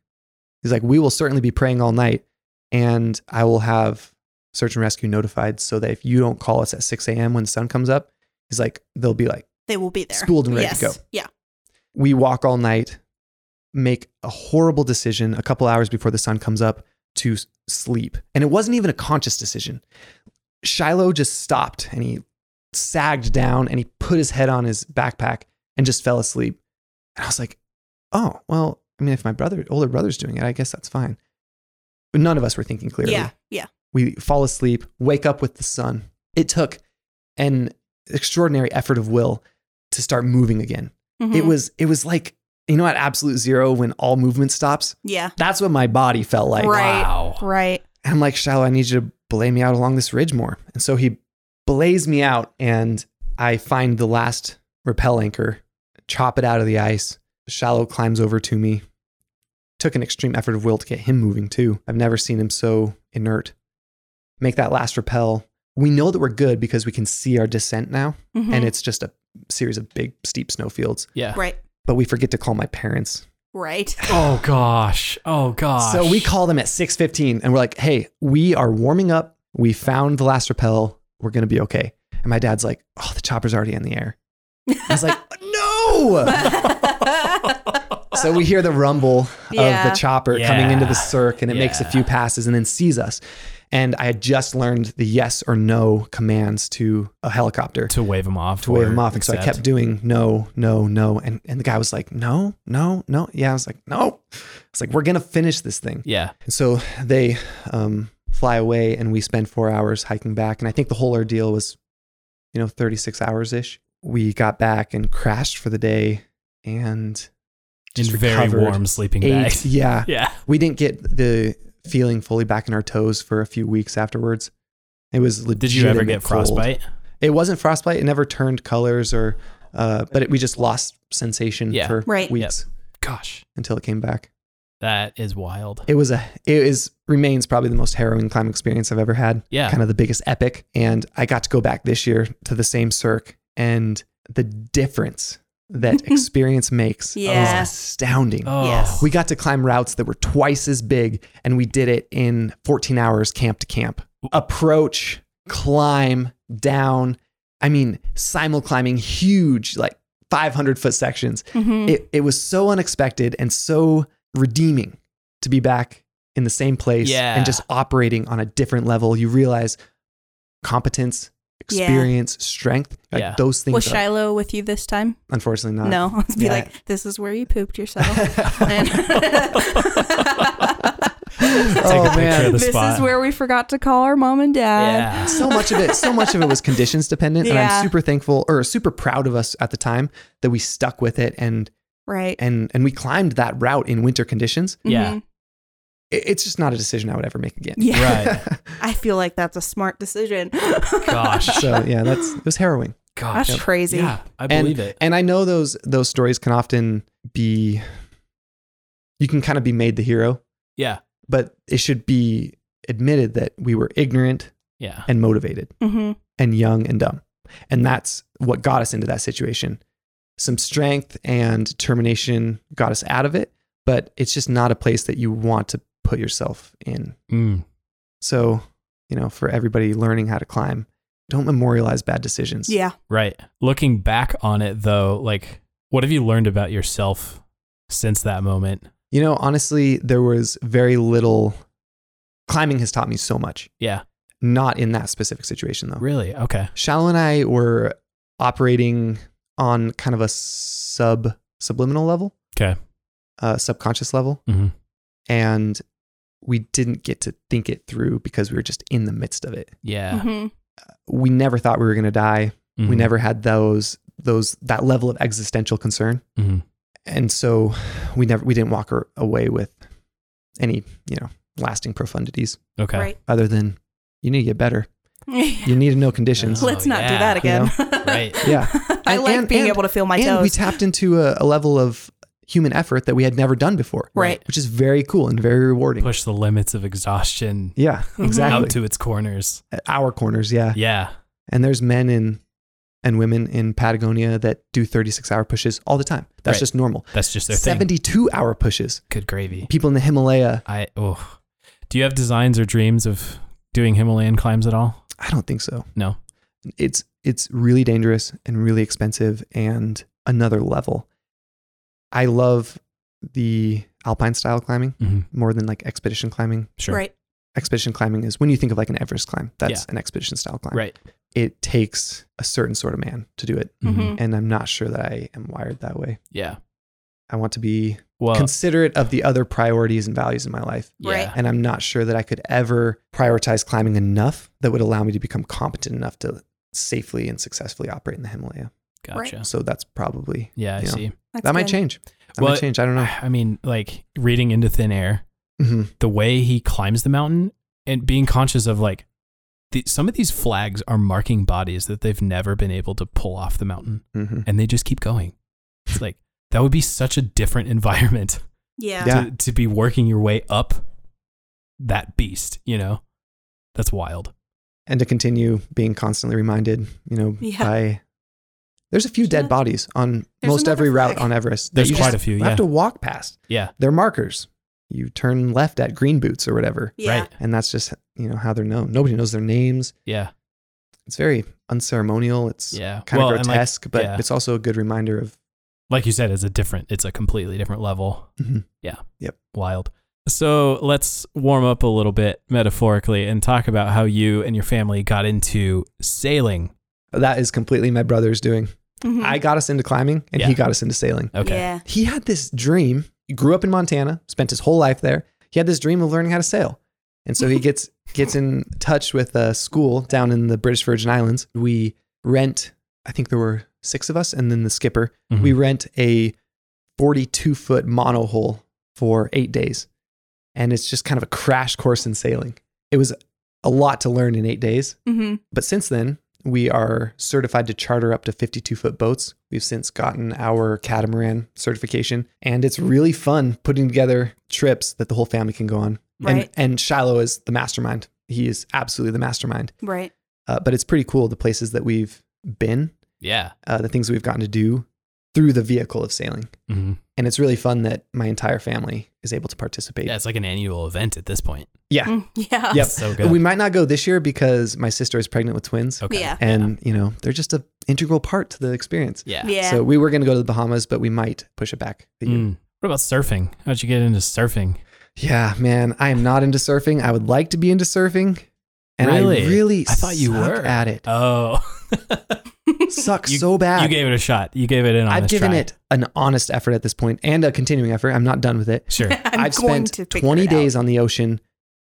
Speaker 4: He's like, we will certainly be praying all night, and I will have search and rescue notified so that if you don't call us at 6 a.m. when the sun comes up, he's like, they'll be like,
Speaker 3: They will be there.
Speaker 4: Spooled and ready to
Speaker 3: yes.
Speaker 4: go.
Speaker 3: Yeah.
Speaker 4: we walk all night, make a horrible decision a couple hours before the sun comes up to s- sleep. And it wasn't even a conscious decision. Shiloh just stopped and he sagged down and he put his head on his backpack and just fell asleep. And I was like, oh, well, I mean, if my brother, older brother's doing it, I guess that's fine. But none of us were thinking clearly.
Speaker 3: Yeah. Yeah.
Speaker 4: We fall asleep, wake up with the sun. It took an extraordinary effort of will to start moving again. It
Speaker 3: Mhm.
Speaker 4: was it was like you know at absolute zero when all movement stops.
Speaker 3: Yeah.
Speaker 4: That's what my body felt like.
Speaker 3: Right.
Speaker 2: Wow.
Speaker 3: Right.
Speaker 4: And I'm like, Shiloh, I need you to belay me out along this ridge more. And so he belays me out, and I find the last rappel anchor, chop it out of the ice. Shiloh climbs over to me. Took an extreme effort of will to get him moving too. I've never seen him so inert. Make that last rappel. We know that we're good because we can see our descent now,
Speaker 3: Mhm.
Speaker 4: and uh, it's just a series of big, steep snowfields.
Speaker 2: Yeah.
Speaker 3: right.
Speaker 4: But we forget to call my parents
Speaker 3: Right.
Speaker 2: Oh gosh. Oh gosh.
Speaker 4: So we call them at 6:15 and we're like, "Hey, we are warming up. We found the last rappel. We're going to be okay." And my dad's like, "Oh, the chopper's already in the air." I was like, "No!" so we hear the rumble
Speaker 3: Yeah.
Speaker 4: of the chopper coming into
Speaker 2: Yeah.
Speaker 4: the cirque and it makes a
Speaker 2: Yeah.
Speaker 4: few passes and then sees us. And I had just learned the yes or no commands to a helicopter
Speaker 2: to wave them off.
Speaker 4: to wave
Speaker 2: or
Speaker 4: him off. And so I
Speaker 2: accept.
Speaker 4: kept doing no, no, no. And, and the guy was like, no, no, no. Yeah. I was like, no. It's like, we're going to finish this thing.
Speaker 2: Yeah.
Speaker 4: And so they um, fly away and we spend four hours hiking back. And I think the whole ordeal was, you know, 36 hours ish. We got back and crashed for the day and just
Speaker 2: in very
Speaker 4: recovered.
Speaker 2: warm sleeping
Speaker 4: Eight-
Speaker 2: bags.
Speaker 4: yeah.
Speaker 2: Yeah.
Speaker 4: We didn't get the feeling fully back in our toes for a few weeks afterwards. It was legitimate.
Speaker 2: Did you ever get
Speaker 4: cold.
Speaker 2: frostbite?
Speaker 4: It wasn't frostbite. It never turned colors or, uh, but it, we just lost sensation
Speaker 2: Yeah.
Speaker 4: for
Speaker 3: Right.
Speaker 4: weeks
Speaker 2: Gosh,
Speaker 4: until it came back.
Speaker 2: that is wild.
Speaker 4: It was a, it is remains probably the most harrowing climb experience I've ever had.
Speaker 2: Yeah.
Speaker 4: Kind of the biggest epic. And I got to go back this year to the same circ and the difference that experience makes
Speaker 3: Yeah.
Speaker 4: is astounding.
Speaker 2: Oh,
Speaker 3: Yes.
Speaker 4: We got to climb routes that were twice as big, and we did it in 14 hours camp to camp. Approach, climb, down. I mean, simul climbing, huge, like 500 foot sections.
Speaker 3: Mhm.
Speaker 4: It, it was so unexpected and so redeeming to be back in the same place
Speaker 2: Yeah.
Speaker 4: and just operating on a different level. You realize competence,
Speaker 3: Yeah.
Speaker 4: experience, strength, like
Speaker 2: Yeah.
Speaker 4: those things.
Speaker 3: Was
Speaker 4: are-
Speaker 3: Shiloh with you this time?
Speaker 4: unfortunately, not.
Speaker 3: No. I'd be
Speaker 4: Yeah.
Speaker 3: like, this is where you pooped yourself. And-
Speaker 2: Take
Speaker 4: Oh,
Speaker 2: a picture
Speaker 4: man.
Speaker 2: of the
Speaker 3: this
Speaker 2: spot.
Speaker 3: is where we forgot to call our mom and dad.
Speaker 2: yeah.
Speaker 4: so much of it so much of it was conditions dependent and
Speaker 3: Yeah.
Speaker 4: i'm super thankful or super proud of us at the time that we stuck with it and
Speaker 3: Right.
Speaker 4: and and we climbed that route in winter conditions
Speaker 2: Yeah.
Speaker 3: Mhm.
Speaker 4: I- it's just not a decision i would ever make again
Speaker 3: Yeah.
Speaker 2: Right.
Speaker 3: I feel like that's a smart decision.
Speaker 2: Gosh.
Speaker 4: so yeah that's it was harrowing
Speaker 2: Gosh.
Speaker 3: That's crazy.
Speaker 2: Yeah, I believe it.
Speaker 4: and i know those those stories can often be you can kind of be made the hero
Speaker 2: Yeah.
Speaker 4: but it should be admitted that we were ignorant
Speaker 2: Yeah.
Speaker 4: and motivated
Speaker 3: hmm
Speaker 4: and young and dumb. And that's what got us into that situation. Some strength and determination got us out of it, but it's just not a place that you want to put yourself in.
Speaker 2: Mm.
Speaker 4: So, you know, for everybody learning how to climb, don't memorialize bad decisions.
Speaker 3: Yeah.
Speaker 2: Right. Looking back on it though, like what have you learned about yourself since that moment?
Speaker 4: You know, honestly, there was very little climbing has taught me so much.
Speaker 2: Yeah.
Speaker 4: Not in that specific situation though.
Speaker 2: Really? Okay.
Speaker 4: Shallow and I were operating on kind of a sub subliminal level.
Speaker 2: Okay.
Speaker 4: Uh, subconscious level.
Speaker 2: Mhm.
Speaker 4: And we didn't get to think it through because we were just in the midst of it.
Speaker 2: Yeah.
Speaker 3: hmm
Speaker 4: We never thought we were going to die. We
Speaker 2: Mhm.
Speaker 4: never had those those that level of existential concern.
Speaker 2: Mhm.
Speaker 4: And so we never we didn't walk ar- away with any, you know, lasting profundities
Speaker 2: Okay.
Speaker 3: Right.
Speaker 4: other than you need to get better. You need to know conditions.
Speaker 3: Let's not do
Speaker 2: yeah.
Speaker 3: that again.
Speaker 2: Right.
Speaker 4: Yeah.
Speaker 3: I
Speaker 4: And-
Speaker 3: like
Speaker 4: and-
Speaker 3: being
Speaker 4: and-
Speaker 3: able to feel my
Speaker 4: and
Speaker 3: toes.
Speaker 4: we tapped into a, a level of human effort that we had never done before,
Speaker 3: right.
Speaker 4: which is very cool and very rewarding.
Speaker 2: Push the limits of exhaustion
Speaker 4: Yeah, exactly.
Speaker 2: out to its corners.
Speaker 4: At Our corners, yeah.
Speaker 2: Yeah.
Speaker 4: And there's men in and women in Patagonia that do 36 hour pushes all the time. That's
Speaker 2: Right.
Speaker 4: just normal.
Speaker 2: That's just their thing.
Speaker 4: 72 hour pushes.
Speaker 2: Good gravy.
Speaker 4: People in the Himalaya,
Speaker 2: I oh. Do you have designs or dreams of doing Himalayan climbs at all?
Speaker 4: I don't think so.
Speaker 2: No.
Speaker 4: It's it's really dangerous and really expensive and another level. I love the alpine style climbing
Speaker 2: Mm-hmm.
Speaker 4: more than like expedition climbing.
Speaker 2: Sure.
Speaker 3: Right.
Speaker 4: expedition climbing is when you think of like an Everest climb, that's
Speaker 2: Yeah.
Speaker 4: an expedition style climb.
Speaker 2: Right.
Speaker 4: It takes a certain sort of man to do it.
Speaker 2: Mm-hmm.
Speaker 3: hmm
Speaker 4: And I'm not sure that I am wired that way.
Speaker 2: Yeah.
Speaker 4: I want to be
Speaker 2: Well. Ah.
Speaker 4: considerate of the other priorities and values in my life.
Speaker 2: yeah.
Speaker 4: And I'm not sure that I could ever prioritize climbing enough that would allow me to become competent enough to safely and successfully operate in the Himalaya.
Speaker 2: Gotcha.
Speaker 4: So that's probably
Speaker 2: Yeah. I
Speaker 4: Yeah.
Speaker 2: see.
Speaker 4: that might change. That
Speaker 2: Well,
Speaker 4: might change. I don't know.
Speaker 2: I mean, like reading into thin air,
Speaker 4: hmm
Speaker 2: the way he climbs the mountain and being conscious of like the, some of these flags are marking bodies that they've never been able to pull off the mountain
Speaker 4: hmm
Speaker 2: and they just keep going. It's like that would be such a different environment
Speaker 3: Yeah.
Speaker 4: Yeah.
Speaker 2: to, to be working your way up that beast, you know? That's wild.
Speaker 4: And to continue being constantly reminded, you know,
Speaker 3: Yeah.
Speaker 4: by there's a few
Speaker 3: There's
Speaker 4: dead
Speaker 3: another-
Speaker 4: bodies on
Speaker 3: there's
Speaker 4: most
Speaker 3: another
Speaker 4: every route
Speaker 3: flag.
Speaker 4: on Everest. that
Speaker 2: There's
Speaker 4: you
Speaker 2: quite
Speaker 4: just
Speaker 2: a few. Yeah.
Speaker 4: have to walk past.
Speaker 2: yeah.
Speaker 4: They're markers. You turn left at green boots or whatever.
Speaker 3: Yeah.
Speaker 2: Right.
Speaker 4: And that's just, you know, how they're known. Nobody knows their names.
Speaker 2: Yeah.
Speaker 4: It's very unceremonial. It's
Speaker 2: Yeah.
Speaker 4: kind
Speaker 2: Well,
Speaker 4: of
Speaker 2: and like,
Speaker 4: grotesque, but
Speaker 2: yeah.
Speaker 4: it's also a good reminder of
Speaker 2: like you said, it's a different, it's a completely different level.
Speaker 4: Mhm.
Speaker 2: Yeah.
Speaker 4: Yep.
Speaker 2: Wild. So let's warm up a little bit metaphorically and talk about how you and your family got into sailing.
Speaker 4: That is completely my brother's doing.
Speaker 3: Mhm.
Speaker 4: I got us into climbing and he
Speaker 2: Yeah.
Speaker 4: got us into sailing.
Speaker 2: Okay.
Speaker 3: Yeah.
Speaker 4: He had this dream. He grew up in Montana, spent his whole life there. He had this dream of learning how to sail. And so he gets gets in touch with a school down in the British Virgin Islands. We rent, I think there were six of us, and then the skipper.
Speaker 2: Mhm.
Speaker 4: We rent a 42 foot monohull for eight days. And it's just kind of a crash course in sailing. It was a lot to learn in eight days.
Speaker 3: hmm
Speaker 4: But since then, we are certified to charter up to 52 foot boats. We've since gotten our catamaran certification, and it's really fun putting together trips that the whole family can go on.
Speaker 3: Right.
Speaker 4: And, and Shiloh is the mastermind. He is absolutely the mastermind.
Speaker 3: Right.
Speaker 4: Uh, but it's pretty cool the places that we've been,
Speaker 2: Yeah.
Speaker 4: uh, the things we've gotten to do through the vehicle of sailing.
Speaker 2: Mm-hmm.
Speaker 4: And it's really fun that my entire family is able to participate.
Speaker 2: Yeah, it's like an annual event at this point.
Speaker 4: Yeah.
Speaker 3: Mm, Yeah.
Speaker 4: Yep.
Speaker 2: So good.
Speaker 4: We might not go this year because my sister is pregnant with twins.
Speaker 2: okay.
Speaker 3: Yeah.
Speaker 4: And, you know, they're just an integral part to the experience.
Speaker 2: Yeah.
Speaker 3: Yeah.
Speaker 4: So we were going to go to the Bahamas, but we might push it back. The year.
Speaker 2: Mm. What about surfing? How'd you get into surfing?
Speaker 4: Yeah, man, I am not into surfing. I would like to be into surfing, and
Speaker 2: Really?
Speaker 4: I really
Speaker 2: I thought you
Speaker 4: suck
Speaker 2: were.
Speaker 4: at it.
Speaker 2: Oh,
Speaker 4: suck
Speaker 2: You-
Speaker 4: so bad.
Speaker 2: you gave it a shot. You gave it an honest
Speaker 4: I've given
Speaker 2: try.
Speaker 4: it an honest effort at this point and a continuing effort. I'm not done with it.
Speaker 2: Sure.
Speaker 3: I'm
Speaker 4: have
Speaker 3: going
Speaker 4: spent
Speaker 3: to figure
Speaker 4: 20
Speaker 3: it out.
Speaker 4: days on the ocean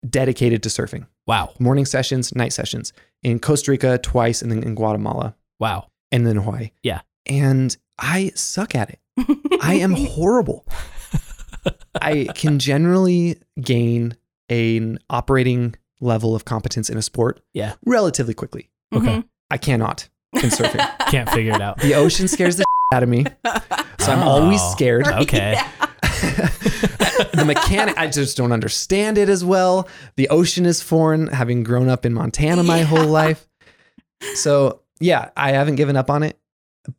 Speaker 4: dedicated to surfing.
Speaker 2: Wow.
Speaker 4: Morning sessions, night sessions in Costa Rica twice and then in Guatemala
Speaker 2: Wow.
Speaker 4: and then Hawaii.
Speaker 2: Yeah.
Speaker 4: And I suck at it. I am horrible. I can generally gain an operating level of competence in a sport
Speaker 2: Yeah.
Speaker 4: relatively quickly.
Speaker 3: Mm-hmm.
Speaker 2: Okay.
Speaker 4: I cannot in surfing.
Speaker 2: Can't figure it out.
Speaker 4: the ocean scares the out of me, so I'm always
Speaker 2: Oh.
Speaker 4: scared.
Speaker 2: Okay.
Speaker 3: Yeah.
Speaker 4: the mechanic, I just don't understand it as well. The ocean is foreign, having grown up in Montana my whole life. So, yeah, I haven't given up on it,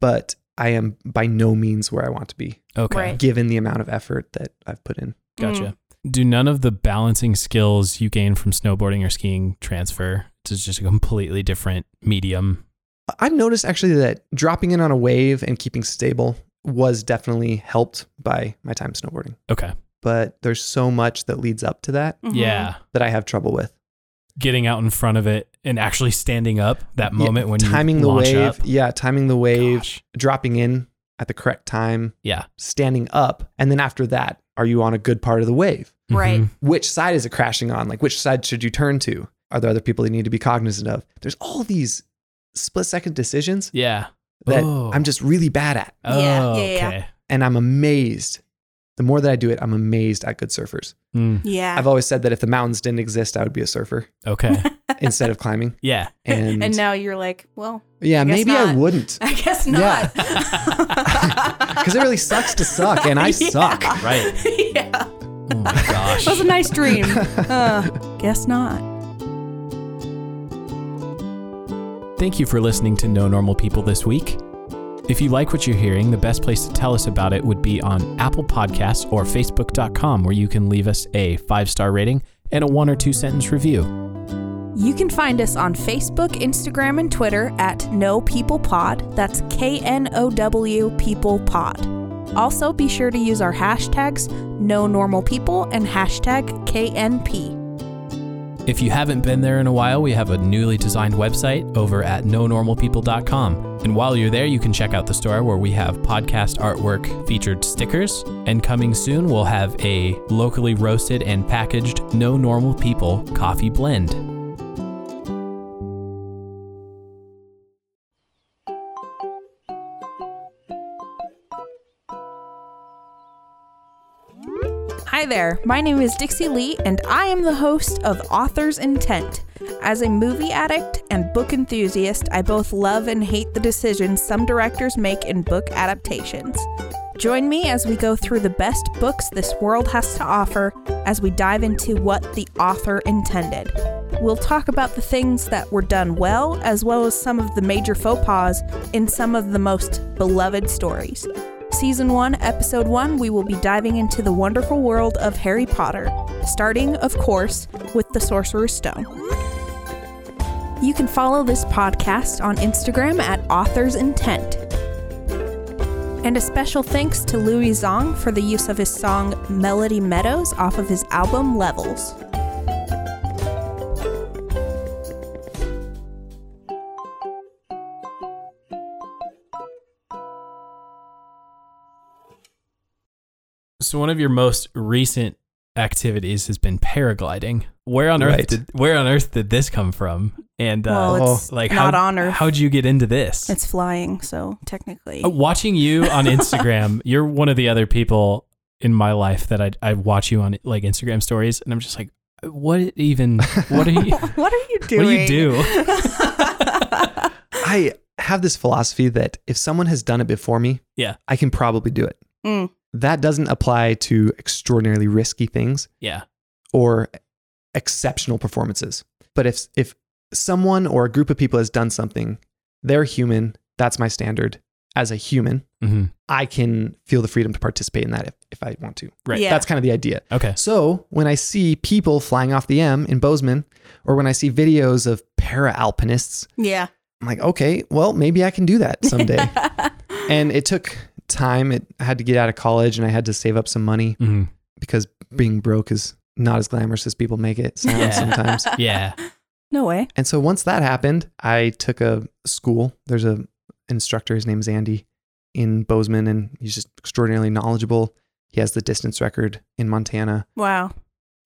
Speaker 4: but I am by no means where I want to be,
Speaker 2: Okay.
Speaker 3: Right.
Speaker 4: given the amount of effort that I've put in.
Speaker 3: Mm.
Speaker 2: Gotcha. Do none of the balancing skills you gain from snowboarding or skiing transfer? It's just a completely different medium.
Speaker 4: I've noticed actually that dropping in on a wave and keeping stable was definitely helped by my time snowboarding.
Speaker 2: Okay.
Speaker 4: But there's so much that leads up to that
Speaker 3: Mhm.
Speaker 2: Yeah.
Speaker 4: that I have trouble with.
Speaker 2: Getting out in front of it and actually standing up that
Speaker 4: Yeah,
Speaker 2: moment when
Speaker 4: timing
Speaker 2: you
Speaker 4: the
Speaker 2: launch
Speaker 4: wave,
Speaker 2: up.
Speaker 4: yeah, timing the wave,
Speaker 2: Gosh.
Speaker 4: dropping in at the correct time,
Speaker 2: Yeah.
Speaker 4: standing up, and then after that, are you on a good part of the wave?
Speaker 3: Right.
Speaker 2: Mhm.
Speaker 4: Which side is it crashing on? Like which side should you turn to? Are there other people you need to be cognizant of? There's all these split second decisions
Speaker 2: Yeah.
Speaker 4: that
Speaker 2: Oh.
Speaker 4: I'm just really bad at.
Speaker 3: Yeah,
Speaker 2: Oh,
Speaker 3: yeah,
Speaker 2: okay.
Speaker 3: yeah.
Speaker 4: and I'm amazed. The more that I do it, I'm amazed at good surfers.
Speaker 2: Mm,
Speaker 3: Yeah.
Speaker 4: I've always said that if the mountains didn't exist, I would be a surfer
Speaker 2: okay.
Speaker 4: instead of climbing.
Speaker 2: yeah.
Speaker 4: And,
Speaker 3: now you're like, well,
Speaker 4: yeah,
Speaker 3: guess
Speaker 4: maybe I
Speaker 3: not.
Speaker 4: wouldn't
Speaker 3: I guess
Speaker 4: Yeah.
Speaker 3: not.
Speaker 4: because it really sucks to suck, and I
Speaker 3: Yeah.
Speaker 4: suck.
Speaker 2: Right.
Speaker 3: yeah.
Speaker 2: Oh my gosh.
Speaker 3: That was a nice dream. Uh, guess not.
Speaker 2: Thank you for listening to No Normal People this week. If you like what you're hearing, the best place to tell us about it would be on Apple Podcasts or Facebook.com, where you can leave us a five star rating and a one or two sentence review.
Speaker 3: You can find us on Facebook, Instagram, and Twitter at No People Pod. That's K N O W People Pod. Also, be sure to use our hashtags No Normal People and hashtag KNP.
Speaker 2: If you haven't been there in a while, we have a newly designed website over at nonormalpeople.com. And while you're there, you can check out the store where we have podcast artwork featured stickers. And coming soon, we'll have a locally roasted and packaged No Normal People coffee blend.
Speaker 3: Hi there, my name is Dixie Lee, and I am the host of Author's Intent. As a movie addict and book enthusiast, I both love and hate the decisions some directors make in book adaptations. Join me as we go through the best books this world has to offer as we dive into what the author intended. We'll talk about the things that were done well, as well as some of the major faux pas in some of the most beloved stories. Season 1, Episode 1, we will be diving into the wonderful world of Harry Potter, starting, of course, with the Sorcerer's Stone. You can follow this podcast on Instagram at Author's Intent. And a special thanks to Louis Zong for the use of his song Melody Meadows off of his album Levels.
Speaker 2: So one of your most recent activities has been paragliding. Where on earth
Speaker 4: Right.
Speaker 2: did where on earth did this come from? And uh,
Speaker 3: well, it's
Speaker 2: like
Speaker 3: not
Speaker 2: how,
Speaker 3: on Earth.
Speaker 2: how'd you get into this?
Speaker 3: it's flying, so technically.
Speaker 4: Oh.
Speaker 2: Uh, Watching you on Instagram, you're one of the other people in my life that I I watch you on like Instagram stories, and I'm just like, what even? What are you? what
Speaker 3: what are you doing?
Speaker 2: do you do?
Speaker 4: I have this philosophy that if someone has done it before me,
Speaker 2: Yeah.
Speaker 4: I can probably do it.
Speaker 3: Mm.
Speaker 4: That doesn't apply to extraordinarily risky things
Speaker 2: Yeah,
Speaker 4: or exceptional performances. But if if someone or a group of people has done something, they're human. That's my standard. As a human,
Speaker 2: hmm
Speaker 4: I can feel the freedom to participate in that if, if I want to.
Speaker 2: Right.
Speaker 3: Yeah.
Speaker 4: That's kind of the idea.
Speaker 2: okay.
Speaker 4: So when I see people flying off the M in Bozeman, or when I see videos of para alpinists,
Speaker 3: yeah.
Speaker 4: I'm like, okay, well, maybe I can do that someday. and it took time. It I had to get out of college and I had to save up some money
Speaker 2: hmm
Speaker 4: because being broke is not as glamorous as people make it sound
Speaker 2: Yeah.
Speaker 4: sometimes.
Speaker 2: Yeah.
Speaker 3: No way.
Speaker 4: And so once that happened, I took a school. There's a instructor, his name's Andy in Bozeman, and he's just extraordinarily knowledgeable. He has the distance record in Montana.
Speaker 3: Wow.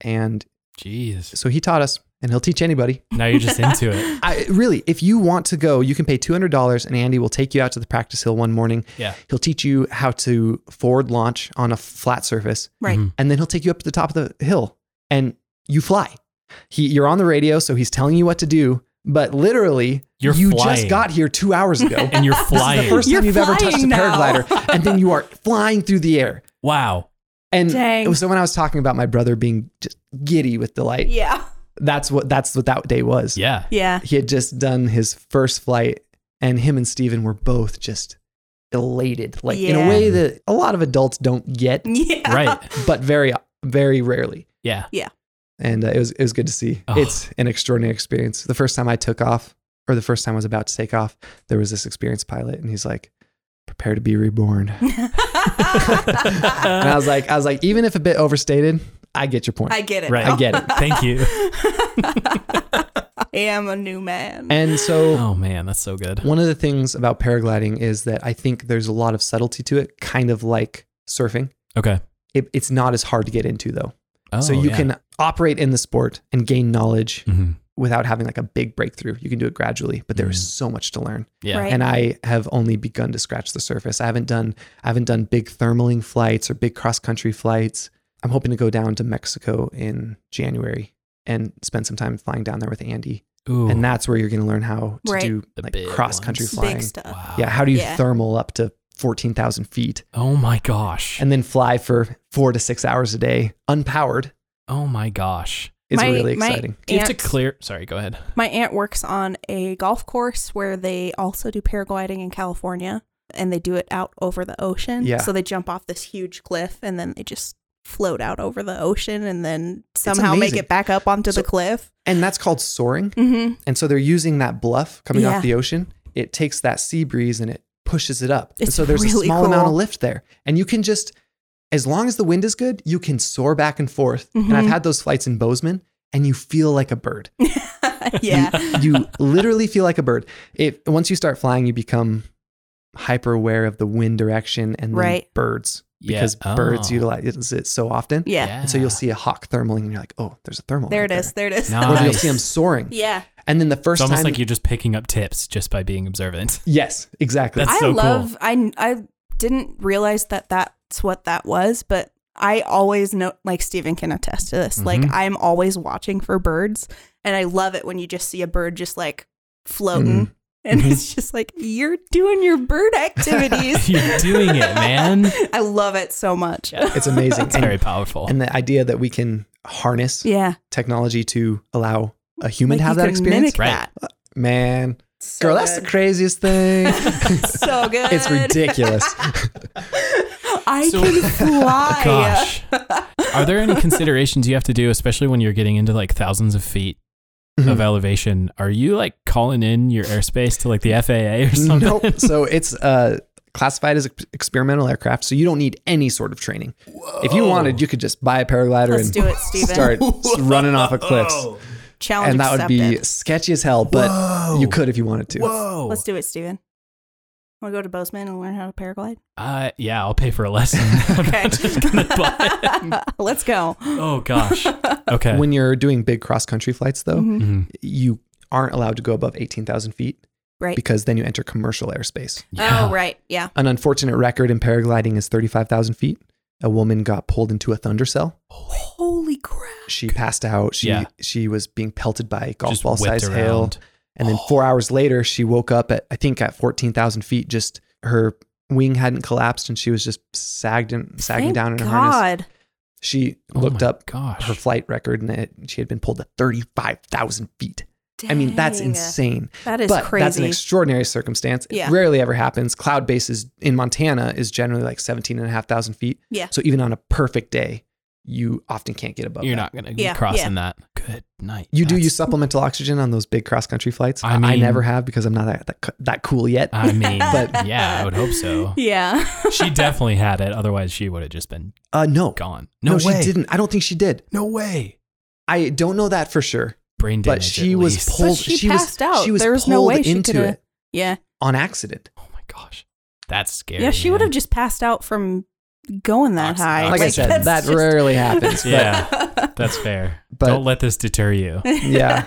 Speaker 4: And
Speaker 2: Jeez.
Speaker 4: so he taught us and he'll teach anybody.
Speaker 2: Now you're just into it.
Speaker 4: I, really, if you want to go, you can pay $200 and Andy will take you out to the practice hill one morning.
Speaker 2: Yeah.
Speaker 4: He'll teach you how to forward launch on a flat surface
Speaker 3: Right.
Speaker 2: Mhm.
Speaker 4: and then he'll take you up to the top of the hill and you fly. He, you're on the radio, so he's telling you what to do, but literally,
Speaker 2: You're
Speaker 4: you
Speaker 2: flying.
Speaker 4: just got here two hours ago.
Speaker 2: And you're
Speaker 4: this is
Speaker 2: flying.
Speaker 4: the first
Speaker 3: You're
Speaker 4: time you've ever touched a
Speaker 3: flying now.
Speaker 4: paraglider, and then you are flying through the air.
Speaker 2: wow.
Speaker 4: And
Speaker 3: Dang.
Speaker 4: so when I was talking about my brother being just giddy with delight,
Speaker 3: Yeah.
Speaker 4: that's what that's what that day was.
Speaker 2: Yeah.
Speaker 3: Yeah.
Speaker 4: He had just done his first flight, and him and Steven were both just elated, like in
Speaker 3: Yeah. Mm.
Speaker 4: a way that a lot of adults don't get,
Speaker 3: Yeah.
Speaker 2: Right.
Speaker 4: but very very rarely.
Speaker 2: Yeah.
Speaker 4: and uh, it was it was good to see.
Speaker 2: Oh.
Speaker 4: It's an extraordinary experience. The first time I took off, or the first time I was about to take off, there was this experienced pilot, and he's like, "Prepare to be reborn." And I was like, I was like, even if a bit overstated, I get your point.
Speaker 3: I get it.
Speaker 2: Right.
Speaker 3: now.
Speaker 4: I get it.
Speaker 2: Thank you.
Speaker 3: I am a new man.
Speaker 4: and so
Speaker 2: Oh man, that's so good.
Speaker 4: one of the things about paragliding is that I think there's a lot of subtlety to it, kind of like surfing.
Speaker 2: Okay.
Speaker 4: It, it's not as hard to get into though.
Speaker 2: Oh,
Speaker 4: so you
Speaker 2: yeah.
Speaker 4: can operate in the sport and gain knowledge
Speaker 2: Mhm.
Speaker 4: without having like a big breakthrough. You can do it gradually, but there
Speaker 2: Mm.
Speaker 4: is so much to learn.
Speaker 2: Yeah.
Speaker 3: Right.
Speaker 4: and I have only begun to scratch the surface. I haven't done I haven't done big thermaling flights or big cross country flights. I'm hoping to go down to Mexico in January and spend some time flying down there with Andy.
Speaker 2: Ooh.
Speaker 4: And that's where you're going to learn how to
Speaker 3: Right.
Speaker 4: do
Speaker 2: The
Speaker 4: like
Speaker 2: big
Speaker 4: cross country
Speaker 2: ones.
Speaker 4: flying.
Speaker 3: Big stuff.
Speaker 2: Wow.
Speaker 4: Yeah, how do you
Speaker 3: Yeah.
Speaker 4: thermal up to 14,000 feet
Speaker 2: Oh my gosh.
Speaker 4: and then fly for 4 to 6 hours a day unpowered?
Speaker 2: oh my gosh.
Speaker 4: It's
Speaker 3: My-
Speaker 4: really
Speaker 3: my
Speaker 4: exciting.
Speaker 2: Do you have to
Speaker 3: aunt-
Speaker 2: clear? Sorry, go ahead.
Speaker 3: My aunt works on a golf course where they also do paragliding in California and they do it out over the ocean.
Speaker 4: Yeah.
Speaker 3: So they jump off this huge cliff and then they just float out over the ocean and then somehow make
Speaker 4: amazing.
Speaker 3: it back up onto
Speaker 4: So-
Speaker 3: the cliff.
Speaker 4: And that's called soaring.
Speaker 3: Mm-hmm.
Speaker 4: And so they're using that bluff coming
Speaker 3: Yeah.
Speaker 4: off the ocean. It takes that sea breeze and it pushes it up. and
Speaker 3: It's
Speaker 4: so there's
Speaker 3: really
Speaker 4: a small amount of
Speaker 3: cool.
Speaker 4: lift there. And you can just, as long as the wind is good, you can soar back and forth. And I've
Speaker 3: Mhm.
Speaker 4: had those flights in Bozeman and you feel like a bird.
Speaker 3: yeah.
Speaker 4: You literally feel like a bird. If once you start flying, you become hyper aware of the wind direction and then
Speaker 3: Right.
Speaker 4: birds
Speaker 2: Yeah.
Speaker 4: because birds
Speaker 2: Oh.
Speaker 4: utilize it so often.
Speaker 3: Yeah.
Speaker 4: And so you'll see a hawk thermaling and you're like, oh, there's a thermal.
Speaker 3: There
Speaker 4: right
Speaker 3: it is. There it is.
Speaker 2: Nice.
Speaker 4: Or you'll see them soaring.
Speaker 3: yeah.
Speaker 4: And then the first
Speaker 2: It's almost
Speaker 4: time.
Speaker 2: like you're just picking up tips just by being observant.
Speaker 4: yes, exactly.
Speaker 2: That's
Speaker 3: I
Speaker 2: so cool.
Speaker 3: love I I didn't realize that that's what that was, but I always know like Stephen can attest to this. Like
Speaker 4: Mm-hmm.
Speaker 2: Mhm.
Speaker 3: I'm always watching for birds and I love it when you just see a bird just like floating and
Speaker 4: Mhm.
Speaker 3: it's just like you're doing your bird activities.
Speaker 2: You're doing it, man.
Speaker 3: I love it so much. Yeah.
Speaker 4: It's amazing.
Speaker 2: It's
Speaker 4: and,
Speaker 2: very powerful.
Speaker 4: and the idea that we can harness technology to allow a human
Speaker 3: Like,
Speaker 4: to
Speaker 3: you
Speaker 4: have that
Speaker 3: can
Speaker 4: experience.
Speaker 3: mimic
Speaker 2: Right.
Speaker 3: that.
Speaker 4: Man,
Speaker 3: So
Speaker 4: girl, that's the
Speaker 3: good.
Speaker 4: craziest thing.
Speaker 3: so good.
Speaker 4: it's ridiculous.
Speaker 3: I
Speaker 2: So-
Speaker 3: can fly.
Speaker 2: Gosh. Are there any considerations you have to do, especially when you're getting into like thousands of feet
Speaker 4: Mm-hmm.
Speaker 2: of elevation? Are you like calling in your airspace to like the FAA or something?
Speaker 4: nope. So it's uh, classified as ex- experimental aircraft, so you don't need any sort of training. If you wanted, you could just buy a paraglider
Speaker 3: Let's
Speaker 4: and
Speaker 3: do it, Steven.
Speaker 4: start running off of cliffs,
Speaker 3: Challenge
Speaker 4: and that would
Speaker 3: accepted.
Speaker 4: be sketchy as hell. But you could if you wanted to.
Speaker 2: Whoa.
Speaker 3: Let's do it, Steven. Want to go to Bozeman and learn how to paraglide?
Speaker 2: Uh, yeah, I'll pay for a lesson.
Speaker 3: Okay.
Speaker 2: I'm not just gonna buy it.
Speaker 3: Let's go.
Speaker 2: Oh gosh. Okay.
Speaker 4: When you're doing big cross country flights, though,
Speaker 3: Mhm.
Speaker 2: Mhm.
Speaker 4: you aren't allowed to go above eighteen thousand feet
Speaker 3: Right.
Speaker 4: because then you enter commercial airspace.
Speaker 2: Yeah.
Speaker 3: Oh, right. Yeah.
Speaker 4: An unfortunate record in paragliding is thirty-five thousand feet. A woman got pulled into a thunder cell.
Speaker 3: Holy crap.
Speaker 4: She passed out. She
Speaker 2: Yeah.
Speaker 4: she was being pelted by golf
Speaker 2: Just
Speaker 4: ball
Speaker 2: whipped
Speaker 4: sized hail.
Speaker 2: around.
Speaker 4: And then four hours later, she woke up at, I think, at 14,000 feet. Just her wing hadn't collapsed and she was just sagged and sagging
Speaker 3: Thank
Speaker 4: down in her harness.
Speaker 3: God.
Speaker 4: She
Speaker 2: Oh
Speaker 4: looked
Speaker 2: my
Speaker 4: up
Speaker 2: Gosh.
Speaker 4: her flight record and it, she had been pulled to 35,000 feet. I mean, that's
Speaker 3: Dang.
Speaker 4: insane.
Speaker 3: That is
Speaker 4: but
Speaker 3: crazy.
Speaker 4: that's an extraordinary circumstance.
Speaker 3: Yeah.
Speaker 4: It rarely ever happens. Cloud bases in Montana is generally like 17,500 feet.
Speaker 3: Yeah.
Speaker 4: So even on a perfect day, you often can't get above
Speaker 2: You're
Speaker 4: that.
Speaker 2: not gonna be
Speaker 3: Yeah,
Speaker 2: crossing that. Good night.
Speaker 4: You do
Speaker 2: That's-
Speaker 4: use supplemental oxygen on those big cross country flights.
Speaker 2: I
Speaker 4: I, I
Speaker 2: mean-
Speaker 4: never have because I'm not that, that, c- that cool yet.
Speaker 2: I mean,
Speaker 3: But-
Speaker 2: yeah, I would hope
Speaker 4: Oh.
Speaker 2: so.
Speaker 3: yeah.
Speaker 2: She definitely had it. Otherwise, she would have just been
Speaker 4: Uh, no,
Speaker 2: gone.
Speaker 4: no,
Speaker 2: No, way.
Speaker 4: she didn't. I don't think she did.
Speaker 2: No way.
Speaker 4: I don't know that for sure.
Speaker 2: Brain damage.
Speaker 4: but she
Speaker 2: at
Speaker 4: was
Speaker 2: least.
Speaker 4: pulled.
Speaker 3: But she passed
Speaker 4: was,
Speaker 3: out.
Speaker 4: She was
Speaker 3: There was no
Speaker 4: pulled
Speaker 3: way she
Speaker 4: into
Speaker 3: coulda-
Speaker 4: it
Speaker 3: Yeah.
Speaker 4: on accident.
Speaker 2: Oh my gosh, that's scary.
Speaker 3: Yeah. She would have
Speaker 2: man.
Speaker 3: just passed out from going that
Speaker 2: Ox-
Speaker 3: high.
Speaker 4: Like I
Speaker 2: Like,
Speaker 4: said,
Speaker 3: that's
Speaker 4: that
Speaker 3: just-
Speaker 4: rarely happens.
Speaker 2: Yeah, that's fair.
Speaker 4: But-
Speaker 2: Don't let this deter you.
Speaker 4: But yeah,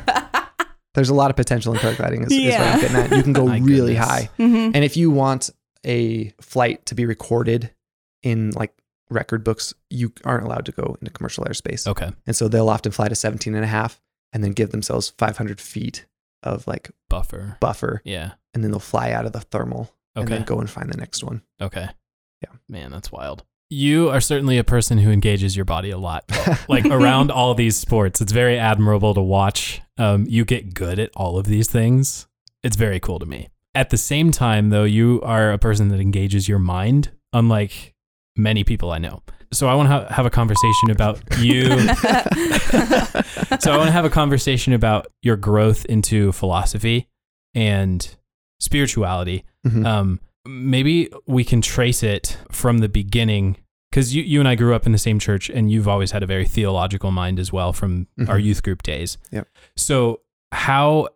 Speaker 4: there's a lot of potential in paragliding. Is, is what
Speaker 3: Yeah.
Speaker 4: I'm getting at. You can go
Speaker 2: My
Speaker 4: really
Speaker 2: goodness.
Speaker 4: high,
Speaker 3: Mhm.
Speaker 4: and if you want a flight to be recorded in like record books, you aren't allowed to go into commercial airspace.
Speaker 2: Okay,
Speaker 4: And so they'll often fly to 17 and a half and then give themselves 500 feet of like
Speaker 2: buffer.
Speaker 4: buffer
Speaker 2: Yeah.
Speaker 4: and then they'll fly out of the thermal and
Speaker 2: Okay.
Speaker 4: then go and find the next one.
Speaker 2: Okay.
Speaker 4: Yeah.
Speaker 2: Man, that's wild. You are certainly a person who engages your body a lot. Like around all these sports, it's very admirable to watch. Um, you get good at all of these things. It's very cool to me. At the same time, though, you are a person that engages your mind, unlike many people I know. So I want to ha- have a conversation about you. so I want to have a conversation about your growth into philosophy and spirituality
Speaker 4: Mhm.
Speaker 2: um, maybe we can trace it from the beginning because you, you and I grew up in the same church and you've always had a very theological mind as well from
Speaker 4: Mhm.
Speaker 2: our youth group days.
Speaker 4: Yep.
Speaker 2: So how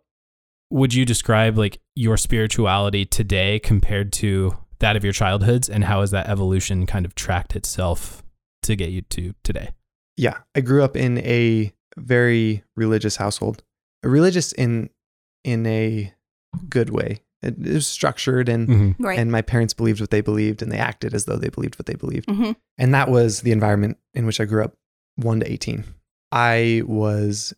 Speaker 2: would you describe like your spirituality today compared to that of your childhoods and how has that evolution kind of tracked itself to get you to today?
Speaker 4: yeah, I grew up in a very religious household. Religious in in a good way. It, it was structured and
Speaker 3: right.
Speaker 4: and my parents believed what they believed and they acted as though they believed what they believed.
Speaker 3: Mhm.
Speaker 4: And that was the environment in which I grew up, 1 to 18. I was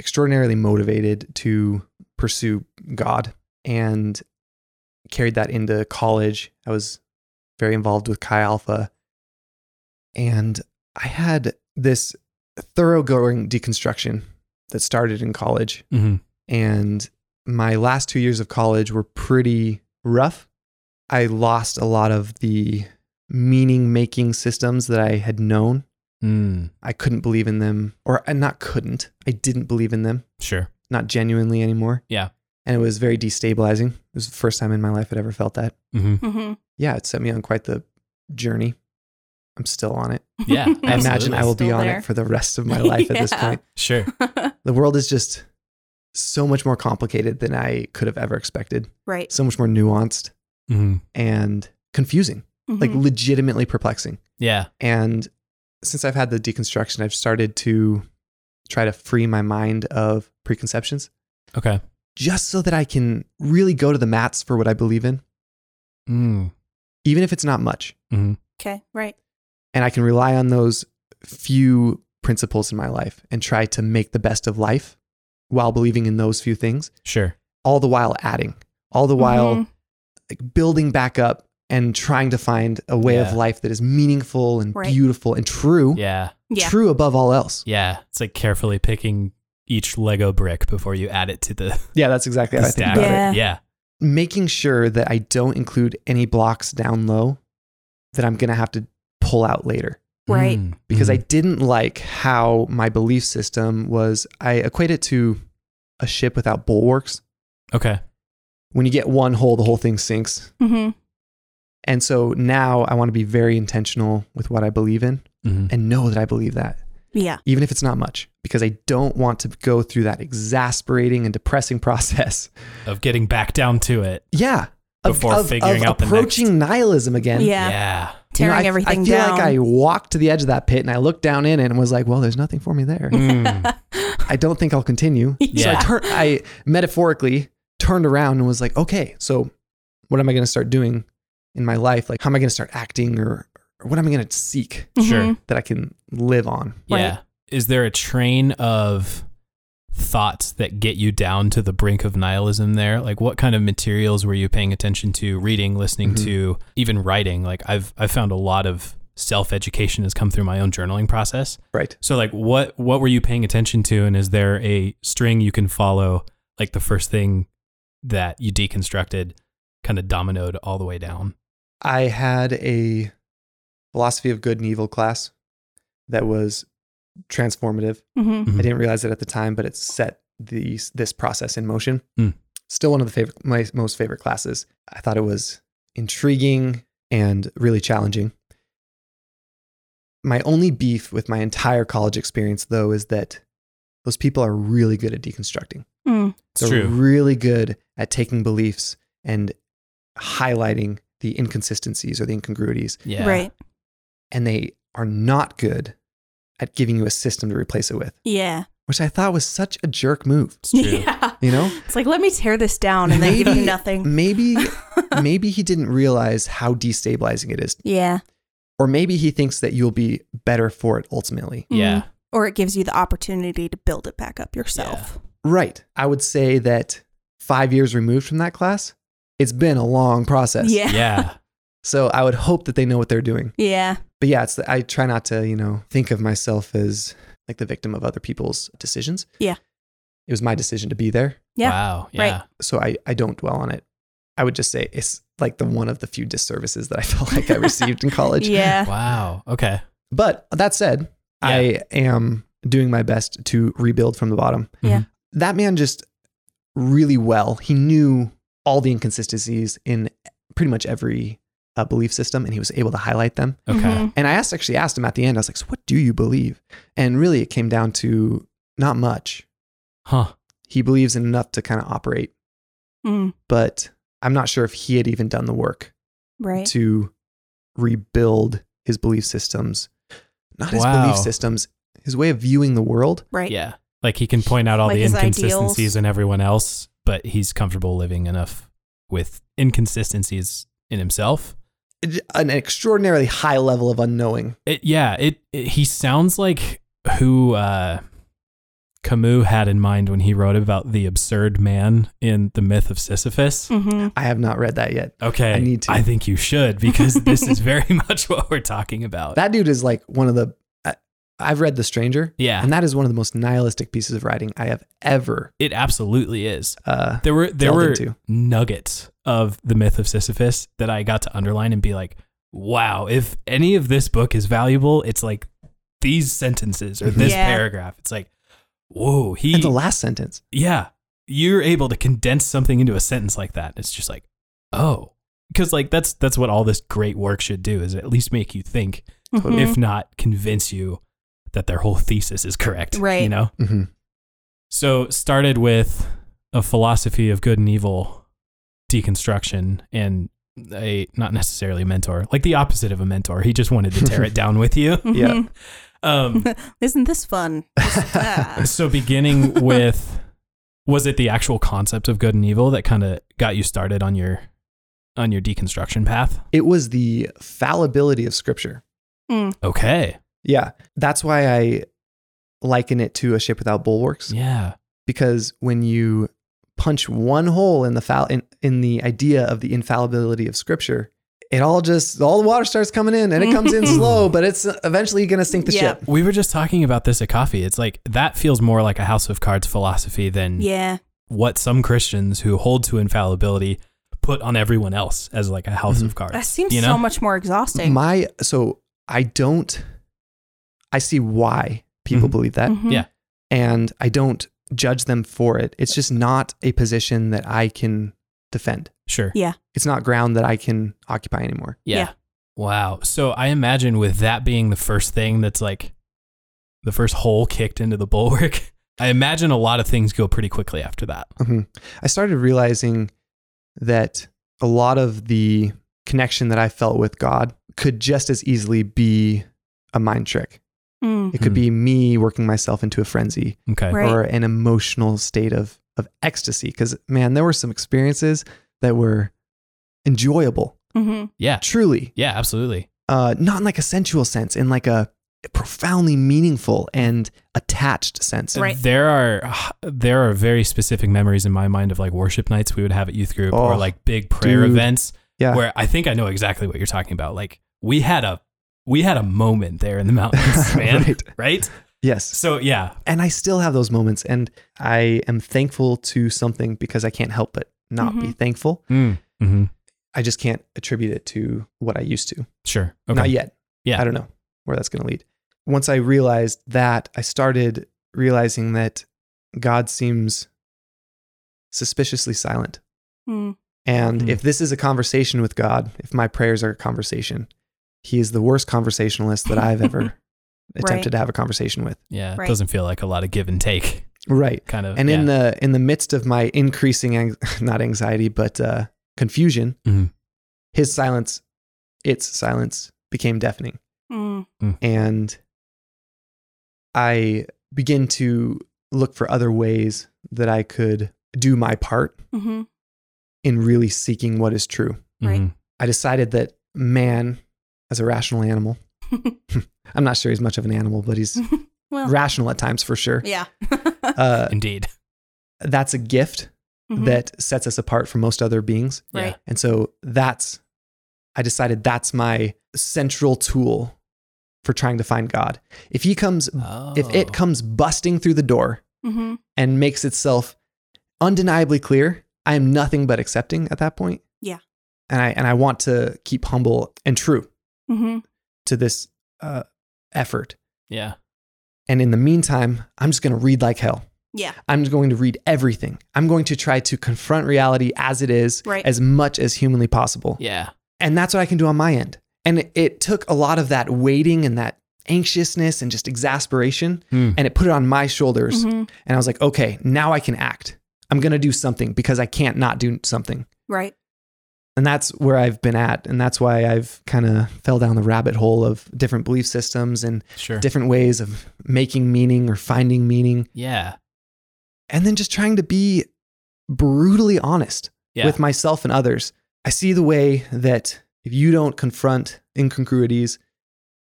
Speaker 4: extraordinarily motivated to pursue God and carried that into college. I was very involved with Chi Alpha. And I had this thoroughgoing deconstruction that started in college.
Speaker 2: Mm-hmm.
Speaker 4: And my last two years of college were pretty rough. I lost a lot of the meaning making systems that I had known.
Speaker 2: Mm,
Speaker 4: I couldn't believe in them, or uh, not couldn't, I didn't believe in them,
Speaker 2: sure.
Speaker 4: not genuinely anymore.
Speaker 2: Yeah.
Speaker 4: And it was very destabilizing. It was the first time in my life I'd ever felt that.
Speaker 2: Mm-hmm.
Speaker 3: Mhm.
Speaker 4: Yeah, it set me on quite the journey. I'm still on it.
Speaker 2: Yeah,
Speaker 4: I imagine
Speaker 2: Absolutely.
Speaker 4: I will be
Speaker 3: Still
Speaker 4: on
Speaker 3: there.
Speaker 4: it for the rest of my life at this
Speaker 3: Yeah.
Speaker 4: point.
Speaker 2: Sure.
Speaker 4: The world is just so much more complicated than I could have ever expected.
Speaker 3: right.
Speaker 4: so much more nuanced
Speaker 2: Mm-hmm.
Speaker 4: and confusing, like
Speaker 3: Mhm.
Speaker 4: legitimately perplexing.
Speaker 2: Yeah.
Speaker 4: And since I've had the deconstruction, I've started to try to free my mind of preconceptions
Speaker 2: Okay.
Speaker 4: just so that I can really go to the mats for what I believe in,
Speaker 2: Mm.
Speaker 4: even if it's not much.
Speaker 3: okay. Right.
Speaker 4: And I can rely on those few principles in my life and try to make the best of life while believing in those few things,
Speaker 2: Sure.
Speaker 4: all the while adding, all the while
Speaker 3: Mhm.
Speaker 4: like building back up and trying to find a way of
Speaker 2: Yeah.
Speaker 4: life that is meaningful and
Speaker 3: Right.
Speaker 4: beautiful and true,
Speaker 2: Yeah.
Speaker 3: Yeah.
Speaker 4: true above all else.
Speaker 2: Yeah, it's like carefully picking each Lego brick before you add it to the,
Speaker 4: Yeah, that's exactly
Speaker 2: the
Speaker 4: how I think
Speaker 2: stack.
Speaker 4: about it.
Speaker 3: Yeah.
Speaker 2: Yeah.
Speaker 4: Making sure that I don't include any blocks down low that I'm going to have to pull out later
Speaker 3: Right.
Speaker 2: Mm.
Speaker 4: because I
Speaker 2: Mm.
Speaker 4: didn't like how my belief system was. I equate it to a ship without bulwarks.
Speaker 2: Mm. okay. Hmm.
Speaker 4: When you get one hole, the whole thing sinks.
Speaker 3: Mhm.
Speaker 4: And so now I want to be very intentional with what I believe in
Speaker 2: Mhm.
Speaker 4: and know that I believe that,
Speaker 3: Yeah.
Speaker 4: even if it's not much, because I don't want to go through that exasperating and depressing process.
Speaker 2: of getting back down to it.
Speaker 4: Yeah.
Speaker 2: Before figuring out the next-
Speaker 4: approaching nihilism again.
Speaker 3: Yeah.
Speaker 2: yeah.
Speaker 4: You know,
Speaker 3: Tearing
Speaker 4: I-
Speaker 3: everything
Speaker 4: I feel
Speaker 3: down.
Speaker 4: like I walked to the edge of that pit and I looked down in it and was like, well, there's nothing for me there.
Speaker 3: Mm.
Speaker 4: Mm. I don't think I'll continue. So I
Speaker 2: Yeah.
Speaker 4: tur- I metaphorically turned around and was like, okay, so what am I going to start doing in my life? Like, how am I going to start acting or, or what am I going to seek
Speaker 2: Sure.
Speaker 3: Mhm.
Speaker 4: that I can live on?
Speaker 2: Yeah. Is there a train of thoughts that get you down to the brink of nihilism there? Like what kind of materials were you paying attention to, reading, listening
Speaker 4: Mhm.
Speaker 2: to, even writing? Like I've I've found a lot of self-education has come through my own journaling process.
Speaker 4: Right.
Speaker 2: So like what what were you paying attention to and is there a string you can follow like the first thing that you deconstructed kind of dominoed all the way down?
Speaker 4: I had a philosophy of good and evil class that was transformative.
Speaker 3: Mhm.
Speaker 4: I didn't realize it at the time, but it set these this process in motion.
Speaker 2: Mm.
Speaker 4: Still one of the favorite, my most favorite classes. I thought it was intriguing and really challenging. My only beef with my entire college experience, though, is that those people are really good at deconstructing.
Speaker 3: Mm.
Speaker 4: They're really good at taking beliefs and highlighting the inconsistencies or the incongruities,
Speaker 2: Yeah.
Speaker 3: Right.
Speaker 4: and they are not good at giving you a system to replace it with,
Speaker 3: Yeah.
Speaker 4: which I thought was such a jerk move.
Speaker 2: It's true.
Speaker 3: Yeah.
Speaker 4: You know,
Speaker 3: It's like, let me tear this down and then give you
Speaker 4: Maybe-
Speaker 3: nothing.
Speaker 4: maybe maybe he didn't realize how destabilizing it is,
Speaker 3: yeah.
Speaker 4: or maybe he thinks that you'll be better for it ultimately.
Speaker 2: Yeah.
Speaker 3: Mhm. Or it gives you the opportunity to build it back up yourself.
Speaker 4: Right. I would say that five years removed from that class, it's been a long process.
Speaker 3: Yeah. Yeah.
Speaker 2: Yeah.
Speaker 4: So I would hope that they know what they're doing.
Speaker 3: Yeah.
Speaker 4: But yeah, it's I try not to, you know, think of myself as like the victim of other people's decisions.
Speaker 3: Yeah.
Speaker 4: It was my decision to be there.
Speaker 3: Yeah.
Speaker 2: Wow. Yeah.
Speaker 3: Right.
Speaker 4: So I, I don't dwell on it. I would just say it's like the one of the few disservices that I felt like I received in college.
Speaker 2: Wow. Okay.
Speaker 4: But that said, I am doing my best to rebuild from the bottom.
Speaker 3: Yeah.
Speaker 2: Mhm.
Speaker 4: That man just really well. He knew all the inconsistencies in pretty much every uh, belief system, and he was able to highlight them.
Speaker 2: Okay.
Speaker 3: Mhm.
Speaker 4: And I asked, actually asked him at the end. I was like, "So, what do you believe?" And really, it came down to not much.
Speaker 2: Huh.
Speaker 4: He believes in enough to kind of operate,
Speaker 3: Mm.
Speaker 4: but I'm not sure if he had even done the work
Speaker 3: Right.
Speaker 4: to rebuild his belief systems, not his
Speaker 2: Wow.
Speaker 4: belief systems, his way of viewing the world.
Speaker 3: Right.
Speaker 2: Yeah. Like he can point out all
Speaker 3: Like
Speaker 2: the
Speaker 3: his
Speaker 2: inconsistencies
Speaker 3: ideals.
Speaker 2: in everyone else, but he's comfortable living enough with inconsistencies in himself.
Speaker 4: It- An extraordinarily high level of unknowing.
Speaker 2: It, yeah. It, it. He sounds like who uh, Camus had in mind when he wrote about the absurd man in the myth of Sisyphus.
Speaker 3: Mhm.
Speaker 4: I have not read that yet.
Speaker 2: Okay.
Speaker 4: Hmm. I need to.
Speaker 2: I think you should because this is very much what we're talking about.
Speaker 4: That dude is like one of the. I, I've read The Stranger,
Speaker 2: yeah.
Speaker 4: and that is one of the most nihilistic pieces of writing I have ever.
Speaker 2: it absolutely is.
Speaker 4: Uh,
Speaker 2: there were there
Speaker 4: delved
Speaker 2: were
Speaker 4: into.
Speaker 2: nuggets of the myth of Sisyphus that I got to underline and be like, wow, if any of this book is valuable, it's like these sentences or this
Speaker 3: Mhm. Yeah.
Speaker 2: paragraph. It's like, whoa, he
Speaker 4: and the last sentence.
Speaker 2: yeah, you're able to condense something into a sentence like that. It's just like, oh, because like that's that's what all this great work should do is at least make you think,
Speaker 3: Mhm.
Speaker 2: if not convince you that their whole thesis is correct. You
Speaker 3: Right.
Speaker 2: know.
Speaker 4: Mm-hmm.
Speaker 2: So started with a philosophy of good and evil deconstruction and a not necessarily a mentor, like the opposite of a mentor. He just wanted to tear it down with you.
Speaker 4: Yeah.
Speaker 3: Mhm.
Speaker 2: Um,
Speaker 3: Isn't this fun? Ah.
Speaker 2: so beginning with was it the actual concept of good and evil that kind of got you started on your on your deconstruction path?
Speaker 4: It was the fallibility of scripture.
Speaker 3: Mm.
Speaker 2: Okay.
Speaker 4: Yeah. That's why I liken it to a ship without bulwarks
Speaker 2: Yeah.
Speaker 4: because when you punch one hole in the fal- in, in the idea of the infallibility of scripture, it all just all the water starts coming in and it comes in slow, but it's eventually going to sink the
Speaker 3: Yeah.
Speaker 4: ship.
Speaker 2: We were just talking about this at coffee. It's like that feels more like a House of Cards philosophy than
Speaker 3: Yeah.
Speaker 2: what some Christians who hold to infallibility put on everyone else as like a house of cards.
Speaker 3: That seems
Speaker 2: you know?
Speaker 3: so much more exhausting.
Speaker 4: My so I don't I see why people
Speaker 2: Mhm.
Speaker 4: believe that.
Speaker 3: Mhm.
Speaker 2: Yeah.
Speaker 4: and I don't judge them for it. It's just not a position that I can defend.
Speaker 2: Sure.
Speaker 3: Yeah.
Speaker 4: It's not ground that I can occupy anymore.
Speaker 3: Yeah.
Speaker 2: Wow. So I imagine with that being the first thing that's like the first hole kicked into the bulwark, I imagine a lot of things go pretty quickly after that.
Speaker 4: I started realizing that a lot of the connection that I felt with God could just as easily be a mind trick.
Speaker 3: Mm.
Speaker 4: It could
Speaker 2: Hmm.
Speaker 4: be me working myself into a frenzy
Speaker 2: Okay.
Speaker 3: Right.
Speaker 4: or an emotional state of of ecstasy cuz man, there were some experiences that were enjoyable,
Speaker 3: Mhm.
Speaker 2: Yeah.
Speaker 4: truly.
Speaker 2: Yeah, absolutely.
Speaker 4: Uh not in like a sensual sense, in like a profoundly meaningful and attached sense.
Speaker 3: Right.
Speaker 2: There are there are very specific memories in my mind of like worship nights we would have at youth group or
Speaker 4: Oh,
Speaker 2: like big prayer
Speaker 4: dude.
Speaker 2: events
Speaker 4: Yeah.
Speaker 2: where I think I know exactly what you're talking about. Like we had a we had a moment there in the mountains, man.
Speaker 4: Right.
Speaker 2: right?
Speaker 4: Yes.
Speaker 2: So yeah,
Speaker 4: and I still have those moments and I am thankful to something because I can't help but not be thankful.
Speaker 2: Mm. hmm
Speaker 4: I just can't attribute it to what I used to.
Speaker 2: Sure. Okay.
Speaker 4: Not yet.
Speaker 2: Yeah.
Speaker 4: I don't know where that's going to lead. Once I realized that, I started realizing that God seems suspiciously silent.
Speaker 3: Mm.
Speaker 4: And
Speaker 2: Hmm.
Speaker 4: if this is a conversation with God, if my prayers are a conversation, he is the worst conversationalist that I've ever attempted to have a conversation with.
Speaker 2: Yeah, it
Speaker 3: Right.
Speaker 2: doesn't feel like a lot of give and take,
Speaker 4: Right.
Speaker 2: kind of.
Speaker 4: and
Speaker 2: yeah.
Speaker 4: in the in the midst of my increasing ang- not anxiety but uh, confusion
Speaker 2: Mhm.
Speaker 4: his silence its silence became deafening
Speaker 3: Mm.
Speaker 4: and i begin to look for other ways that i could do my part
Speaker 3: Mhm.
Speaker 4: in really seeking what is true
Speaker 3: right.
Speaker 2: Mhm.
Speaker 4: i decided that man as a rational animal i'm not sure he's much of an animal but he's
Speaker 3: Well,
Speaker 4: rational at times for sure
Speaker 3: yeah.
Speaker 4: uh,
Speaker 2: indeed.
Speaker 4: that's a gift
Speaker 3: Mhm.
Speaker 4: that sets us apart from most other beings
Speaker 3: Right.
Speaker 2: Yeah.
Speaker 4: And so that's, I decided that's my central tool for trying to find God. If he comes, if
Speaker 2: Oh.
Speaker 4: it comes busting through the door
Speaker 3: Mhm.
Speaker 4: and makes itself undeniably clear, I am nothing but accepting at that point.
Speaker 3: Yeah.
Speaker 4: And I, and I want to keep humble and true
Speaker 3: Mhm.
Speaker 4: to this uh, effort.
Speaker 2: yeah,
Speaker 4: And in the meantime, I'm just going to read like hell.
Speaker 3: Yeah.
Speaker 4: I'm going to read everything. I'm going to try to confront reality as it is
Speaker 3: Right.
Speaker 4: as much as humanly possible.
Speaker 2: yeah,
Speaker 4: And that's what I can do on my end. And it, it took a lot of that waiting and that anxiousness and just exasperation
Speaker 2: Hmm.
Speaker 4: and it put it on my shoulders.
Speaker 3: Mhm.
Speaker 4: And I was like, okay, now I can act. I'm going to do something because I can't not do something.
Speaker 3: Right.
Speaker 4: And that's where I've been at. And that's why I've kind of fell down the rabbit hole of different belief systems and
Speaker 2: sure.
Speaker 4: different ways of making meaning or finding meaning.
Speaker 2: yeah,
Speaker 4: And then just trying to be brutally honest
Speaker 2: yeah,
Speaker 4: with myself and others. I see the way that if you don't confront incongruities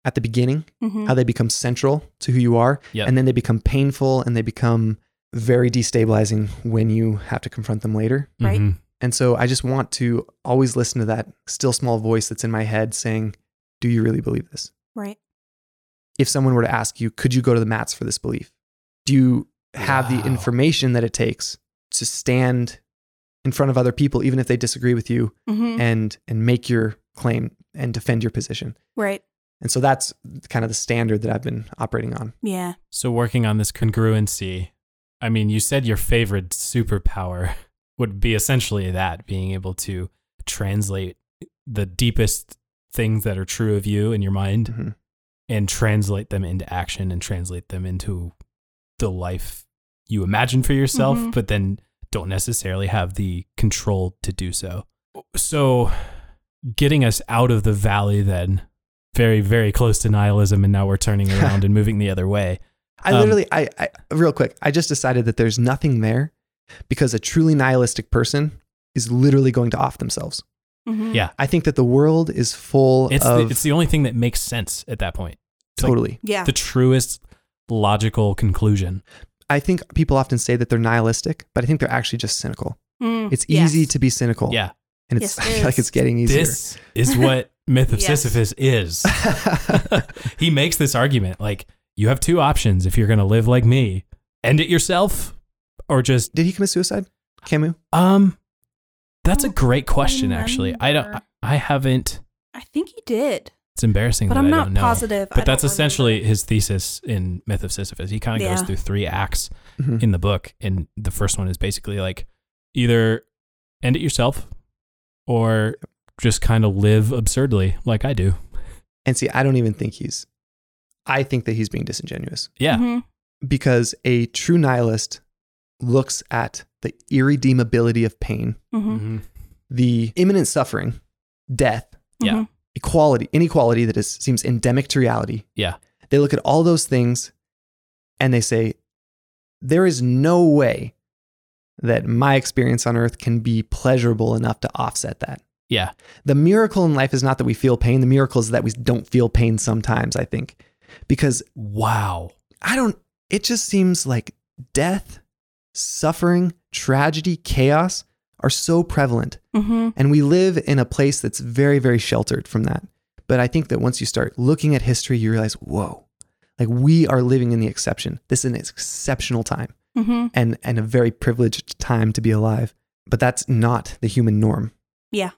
Speaker 4: at the beginning,
Speaker 3: Mhm.
Speaker 4: how they become central to who you are,
Speaker 2: Yep.
Speaker 4: and then they become painful and they become very destabilizing when you have to confront them later.
Speaker 3: right.
Speaker 2: Mhm.
Speaker 4: And so I just want to always listen to that still small voice that's in my head saying, Do you really believe this?
Speaker 3: Right.
Speaker 4: If someone were to ask you, Could you go to the mats for this belief? Do you have
Speaker 2: Wow.
Speaker 4: the information that it takes to stand in front of other people, even if they disagree with you,
Speaker 3: Mhm.
Speaker 4: and and make your claim and defend your position.
Speaker 3: Right.
Speaker 4: And so that's kind of the standard that I've been operating on.
Speaker 3: Yeah.
Speaker 2: So working on this congruency. I mean, you said your favorite superpower would be essentially that being able to translate the deepest things that are true of you in your mind
Speaker 4: Mhm.
Speaker 2: and translate them into action and translate them into the life you imagine for yourself,
Speaker 3: Mhm.
Speaker 2: but then don't necessarily have the control to do so. So, getting us out of the valley, then very, very close to nihilism, and now we're turning around and moving the other way.
Speaker 4: I
Speaker 2: Um,
Speaker 4: literally, I, I real quick, I just decided that there's nothing there because a truly nihilistic person is literally going to off themselves.
Speaker 3: Mhm.
Speaker 2: Yeah.
Speaker 4: I think that the world is full
Speaker 2: It's,
Speaker 4: of
Speaker 2: the, it's the only thing that makes sense at that point. like-
Speaker 4: totally.
Speaker 3: Yeah.
Speaker 2: The truest logical conclusion.
Speaker 4: I think people often say that they're nihilistic, but I think they're actually just cynical.
Speaker 3: Mm.
Speaker 4: It's
Speaker 3: Yes.
Speaker 4: easy to be cynical.
Speaker 2: Yeah.
Speaker 4: And it's,
Speaker 3: Yes, it
Speaker 4: I feel like
Speaker 3: is.
Speaker 4: it's getting easier.
Speaker 2: This is what Myth of
Speaker 3: Yes.
Speaker 2: Sisyphus is. he makes this argument like you have two options if you're going to live like me end it yourself or just
Speaker 4: Did he commit suicide? Camus?
Speaker 2: um that's a
Speaker 3: don't
Speaker 2: great question actually i don't
Speaker 3: remember.
Speaker 2: i haven't
Speaker 3: I think he did,
Speaker 2: it's embarrassing
Speaker 3: but
Speaker 2: that
Speaker 3: I'm
Speaker 2: I
Speaker 3: not
Speaker 2: don't know.
Speaker 3: positive.
Speaker 2: but
Speaker 3: I
Speaker 2: that's
Speaker 3: don't remember.
Speaker 2: essentially his thesis in myth of sisyphus he kind of goes
Speaker 3: Yeah.
Speaker 2: through three acts
Speaker 4: Mhm.
Speaker 2: Mm-hmm. in the book and the first one is basically like either end it yourself or just kind of live absurdly like I do.
Speaker 4: And see, I don't even think he's, I think that he's being disingenuous
Speaker 2: Yeah.
Speaker 3: Mhm.
Speaker 4: because a true nihilist looks at the irredeemability of pain,
Speaker 3: Mhm.
Speaker 2: Mm-hmm.
Speaker 4: the imminent suffering, death,
Speaker 2: Mm-hmm. Yeah.
Speaker 3: Mhm.
Speaker 4: equality, inequality that is, seems endemic to reality.
Speaker 2: Yeah.
Speaker 4: They look at all those things and they say, there is no way that my experience on earth can be pleasurable enough to offset that.
Speaker 2: Yeah.
Speaker 4: The miracle in life is not that we feel pain. The miracle is that we don't feel pain sometimes, I think, because
Speaker 2: Wow.
Speaker 4: I don't, it just seems like death, suffering, tragedy, chaos are so prevalent.
Speaker 3: Mhm.
Speaker 4: And we live in a place that's very, very sheltered from that. But I think that once you start looking at history, you realize, whoa, like we are living in the exception. This is an exceptional time
Speaker 3: Mhm.
Speaker 4: and, and a very privileged time to be alive. But that's not the human norm.
Speaker 5: Yeah.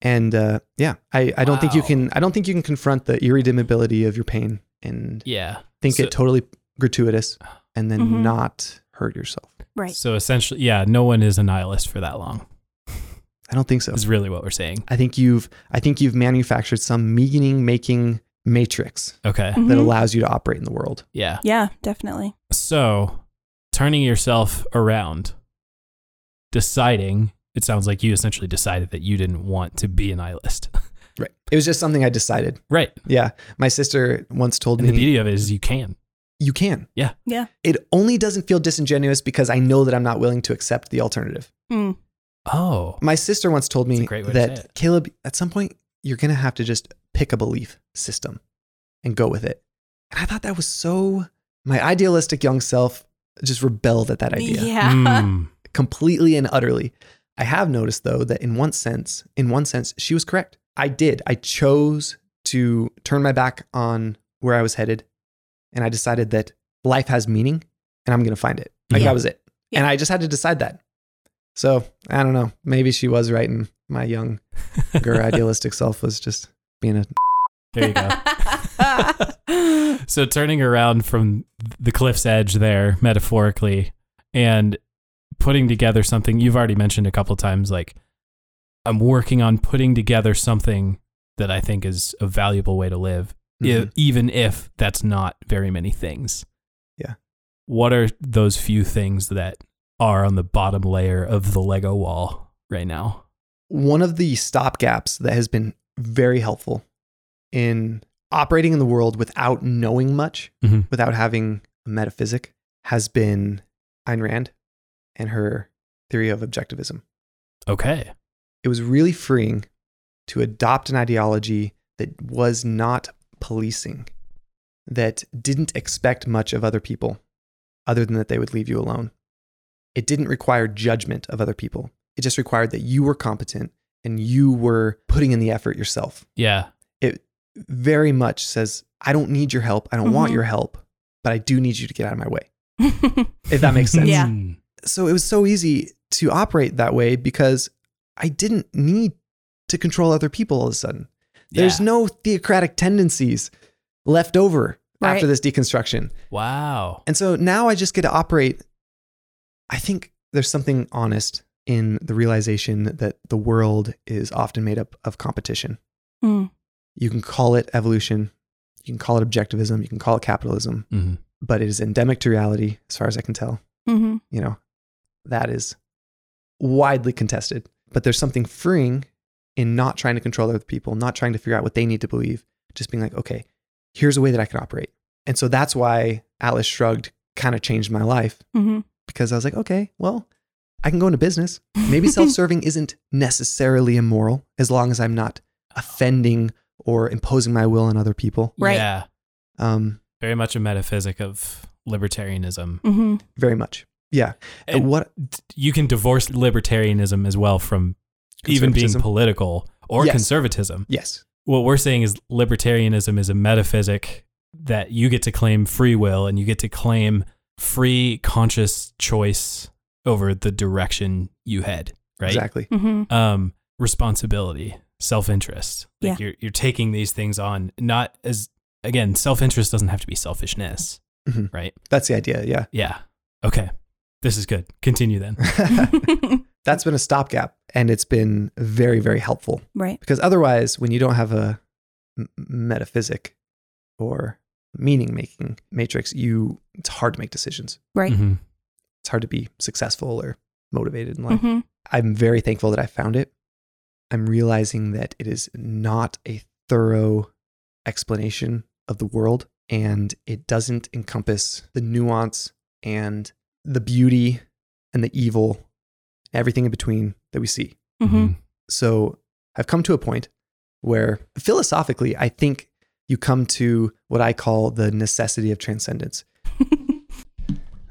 Speaker 4: And uh, yeah, I, I don't think you
Speaker 2: Wow.
Speaker 4: can I don't think you can confront the irredeemability of your pain and
Speaker 2: Yeah.
Speaker 4: think
Speaker 2: So-
Speaker 4: it totally gratuitous and then
Speaker 3: Mhm.
Speaker 4: not hurt yourself.
Speaker 3: Right.
Speaker 2: So essentially, yeah, no one is a nihilist for that long.
Speaker 4: I don't think so.
Speaker 2: Is really what we're saying.
Speaker 4: I think you've I think you've manufactured some meaning making matrix
Speaker 2: Okay.
Speaker 3: Mhm.
Speaker 4: that allows you to operate in the world.
Speaker 2: Yeah.
Speaker 3: Yeah, definitely.
Speaker 2: So, turning yourself around, deciding, it sounds like you essentially decided that you didn't want to be a nihilist.
Speaker 4: Right. It was just something I decided.
Speaker 2: right.
Speaker 4: Yeah. My sister once told
Speaker 2: And the
Speaker 4: me,
Speaker 2: beauty of it is you can.
Speaker 4: you can.
Speaker 2: Yeah.
Speaker 3: Yeah.
Speaker 4: It only doesn't feel disingenuous because I know that I'm not willing to accept the alternative.
Speaker 3: Mm.
Speaker 2: Oh.
Speaker 4: My sister once told
Speaker 2: That's
Speaker 4: me
Speaker 2: a great way to say
Speaker 4: that,
Speaker 2: it.
Speaker 4: Caleb, at some point, you're going to have to just pick a belief system and go with it. And I thought that was so, my idealistic young self just rebelled at that idea
Speaker 3: Yeah.
Speaker 2: Mm.
Speaker 4: completely and utterly. I have noticed though that in one sense, in one sense, she was correct. I did. I chose to turn my back on where I was headed, and I decided that life has meaning, and I'm going to find it. Like
Speaker 2: Yeah.
Speaker 4: that was it, and
Speaker 3: Yeah.
Speaker 4: I just had to decide that. So I don't know. Maybe she was right, and my young, girl idealistic self was just being a.
Speaker 2: There you go. so turning around from the cliff's edge there metaphorically and putting together something you've already mentioned a couple times like i'm working on putting together something that i think is a valuable way to live e-
Speaker 4: Mhm.
Speaker 2: even if that's not very many things
Speaker 4: Yeah.
Speaker 2: what are those few things that are on the bottom layer of the lego wall right now
Speaker 4: one of the stop gaps that has been very helpful in operating in the world without knowing much,
Speaker 2: Mhm.
Speaker 4: without having a metaphysic, has been Ayn Rand and her theory of objectivism.
Speaker 2: okay
Speaker 4: It was really freeing to adopt an ideology that was not policing, that didn't expect much of other people other than that they would leave you alone. It didn't require judgment of other people. It just required that you were competent and you were putting in the effort yourself.
Speaker 2: yeah
Speaker 4: It very much says, I don't need your help. I don't want
Speaker 3: Mhm.
Speaker 4: your help, but I do need you to get out of my way, if that makes sense.
Speaker 3: Yeah.
Speaker 2: Hmm.
Speaker 4: So it was so easy to operate that way because I didn't need to control other people all of a sudden. There's
Speaker 2: Yeah.
Speaker 4: no theocratic tendencies left over
Speaker 3: Right.
Speaker 4: after this deconstruction.
Speaker 2: wow
Speaker 4: And so now I just get to operate. I think there's something honest in the realization that the world is often made up of competition.
Speaker 3: Mm.
Speaker 4: You can call it evolution, you can call it objectivism, you can call it capitalism,
Speaker 2: hmm
Speaker 4: but it is endemic to reality, as far as I can tell.
Speaker 3: Mhm.
Speaker 4: You know, that is widely contested. But there's something freeing in not trying to control other people, not trying to figure out what they need to believe, just being like, okay, here's a way that I can operate. And so that's why Atlas Shrugged kind of changed my life
Speaker 3: Mhm.
Speaker 4: because I was like, okay, well, I can go into business. Maybe self serving isn't necessarily immoral as long as I'm not offending or imposing my will on other people.
Speaker 3: Right.
Speaker 2: yeah
Speaker 4: Um,
Speaker 2: very much a metaphysic of libertarianism.
Speaker 3: Mhm.
Speaker 4: very much. Yeah.
Speaker 2: And
Speaker 4: what
Speaker 2: you can divorce libertarianism as well from even being
Speaker 4: Conservatism.
Speaker 2: political or
Speaker 4: Yes.
Speaker 2: conservatism.
Speaker 4: Yes.
Speaker 2: What we're saying is libertarianism is a metaphysic that you get to claim free will and you get to claim free conscious choice over the direction you head, right?
Speaker 4: Exactly.
Speaker 3: Mhm.
Speaker 2: um, responsibility, self interest. Like you're you're taking these things on, not as again, self interest doesn't have to be selfishness,
Speaker 4: Mhm.
Speaker 2: right?
Speaker 4: That's the idea. Yeah.
Speaker 3: Mm-hmm.
Speaker 2: Yeah. Okay. This is good. Continue then.
Speaker 4: That's been a stopgap and it's been very, very helpful
Speaker 3: Right.
Speaker 4: because otherwise, when you don't have a m- metaphysic or meaning making matrix, you it's hard to make decisions.
Speaker 3: Right. Mm-hmm.
Speaker 2: Mhm.
Speaker 4: It's hard to be successful or motivated in life.
Speaker 2: mm-hmm.
Speaker 3: hmm
Speaker 4: I'm very thankful that I found it. I'm realizing that it is not a thorough explanation of the world and it doesn't encompass the nuance and the beauty and the evil, everything in between that we see.
Speaker 3: hmm
Speaker 2: Mhm.
Speaker 4: So I've come to a point where philosophically, I think you come to what I call the necessity of transcendence.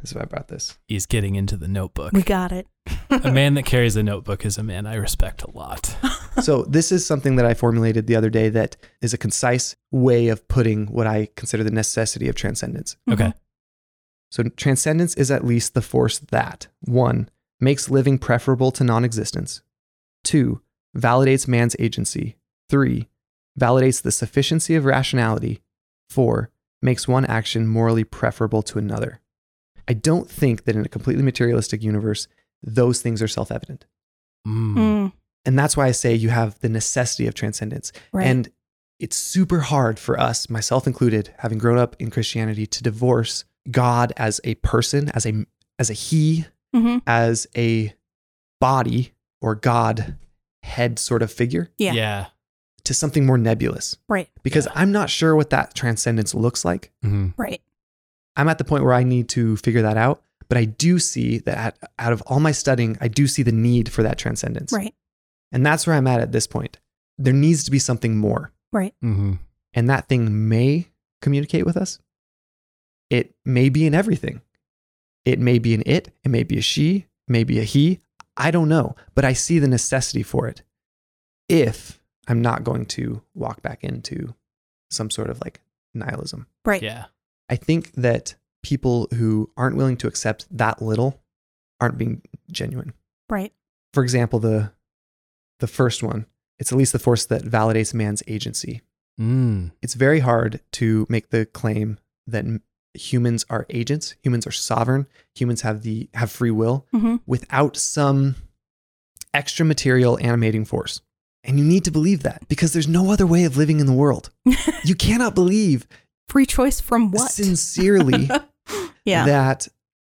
Speaker 4: This is why I brought this.
Speaker 2: He's getting into the notebook.
Speaker 3: we got it.
Speaker 2: a man that carries a notebook is a man I respect a lot.
Speaker 4: So this is something that I formulated the other day that is a concise way of putting what I consider the necessity of transcendence.
Speaker 3: Mm-hmm.
Speaker 2: Okay.
Speaker 4: So transcendence is at least the force that 1 makes living preferable to non-existence. 2 validates man's agency. 3 validates the sufficiency of rationality. 4 makes one action morally preferable to another. I don't think that in a completely materialistic universe those things are self-evident.
Speaker 2: Mm.
Speaker 3: Mm,
Speaker 4: And that's why I say you have the necessity of transcendence.
Speaker 3: right.
Speaker 4: And it's super hard for us, myself included, having grown up in Christianity, to divorce God as a person, as a as a he,
Speaker 3: hmm
Speaker 4: as a body or God head sort of figure
Speaker 3: yeah.
Speaker 2: Yeah.
Speaker 4: to something more nebulous.
Speaker 3: Right.
Speaker 4: Because I'm not sure what that transcendence looks like.
Speaker 2: Mhm.
Speaker 3: Right.
Speaker 4: I'm at the point where I need to figure that out. But I do see that out of all my studying, I do see the need for that transcendence.
Speaker 3: Right.
Speaker 4: And that's where I'm at at this point. There needs to be something more.
Speaker 3: Right.
Speaker 2: Mhm.
Speaker 4: and that thing may communicate with us. It may be in everything. It may be an it, it may be a she, it may be a he. I don't know, but I see the necessity for it if I'm not going to walk back into some sort of like nihilism.
Speaker 3: Right.
Speaker 2: Yeah.
Speaker 4: I think that people who aren't willing to accept that little aren't being genuine
Speaker 3: Right.
Speaker 4: for example, the the first one, it's at least the force that validates man's agency.
Speaker 2: Mm.
Speaker 4: It's very hard to make the claim that m- humans are agents, humans are sovereign, humans have the have free will
Speaker 3: hmm
Speaker 4: without some extra material animating force. And you need to believe that because there's no other way of living in the world. you cannot believe
Speaker 3: Free choice from what?
Speaker 4: sincerely
Speaker 3: yeah.
Speaker 4: that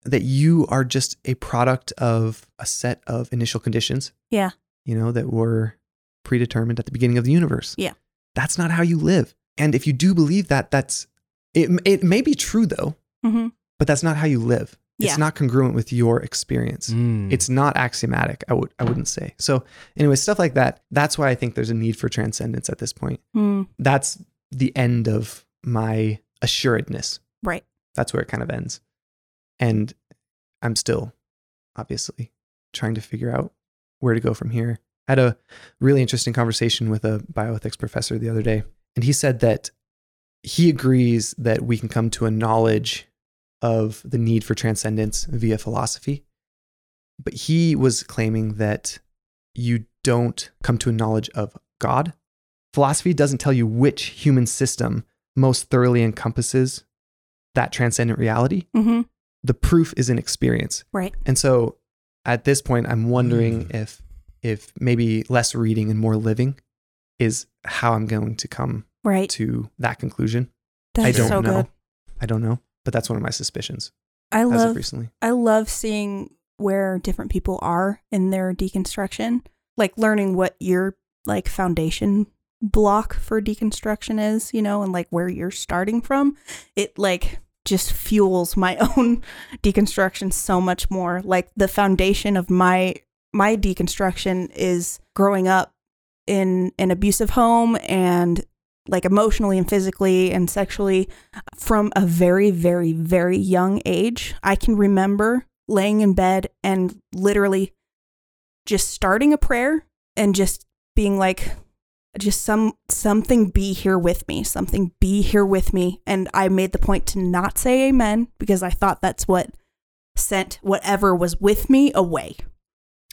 Speaker 4: that you are just a product of a set of initial conditions.
Speaker 3: Yeah.
Speaker 4: You know, that were predetermined at the beginning of the universe.
Speaker 3: Yeah.
Speaker 4: That's not how you live. And if you do believe that, that's it it may be true though,
Speaker 3: hmm
Speaker 4: but that's not how you live.
Speaker 3: Yeah.
Speaker 4: It's not congruent with your experience.
Speaker 2: Mm.
Speaker 4: It's not axiomatic, I would I wouldn't say. So anyway, stuff like that. That's why I think there's a need for transcendence at this point.
Speaker 3: Mm,
Speaker 4: That's the end of my assuredness
Speaker 3: right.
Speaker 4: that's where it kind of ends. And I'm still obviously trying to figure out where to go from here. I had a really interesting conversation with a bioethics professor the other day, and he said that he agrees that we can come to a knowledge of the need for transcendence via philosophy. But he was claiming that you don't come to a knowledge of God. Philosophy doesn't tell you which human system most thoroughly encompasses that transcendent reality.
Speaker 3: hmm
Speaker 4: The proof is in experience.
Speaker 3: Right.
Speaker 4: And so at this point, I'm wondering
Speaker 2: Mm.
Speaker 4: if if maybe less reading and more living is how I'm going to come
Speaker 3: Right.
Speaker 4: to that conclusion.
Speaker 3: That's
Speaker 4: I don't
Speaker 3: so
Speaker 4: know.
Speaker 3: good.
Speaker 4: I don't know. But that's one of my suspicions
Speaker 3: I
Speaker 4: as of
Speaker 3: love
Speaker 4: recently.
Speaker 3: I love seeing where different people are in their deconstruction, like learning what your like foundation block for deconstruction is, you know, and like where you're starting from. It like just fuels my own deconstruction so much more. Like the foundation of my my deconstruction is growing up in an abusive home and like emotionally and physically and sexually from a very, very, very young age. I can remember laying in bed and literally just starting a prayer and just being like, just some something be here with me, something be here with me. And I made the point to not say amen because I thought that's what sent whatever was with me away.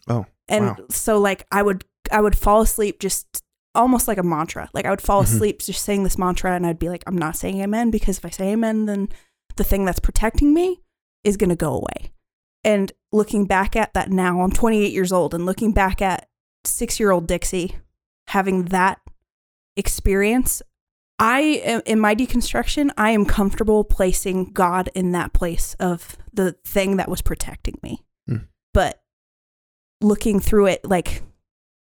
Speaker 4: Oh,
Speaker 3: And
Speaker 4: wow.
Speaker 3: so like I would I would fall asleep just almost like a mantra. Like I would fall
Speaker 4: Mhm.
Speaker 3: asleep just saying this mantra and I'd be like I'm not saying amen because if I say amen then the thing that's protecting me is going to go away. And looking back at that now, I'm 28 years old and looking back at six year old Dixie having that experience, I am in my deconstruction, I am comfortable placing God in that place of the thing that was protecting me.
Speaker 4: Mm.
Speaker 3: But looking through it, like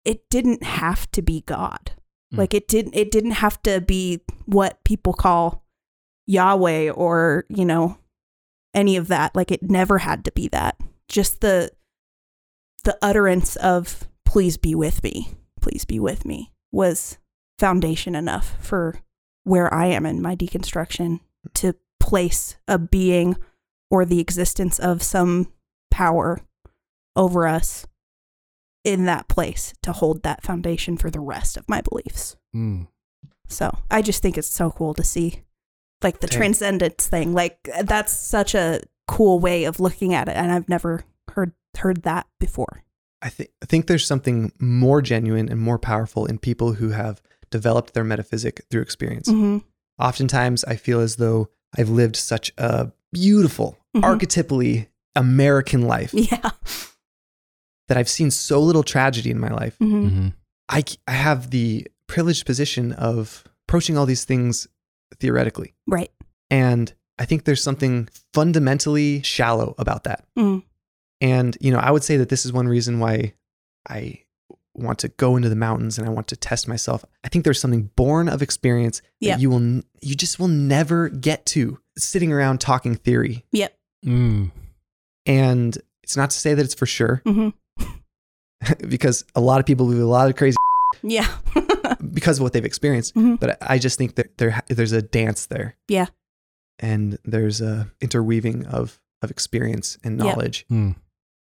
Speaker 3: it didn't have to be God.
Speaker 5: Mm.
Speaker 3: Like it didn't it didn't have to be what people call Yahweh or, you know, any of that. Like it never had to be that. Just the the utterance of please be with me, please be with me was foundation enough for where I am in my deconstruction to place a being or the existence of some power over us in that place to hold that foundation for the rest of my beliefs.
Speaker 2: Mm.
Speaker 3: So I just think it's so cool to see like the
Speaker 4: Dang.
Speaker 3: transcendence thing. Like that's such a cool way of looking at it. And I've never heard heard that before.
Speaker 4: I think I think there's something more genuine and more powerful in people who have developed their metaphysic through experience.
Speaker 3: Mm-hmm.
Speaker 4: Oftentimes I feel as though I've lived such a beautiful,
Speaker 3: Mhm.
Speaker 4: archetypally American life
Speaker 3: Yeah.
Speaker 4: that I've seen so little tragedy in my life.
Speaker 3: Mm-hmm.
Speaker 2: Mm-hmm.
Speaker 4: I c- I have the privileged position of approaching all these things theoretically.
Speaker 3: Right.
Speaker 4: And I think there's something fundamentally shallow about that.
Speaker 3: Mm.
Speaker 4: And, you know, I would say that this is one reason why I want to go into the mountains and I want to test myself. I think there's something born of experience
Speaker 3: Yeah.
Speaker 4: that you will, n- you just will never get to sitting around talking theory.
Speaker 3: Yep.
Speaker 2: Mm.
Speaker 4: And it's not to say that it's for sure
Speaker 3: Mm-hmm.
Speaker 4: because a lot of people do a lot of crazy
Speaker 3: Yeah.
Speaker 4: because of what they've experienced.
Speaker 3: Mhm.
Speaker 4: But I just think that there, there's a dance there.
Speaker 3: Yeah.
Speaker 4: And there's a interweaving of, of experience and
Speaker 3: Yep.
Speaker 4: knowledge
Speaker 2: Mm.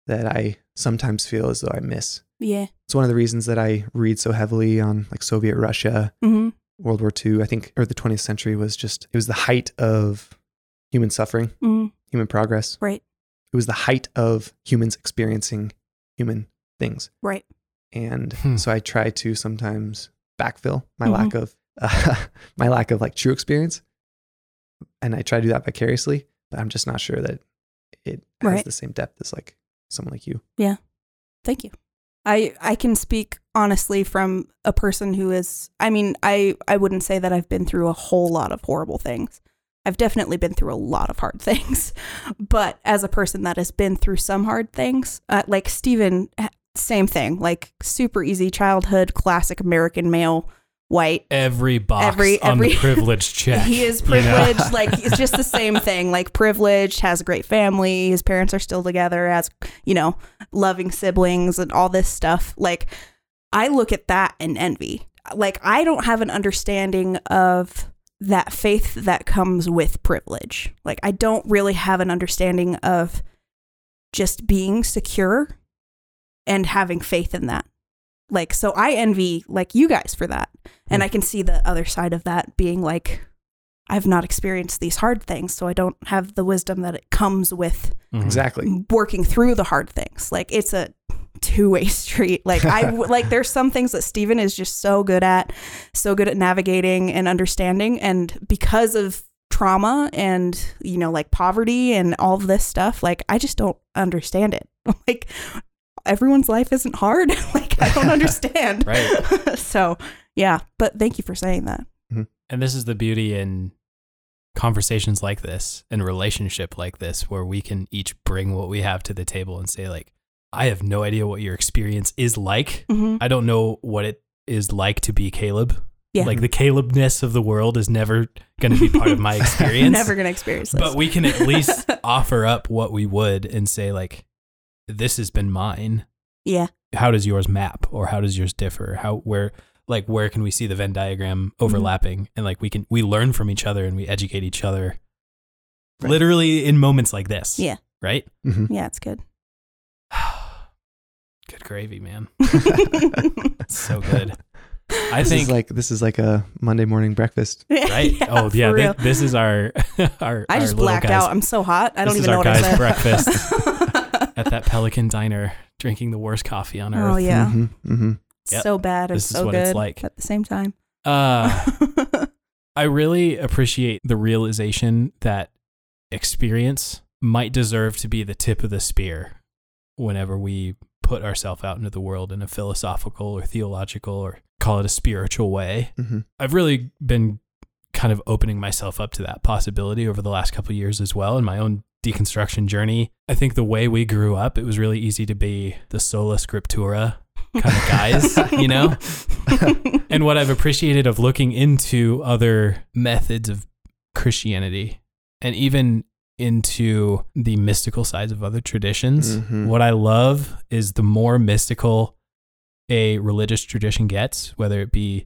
Speaker 4: that I sometimes feel as though I miss.
Speaker 3: yeah.
Speaker 4: It's one of the reasons that I read so heavily on like Soviet Russia,
Speaker 3: Mm-hmm.
Speaker 4: World War II, I think, or the 20th century was just, it was the height of human suffering,
Speaker 3: Mm-hmm.
Speaker 4: human progress.
Speaker 3: Right.
Speaker 4: It was the height of humans experiencing human things.
Speaker 3: Right.
Speaker 4: And
Speaker 2: Hmm.
Speaker 4: so I try to sometimes backfill my
Speaker 3: Mhm.
Speaker 4: lack of, my lack of like true experience. And I try to do that vicariously, but I'm just not sure that it has
Speaker 3: Right.
Speaker 4: the same depth as like someone like you.
Speaker 3: Thank you. I I can speak honestly from a person who is I mean, I I wouldn't say that I've been through a whole lot of horrible things. I've definitely been through a lot of hard things. But as a person that has been through some hard things, uh, like Steven h- same thing, like super easy childhood, classic American male, white.
Speaker 2: Every box
Speaker 3: Every-
Speaker 2: on the
Speaker 3: every-
Speaker 2: privilege check.
Speaker 3: He is
Speaker 2: you know?
Speaker 3: privileged, like it's just the same thing. Like privileged, has a great family, his parents are still together, has you know, loving siblings and all this stuff. Like, I look at that and envy. Like, I don't have an understanding of that faith that comes with privilege. Like, I don't really have an understanding of just being secure and having faith in that. Like, so I envy, like, you guys for that. And
Speaker 2: Hmm.
Speaker 3: I can see the other side of that being like, I've not experienced these hard things, so I don't have the wisdom that it comes with
Speaker 2: Mhm.
Speaker 4: Exactly.
Speaker 3: working through the hard things. Like it's a two-way street. Like I w- like there's some things that Steven is just so good at, so good at navigating and understanding and because of trauma and you know like poverty and all of this stuff, like I just don't understand it. Like everyone's life isn't hard. like I don't understand.
Speaker 2: Right.
Speaker 3: so, yeah, but thank you for saying that.
Speaker 2: And this is the beauty in conversations like this and relationship like this, where we can each bring what we have to the table and say, like, I have no idea what your experience is like.
Speaker 3: Mhm.
Speaker 2: I don't know what it is like to be Caleb.
Speaker 3: Yeah.
Speaker 2: Like the Calebness of the world is never going to be part of my experience.
Speaker 3: Never going to experience this.
Speaker 2: but we can at least offer up what we would and say, like, this has been mine.
Speaker 3: yeah.
Speaker 2: How does yours map or how does yours differ? How, where, like, where can we see the Venn diagram
Speaker 3: Mm-hmm.
Speaker 2: overlapping? And like, we can, we learn from each other and we educate each other
Speaker 4: Right.
Speaker 2: literally in moments like this.
Speaker 3: Yeah.
Speaker 2: Right?
Speaker 4: Mhm.
Speaker 3: Yeah, it's good.
Speaker 2: Good gravy, man. So good. I
Speaker 4: this
Speaker 2: think
Speaker 4: is like this is like a Monday morning breakfast.
Speaker 2: right? oh
Speaker 3: for
Speaker 2: yeah, thi-
Speaker 3: real.
Speaker 2: this, is our our.
Speaker 3: I
Speaker 2: our
Speaker 3: just
Speaker 2: little
Speaker 3: blacked
Speaker 2: guys
Speaker 3: out. I'm so hot. I don't
Speaker 2: This is
Speaker 3: even
Speaker 2: our
Speaker 3: know what I
Speaker 2: guys'
Speaker 3: said.
Speaker 2: breakfast. at that Pelican Diner, drinking the worst coffee on
Speaker 3: oh
Speaker 2: earth. Mm-hmm.
Speaker 3: yeah,
Speaker 4: hmm hmm
Speaker 2: Yep.
Speaker 3: so bad and
Speaker 2: This is
Speaker 3: so
Speaker 2: what
Speaker 3: good
Speaker 2: it's like.
Speaker 3: at the same time.
Speaker 2: Uh, I really appreciate the realization that experience might deserve to be the tip of the spear whenever we put ourselves out into the world in a philosophical or theological or call it a spiritual way.
Speaker 4: hmm
Speaker 2: I've really been kind of opening myself up to that possibility over the last couple of years as well in my own deconstruction journey. I think the way we grew up, it was really easy to be the sola scriptura kind of guys, you know? and what I've appreciated of looking into other methods of Christianity and even into the mystical sides of other traditions,
Speaker 4: Mhm.
Speaker 2: what I love is the more mystical a religious tradition gets, whether it be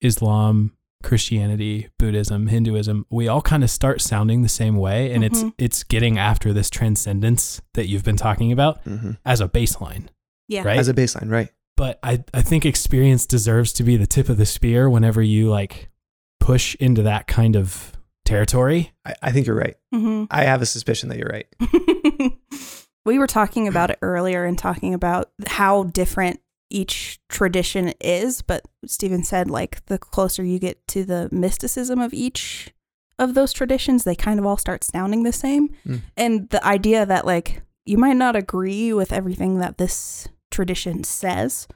Speaker 2: Islam, Christianity, Buddhism, Hinduism, we all kind of start sounding the same way and
Speaker 3: Mhm.
Speaker 2: it's it's getting after this transcendence that you've been talking about
Speaker 4: hmm
Speaker 2: as a baseline,
Speaker 3: yeah.
Speaker 2: right?
Speaker 4: As a baseline, right?
Speaker 2: but I, I think experience deserves to be the tip of the spear whenever you like push into that kind of territory.
Speaker 4: I, I think you're right.
Speaker 3: Mhm.
Speaker 4: I have a suspicion that you're right.
Speaker 3: we were talking about it earlier and talking about how different each tradition is, but Stephen said like the closer you get to the mysticism of each of those traditions, they kind of all start sounding the same.
Speaker 4: Mm.
Speaker 3: And the idea that like you might not agree with everything that this tradition says,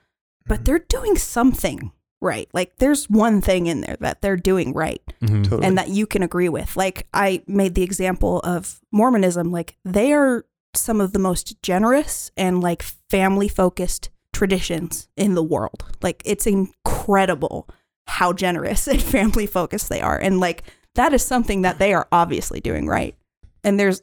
Speaker 3: but
Speaker 4: Mhm.
Speaker 3: they're doing something right. Like there's one thing in there that they're doing right
Speaker 2: Mm-hmm.
Speaker 4: Totally.
Speaker 3: and that you can agree with. Like I made the example of Mormonism, like they are some of the most generous and like family focused traditions in the world. Like it's incredible how generous and family focused they are. And like that is something that they are obviously doing right. And there's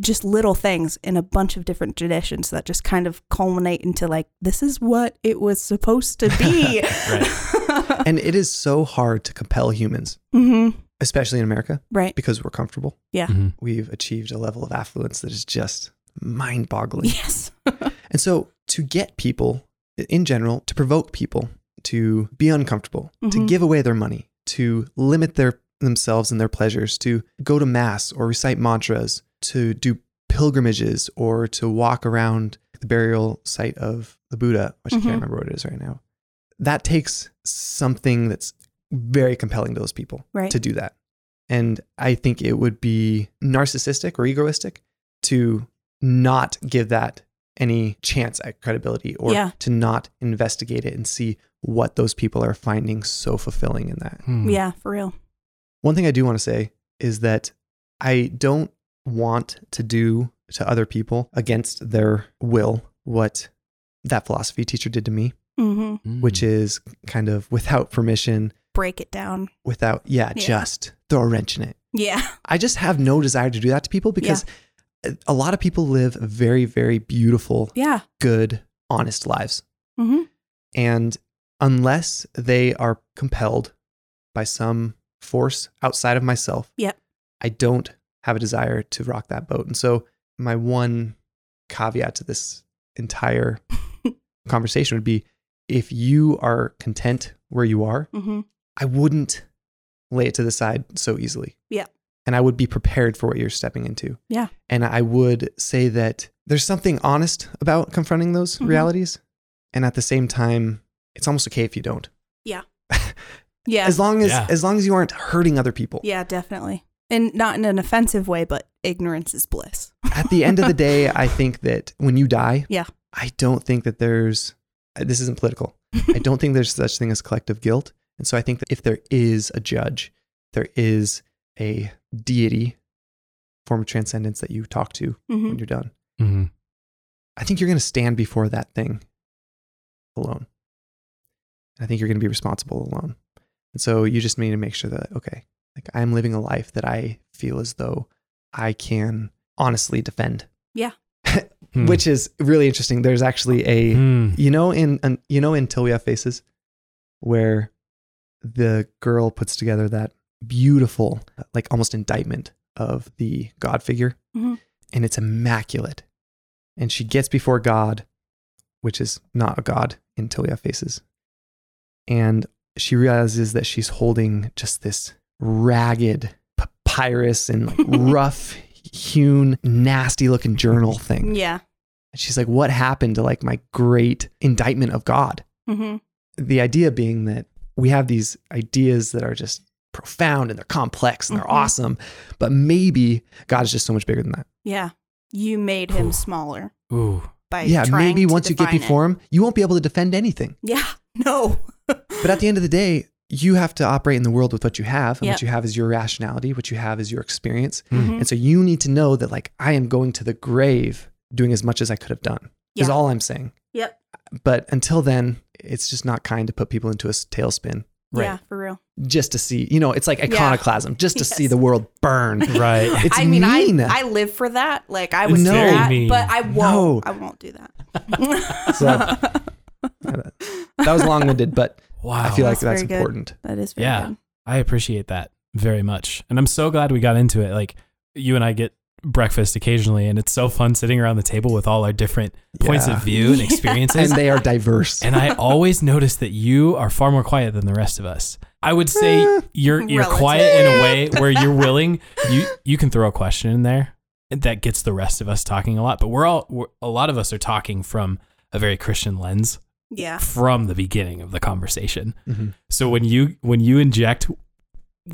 Speaker 3: just little things in a bunch of different traditions that just kind of culminate into like this is what it was supposed to be.
Speaker 4: and it is so hard to compel humans,
Speaker 3: hmm
Speaker 4: especially in America,
Speaker 3: Right.
Speaker 4: because we're comfortable.
Speaker 3: Yeah.
Speaker 2: Mhm.
Speaker 4: We've achieved a level of affluence that is just mind boggling.
Speaker 3: Yes.
Speaker 4: And so to get people in general, to provoke people to be uncomfortable, to
Speaker 3: Mhm.
Speaker 4: give away their money, to limit their themselves and their pleasures, to go to mass or recite mantras, to do pilgrimages or to walk around the burial site of the Buddha, which I
Speaker 3: Mhm.
Speaker 4: can't remember what it is right now. That takes something that's very compelling to those people
Speaker 3: Right.
Speaker 4: to do that. And I think it would be narcissistic or egoistic to not give that any chance at credibility or
Speaker 3: Yeah.
Speaker 4: to not investigate it and see what those people are finding so fulfilling in that.
Speaker 2: Hmm.
Speaker 3: Yeah, for real.
Speaker 4: One thing I do want to say is that I don't want to do to other people against their will what that philosophy teacher did to me,
Speaker 3: hmm
Speaker 2: Mm.
Speaker 4: which is kind of without permission,
Speaker 3: break it down.
Speaker 4: without, yeah,
Speaker 3: Yeah.
Speaker 4: just throw a wrench in it.
Speaker 3: Yeah.
Speaker 4: I just have no desire to do that to people because a lot of people live very, very beautiful,
Speaker 3: Yeah.
Speaker 4: good, honest lives.
Speaker 3: Mm-hmm.
Speaker 4: And unless they are compelled by some force outside of myself,
Speaker 3: Yep.
Speaker 4: I don't have a desire to rock that boat. And so, my one caveat to this entire conversation would be if you are content where you are,
Speaker 3: Mm-hmm.
Speaker 4: I wouldn't lay it to the side so easily.
Speaker 3: Yeah.
Speaker 4: And I would be prepared for what you're stepping into.
Speaker 3: Yeah.
Speaker 4: And I would say that there's something honest about confronting those
Speaker 3: Mhm.
Speaker 4: realities. And at the same time, it's almost okay if you don't.
Speaker 3: Yeah.
Speaker 4: As long as
Speaker 2: Yeah.
Speaker 4: as long as you aren't hurting other people.
Speaker 3: yeah, definitely. And not in an offensive way, but ignorance is bliss.
Speaker 4: At the end of the day, I think that when you die,
Speaker 3: Yeah.
Speaker 4: I don't think that there's uh, this isn't political. I don't think there's such thing as collective guilt. And so I think that if there is a judge, there is a deity form of transcendence that you talk to
Speaker 3: Mm-hmm.
Speaker 4: when you're done.
Speaker 2: Mhm.
Speaker 4: I think you're going to stand before that thing alone. I think you're going to be responsible alone. And so you just need to make sure that, okay, like I'm living a life that I feel as though I can honestly defend,
Speaker 2: Hmm.
Speaker 4: which is really interesting. There's actually a,
Speaker 2: Hmm.
Speaker 4: you know, in, an, you know, in Till We Have Faces, where the girl puts together that beautiful, like almost indictment of the God figure,
Speaker 3: Mhm.
Speaker 4: and it's immaculate. And she gets before God, which is not a God in Till We Have Faces, and she realizes that she's holding just this ragged papyrus and like rough hewn, nasty looking journal thing.
Speaker 3: Yeah.
Speaker 4: And she's like, what happened to like my great indictment of God?
Speaker 3: Mm-hmm.
Speaker 4: The idea being that we have these ideas that are just profound and they're complex and they're
Speaker 3: Mhm.
Speaker 4: awesome, but maybe God is just so much bigger than that.
Speaker 3: Yeah. You made him smaller
Speaker 2: Ooh.
Speaker 3: by
Speaker 4: yeah,
Speaker 3: trying
Speaker 4: maybe
Speaker 3: to
Speaker 4: once you get
Speaker 3: define it.
Speaker 4: before him, you won't be able to defend anything.
Speaker 3: Yeah. No.
Speaker 4: But at the end of the day, you have to operate in the world with what you have, and
Speaker 3: Yep.
Speaker 4: what you have is your rationality, what you have is your experience.
Speaker 3: Mhm.
Speaker 4: And so you need to know that, like, I am going to the grave doing as much as I could have done, is
Speaker 3: Yeah.
Speaker 4: all I'm saying.
Speaker 3: Yep.
Speaker 4: But until then, it's just not kind to put people into a s- tailspin
Speaker 2: Right.
Speaker 3: Yeah, for real.
Speaker 4: just to see, you know, it's like iconoclasm, just to see
Speaker 3: Yes.
Speaker 4: the world burn.
Speaker 2: Right.
Speaker 4: It's
Speaker 3: I mean,
Speaker 4: mean.
Speaker 3: I I live for that. Like I would
Speaker 4: No.
Speaker 3: do
Speaker 4: Very
Speaker 3: that,
Speaker 2: mean.
Speaker 3: but I won't.
Speaker 4: No.
Speaker 3: I won't do that.
Speaker 4: So, yeah, that that was long winded, but
Speaker 2: Wow.
Speaker 4: I feel like
Speaker 3: That's very
Speaker 4: that's
Speaker 3: good.
Speaker 4: important.
Speaker 3: that is very
Speaker 2: Yeah.
Speaker 3: good.
Speaker 2: I appreciate that very much. And I'm so glad we got into it. Like you and I get breakfast occasionally and it's so fun sitting around the table with all our different points
Speaker 4: Yeah.
Speaker 2: of view and
Speaker 3: Yeah.
Speaker 2: experiences.
Speaker 4: And they are diverse.
Speaker 2: and I always notice that you are far more quiet than the rest of us. I would say
Speaker 4: Eh,
Speaker 2: you're you're
Speaker 3: relative.
Speaker 2: quiet in a way where you're willing. You you can throw a question in there that gets the rest of us talking a lot. But we're all we're, a lot of us are talking from a very Christian lens
Speaker 3: Yeah.
Speaker 2: from the beginning of the conversation.
Speaker 4: Mhm.
Speaker 2: So when you when you inject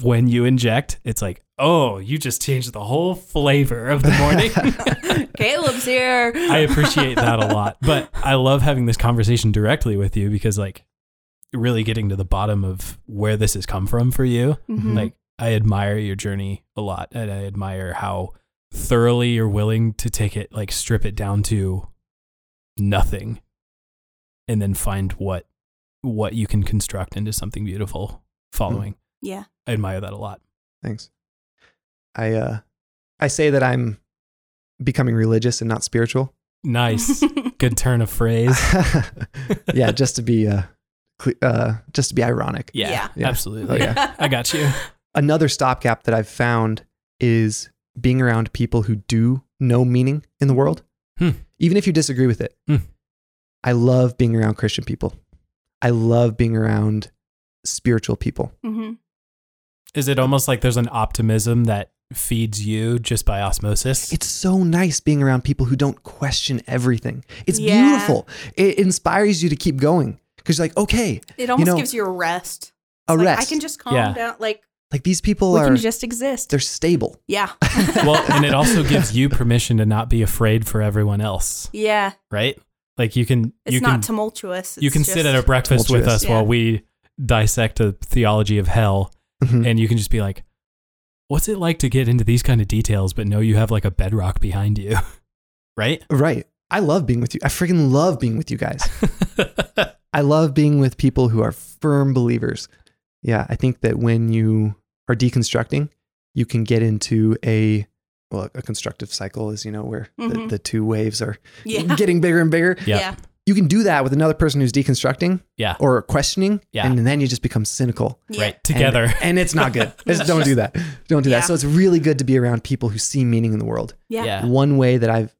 Speaker 2: when you inject, it's like oh you just changed the whole flavor of the morning.
Speaker 3: Caleb's here.
Speaker 2: I appreciate that a lot. But I love having this conversation directly with you because like really getting to the bottom of where this has come from for you.
Speaker 3: Mhm.
Speaker 2: Like I admire your journey a lot and I admire how thoroughly you're willing to take it like strip it down to nothing and then find what what you can construct into something beautiful following.
Speaker 3: Mm. yeah.
Speaker 2: I admire that a lot.
Speaker 4: Thanks. I uh I say that I'm becoming religious and not spiritual.
Speaker 2: Nice. Good turn of phrase.
Speaker 4: yeah, just to be uh, cle uh just to be ironic.
Speaker 2: Yeah.
Speaker 3: Yeah.
Speaker 4: Yeah.
Speaker 2: Absolutely.
Speaker 4: Oh, yeah.
Speaker 2: I got you.
Speaker 4: Another stopgap that I've found is being around people who do know meaning in the world.
Speaker 2: Hmm.
Speaker 4: Even if you disagree with it.
Speaker 2: Hmm.
Speaker 4: I love being around Christian people. I love being around spiritual people.
Speaker 3: Mhm.
Speaker 2: Is it almost like there's an optimism that feeds you just by osmosis?
Speaker 4: It's so nice being around people who don't question everything. It's
Speaker 3: Yeah.
Speaker 4: beautiful. It inspires you to keep going because you're like, okay,
Speaker 3: It almost
Speaker 4: know,
Speaker 3: gives you a rest.
Speaker 4: a
Speaker 3: It's like,
Speaker 4: rest.
Speaker 3: I can just calm
Speaker 2: Yeah.
Speaker 3: down. Like
Speaker 4: like these people
Speaker 3: we
Speaker 4: are
Speaker 3: can just exist.
Speaker 4: they're stable.
Speaker 3: Yeah.
Speaker 2: well, and it also gives you permission to not be afraid for everyone else,
Speaker 3: yeah.
Speaker 2: right? Like you can
Speaker 3: It's
Speaker 2: you
Speaker 3: not
Speaker 2: can
Speaker 3: tumultuous.
Speaker 2: you
Speaker 3: It's
Speaker 2: can sit
Speaker 3: just-
Speaker 2: at a breakfast with
Speaker 4: Tumultuous.
Speaker 2: us while we dissect a theology of hell
Speaker 4: Mhm.
Speaker 2: and you can just be like what's it like to get into these kind of details but know you have like a bedrock behind you, right?
Speaker 4: right. I love being with you. I freaking love being with you guys. I love being with people who are firm believers. Yeah, I think that when you are deconstructing, you can get into a well, a constructive cycle is, you know, where the,
Speaker 3: Mhm.
Speaker 4: the two waves are
Speaker 3: yeah.
Speaker 4: getting bigger and bigger.
Speaker 2: Yeah.
Speaker 3: Yeah.
Speaker 4: You can do that with another person who's deconstructing
Speaker 2: Yeah.
Speaker 4: or questioning.
Speaker 2: Yeah.
Speaker 4: And then you just become cynical.
Speaker 3: Yeah.
Speaker 2: Right, together.
Speaker 4: And, and it's not good. It's- don't do that. Don't do
Speaker 3: Yeah.
Speaker 4: that. So it's really good to be around people who see meaning in the world.
Speaker 3: Yeah.
Speaker 4: One way that I've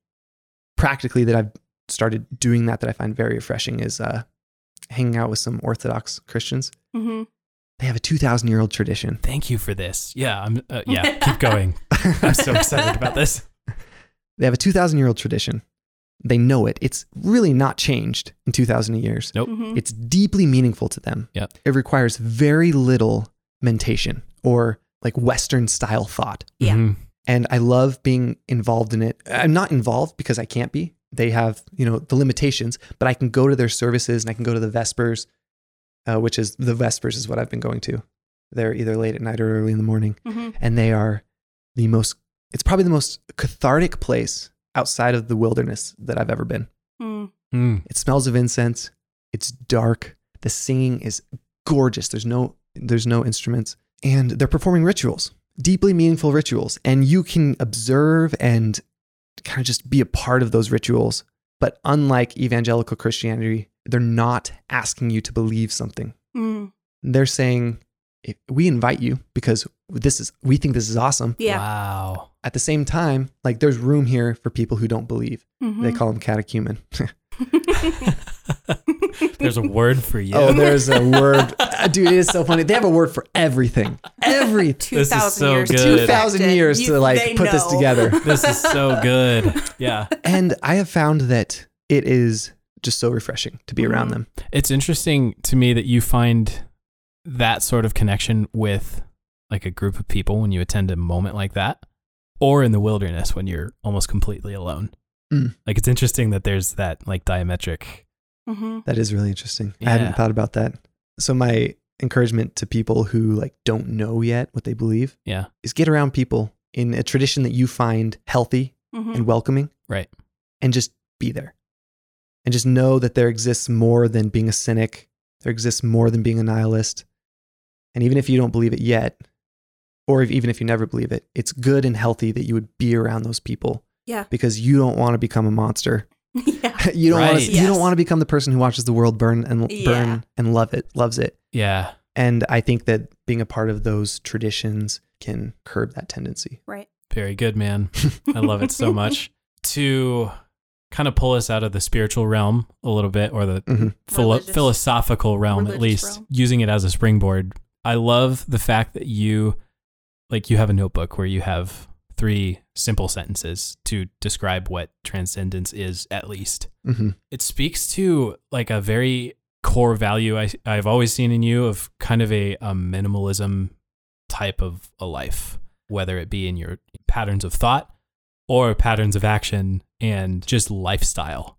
Speaker 4: practically that I've started doing that that I find very refreshing is uh, hanging out with some Orthodox Christians.
Speaker 3: Mhm.
Speaker 4: They have a 2,000 year old tradition.
Speaker 2: Thank you for this. Yeah, I'm uh, yeah, keep going. I'm so excited about this.
Speaker 4: They have a 2,000 year old tradition. They know it. It's really not changed in 2,000 years.
Speaker 2: Nope.
Speaker 3: Mhm.
Speaker 4: It's deeply meaningful to them.
Speaker 2: Yep.
Speaker 4: It requires very little mentation or like Western style thought.
Speaker 3: Yeah.
Speaker 2: Mhm.
Speaker 4: and I love being involved in it. I'm not involved because I can't be. They have, you know, the limitations, but I can go to their services and I can go to the Vespers, uh, which is the Vespers is what I've been going to. They're either late at night or early in the morning,
Speaker 3: Mhm.
Speaker 4: and they are the most. It's probably the most cathartic place outside of the wilderness that I've ever been.
Speaker 3: Mm.
Speaker 2: Mm.
Speaker 4: It smells of incense. It's dark. The singing is gorgeous. There's no there's no instruments and they're performing rituals, deeply meaningful rituals, and you can observe and kind of just be a part of those rituals. But unlike evangelical Christianity, they're not asking you to believe something.
Speaker 3: Mm.
Speaker 4: They're saying "If- we invite you because this is we think this is awesome.
Speaker 3: Yeah.
Speaker 2: Wow.
Speaker 4: At the same time, like there's room here for people who don't believe.
Speaker 3: Mm-hmm.
Speaker 4: They call them catechumen.
Speaker 2: There's a word for you.
Speaker 4: Oh, there's a word. Uh, Dude, it is so funny. They have a word for everything. Everything.
Speaker 3: Two thousand
Speaker 2: so
Speaker 3: years.
Speaker 2: good.
Speaker 3: to
Speaker 4: 2,000
Speaker 3: perfect it.
Speaker 4: years
Speaker 3: You-
Speaker 4: to
Speaker 3: they
Speaker 4: like put this
Speaker 3: know.
Speaker 4: together.
Speaker 2: this is so good. Yeah.
Speaker 4: And I have found that it is just so refreshing to be around
Speaker 3: Mhm.
Speaker 4: them.
Speaker 2: It's interesting to me that you find that sort of connection with like a group of people when you attend a moment like that or in the wilderness when you're almost completely alone.
Speaker 4: Mm.
Speaker 2: Like it's interesting that there's that like diametric.
Speaker 3: Mm-hmm.
Speaker 4: That is really interesting. I
Speaker 2: Yeah.
Speaker 4: hadn't thought about that. So my encouragement to people who like don't know yet what they believe
Speaker 2: Yeah.
Speaker 4: is get around people in a tradition that you find healthy
Speaker 3: Mm-hmm.
Speaker 4: and welcoming.
Speaker 2: Hmm. Right.
Speaker 4: And just be there. And just know that there exists more than being a cynic. There exists more than being a nihilist. And even if you don't believe it yet, or if, even if you never believe it, it's good and healthy that you would be around those people.
Speaker 3: Yeah.
Speaker 4: Because you don't want to become a monster.
Speaker 3: yeah.
Speaker 4: you don't want
Speaker 2: Right.
Speaker 4: to, you
Speaker 3: Yes.
Speaker 4: don't want to become the person who watches the world burn and
Speaker 3: Yeah.
Speaker 4: burn and love it loves it.
Speaker 2: Yeah.
Speaker 4: And I think that being a part of those traditions can curb that tendency.
Speaker 3: Right.
Speaker 2: Very good, man. I love it so much. to kind of pull us out of the spiritual realm a little bit or the
Speaker 4: Mhm.
Speaker 2: philo-
Speaker 3: Religious-
Speaker 2: philosophical realm at
Speaker 3: religious
Speaker 2: least
Speaker 3: realm.
Speaker 2: using it as a springboard i love the fact that you like you have a notebook where you have three simple sentences to describe what transcendence is at least
Speaker 4: hmm
Speaker 2: it speaks to like a very core value I, I've always seen in you of kind of a, um minimalism type of a life, whether it be in your patterns of thought or patterns of action and just lifestyle.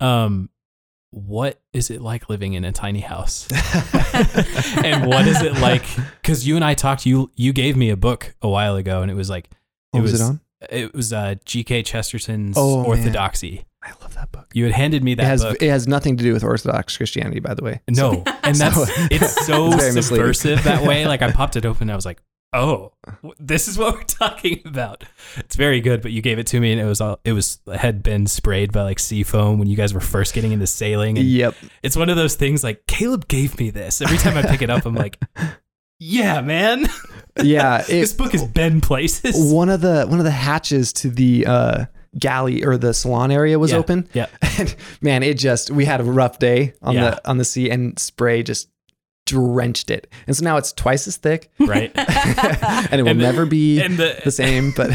Speaker 2: Um, what is it like living in a tiny house? and what is it like? Because you and I talked, you you gave me a book a while ago, and it was like
Speaker 4: What was it on?
Speaker 2: it was uh, G.K. Chesterton's
Speaker 4: Oh, man.
Speaker 2: Orthodoxy.
Speaker 4: I love that book.
Speaker 2: You had handed me that
Speaker 4: it has
Speaker 2: book.
Speaker 4: it has nothing to do with Orthodox Christianity, by the way.
Speaker 2: No, and that's
Speaker 4: So-
Speaker 2: it's so
Speaker 4: It's very misleading.
Speaker 2: subversive that way. Like I popped it open, and I was like, "Oh, w- this is what we're talking about." It's very good, but you gave it to me, and it was all it was had been sprayed by like sea foam when you guys were first getting into sailing. And
Speaker 4: Yep.
Speaker 2: It's one of those things like Caleb gave me this. Every time I pick it up, I'm like, "Yeah, man,
Speaker 4: Yeah.
Speaker 2: this
Speaker 4: It,
Speaker 2: book has been places."
Speaker 4: one of the one of the hatches to the uh, galley or the salon area was
Speaker 2: Yeah.
Speaker 4: open.
Speaker 2: Yeah.
Speaker 4: And man, it just we had a rough day on
Speaker 2: Yeah.
Speaker 4: the on the sea and spray just drenched it. And so now it's twice as thick
Speaker 2: Right,
Speaker 4: and it will
Speaker 2: And the-
Speaker 4: never be
Speaker 2: and the,
Speaker 4: the same, but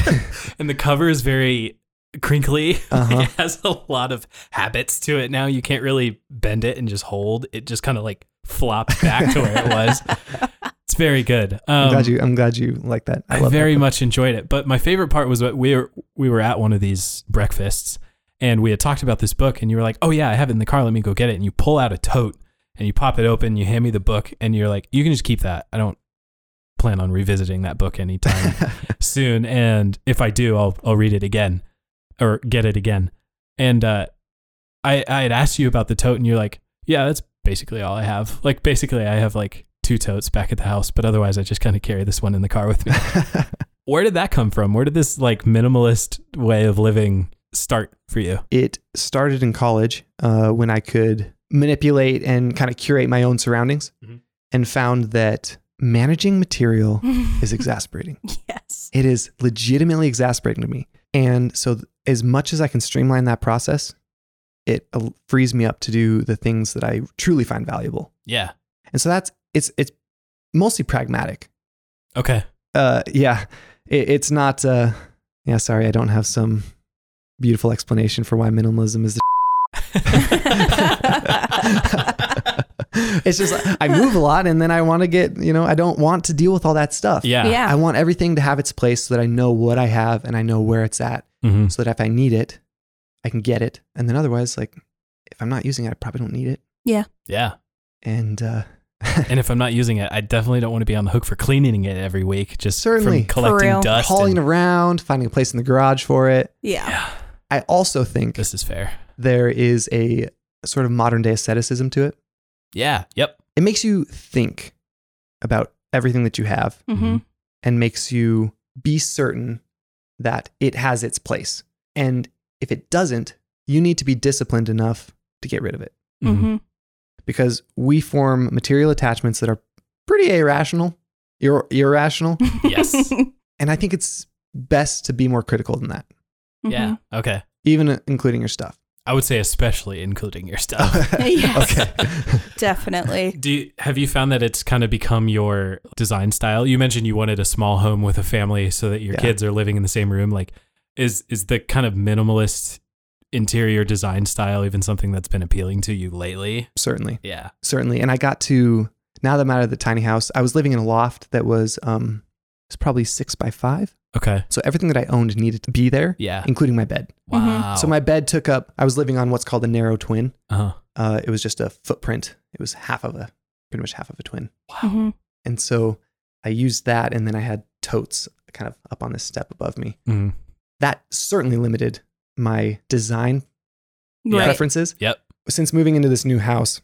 Speaker 2: and the cover is very crinkly.
Speaker 4: Uh-huh.
Speaker 2: it has a lot of habits to it now. You can't really bend it and just hold. It just kind of like flopped back to where it was. It's very good. Um,
Speaker 4: I'm glad you I'm glad you like that. I,
Speaker 2: I,
Speaker 4: love that
Speaker 2: very
Speaker 4: book.
Speaker 2: much enjoyed it. But my favorite part was that we were we were at one of these breakfasts and we had talked about this book and you were like, "Oh yeah, I have it in the car. Let me go get it." And you pull out a tote and you pop it open, you hand me the book and you're like, "You can just keep that. I don't plan on revisiting that book anytime soon and if I do, I'll I'll read it again or get it again." And uh I I had asked you about the tote and you're like, "Yeah, that's basically all I have. Like basically I have like two totes back at the house, but otherwise I just kind of carry this one in the car with me." where did that come from? Where did this like minimalist way of living start for you?
Speaker 4: it started in college uh, when I could manipulate and kind of curate my own surroundings
Speaker 2: Mhm.
Speaker 4: and found that managing material is exasperating.
Speaker 3: yes.
Speaker 4: It is legitimately exasperating to me. And so, th- as much as I can streamline that process, it uh, frees me up to do the things that I truly find valuable.
Speaker 2: Yeah.
Speaker 4: And so that's it's it's mostly pragmatic.
Speaker 2: Okay.
Speaker 4: Uh, yeah, it, it's not. Uh, yeah, sorry, I don't have some beautiful explanation for why minimalism is the it's just I move a lot and then I want to get, you know, I don't want to deal with all that stuff.
Speaker 2: yeah.
Speaker 3: Yeah.
Speaker 4: I want everything to have its place so that I know what I have and I know where it's at
Speaker 2: Mhm.
Speaker 4: so that if I need it, I can get it. And then otherwise, like, if I'm not using it, I probably don't need it.
Speaker 2: Yeah.
Speaker 4: And uh,
Speaker 2: And if I'm not using it, I definitely don't want to be on the hook for cleaning it every week. Just
Speaker 4: Certainly.
Speaker 2: from collecting
Speaker 3: real.
Speaker 2: dust.
Speaker 4: hauling
Speaker 2: and-
Speaker 4: around, finding a place in the garage for it.
Speaker 3: Yeah.
Speaker 2: yeah.
Speaker 4: I also think
Speaker 2: This is fair.
Speaker 4: there is a sort of modern day asceticism to it.
Speaker 2: Yeah. Yep.
Speaker 4: It makes you think about everything that you have
Speaker 3: Mm-hmm.
Speaker 4: and makes you be certain that it has its place. And if it doesn't, you need to be disciplined enough to get rid of it
Speaker 2: Mhm.
Speaker 3: Mm-hmm.
Speaker 4: because we form material attachments that are pretty irrational, ir- irrational.
Speaker 3: Mm-hmm.
Speaker 2: Yes.
Speaker 4: and I think it's best to be more critical than that,
Speaker 3: Mm-hmm.
Speaker 2: Yeah. Okay.
Speaker 4: even including your stuff.
Speaker 2: I would say especially including your stuff.
Speaker 3: Yes.
Speaker 4: okay.
Speaker 3: Definitely.
Speaker 2: Do you, have you found that it's kind of become your design style? You mentioned you wanted a small home with a family so that your
Speaker 4: Yeah.
Speaker 2: kids are living in the same room. Like, is is the kind of minimalist interior design style even something that's been appealing to you lately?
Speaker 4: certainly.
Speaker 2: Yeah.
Speaker 4: Certainly. And I got to, now that I'm out of the tiny house, I was living in a loft that was, um, it's probably six by five.
Speaker 2: Okay.
Speaker 4: So everything that I owned needed to be there,
Speaker 2: Yeah.
Speaker 4: including my bed.
Speaker 2: Wow.
Speaker 4: Mm-hmm. So my bed took up, I was living on what's called a narrow twin.
Speaker 2: Uh-huh.
Speaker 4: Uh, it was just a footprint. It was half of a, pretty much half of a twin.
Speaker 3: Mhm.
Speaker 4: And so I used that. And then I had totes kind of up on this step above me.
Speaker 2: Mhm.
Speaker 4: That certainly limited my design
Speaker 2: Yeah.
Speaker 3: Right.
Speaker 4: preferences.
Speaker 2: Yep.
Speaker 4: Since moving into this new house,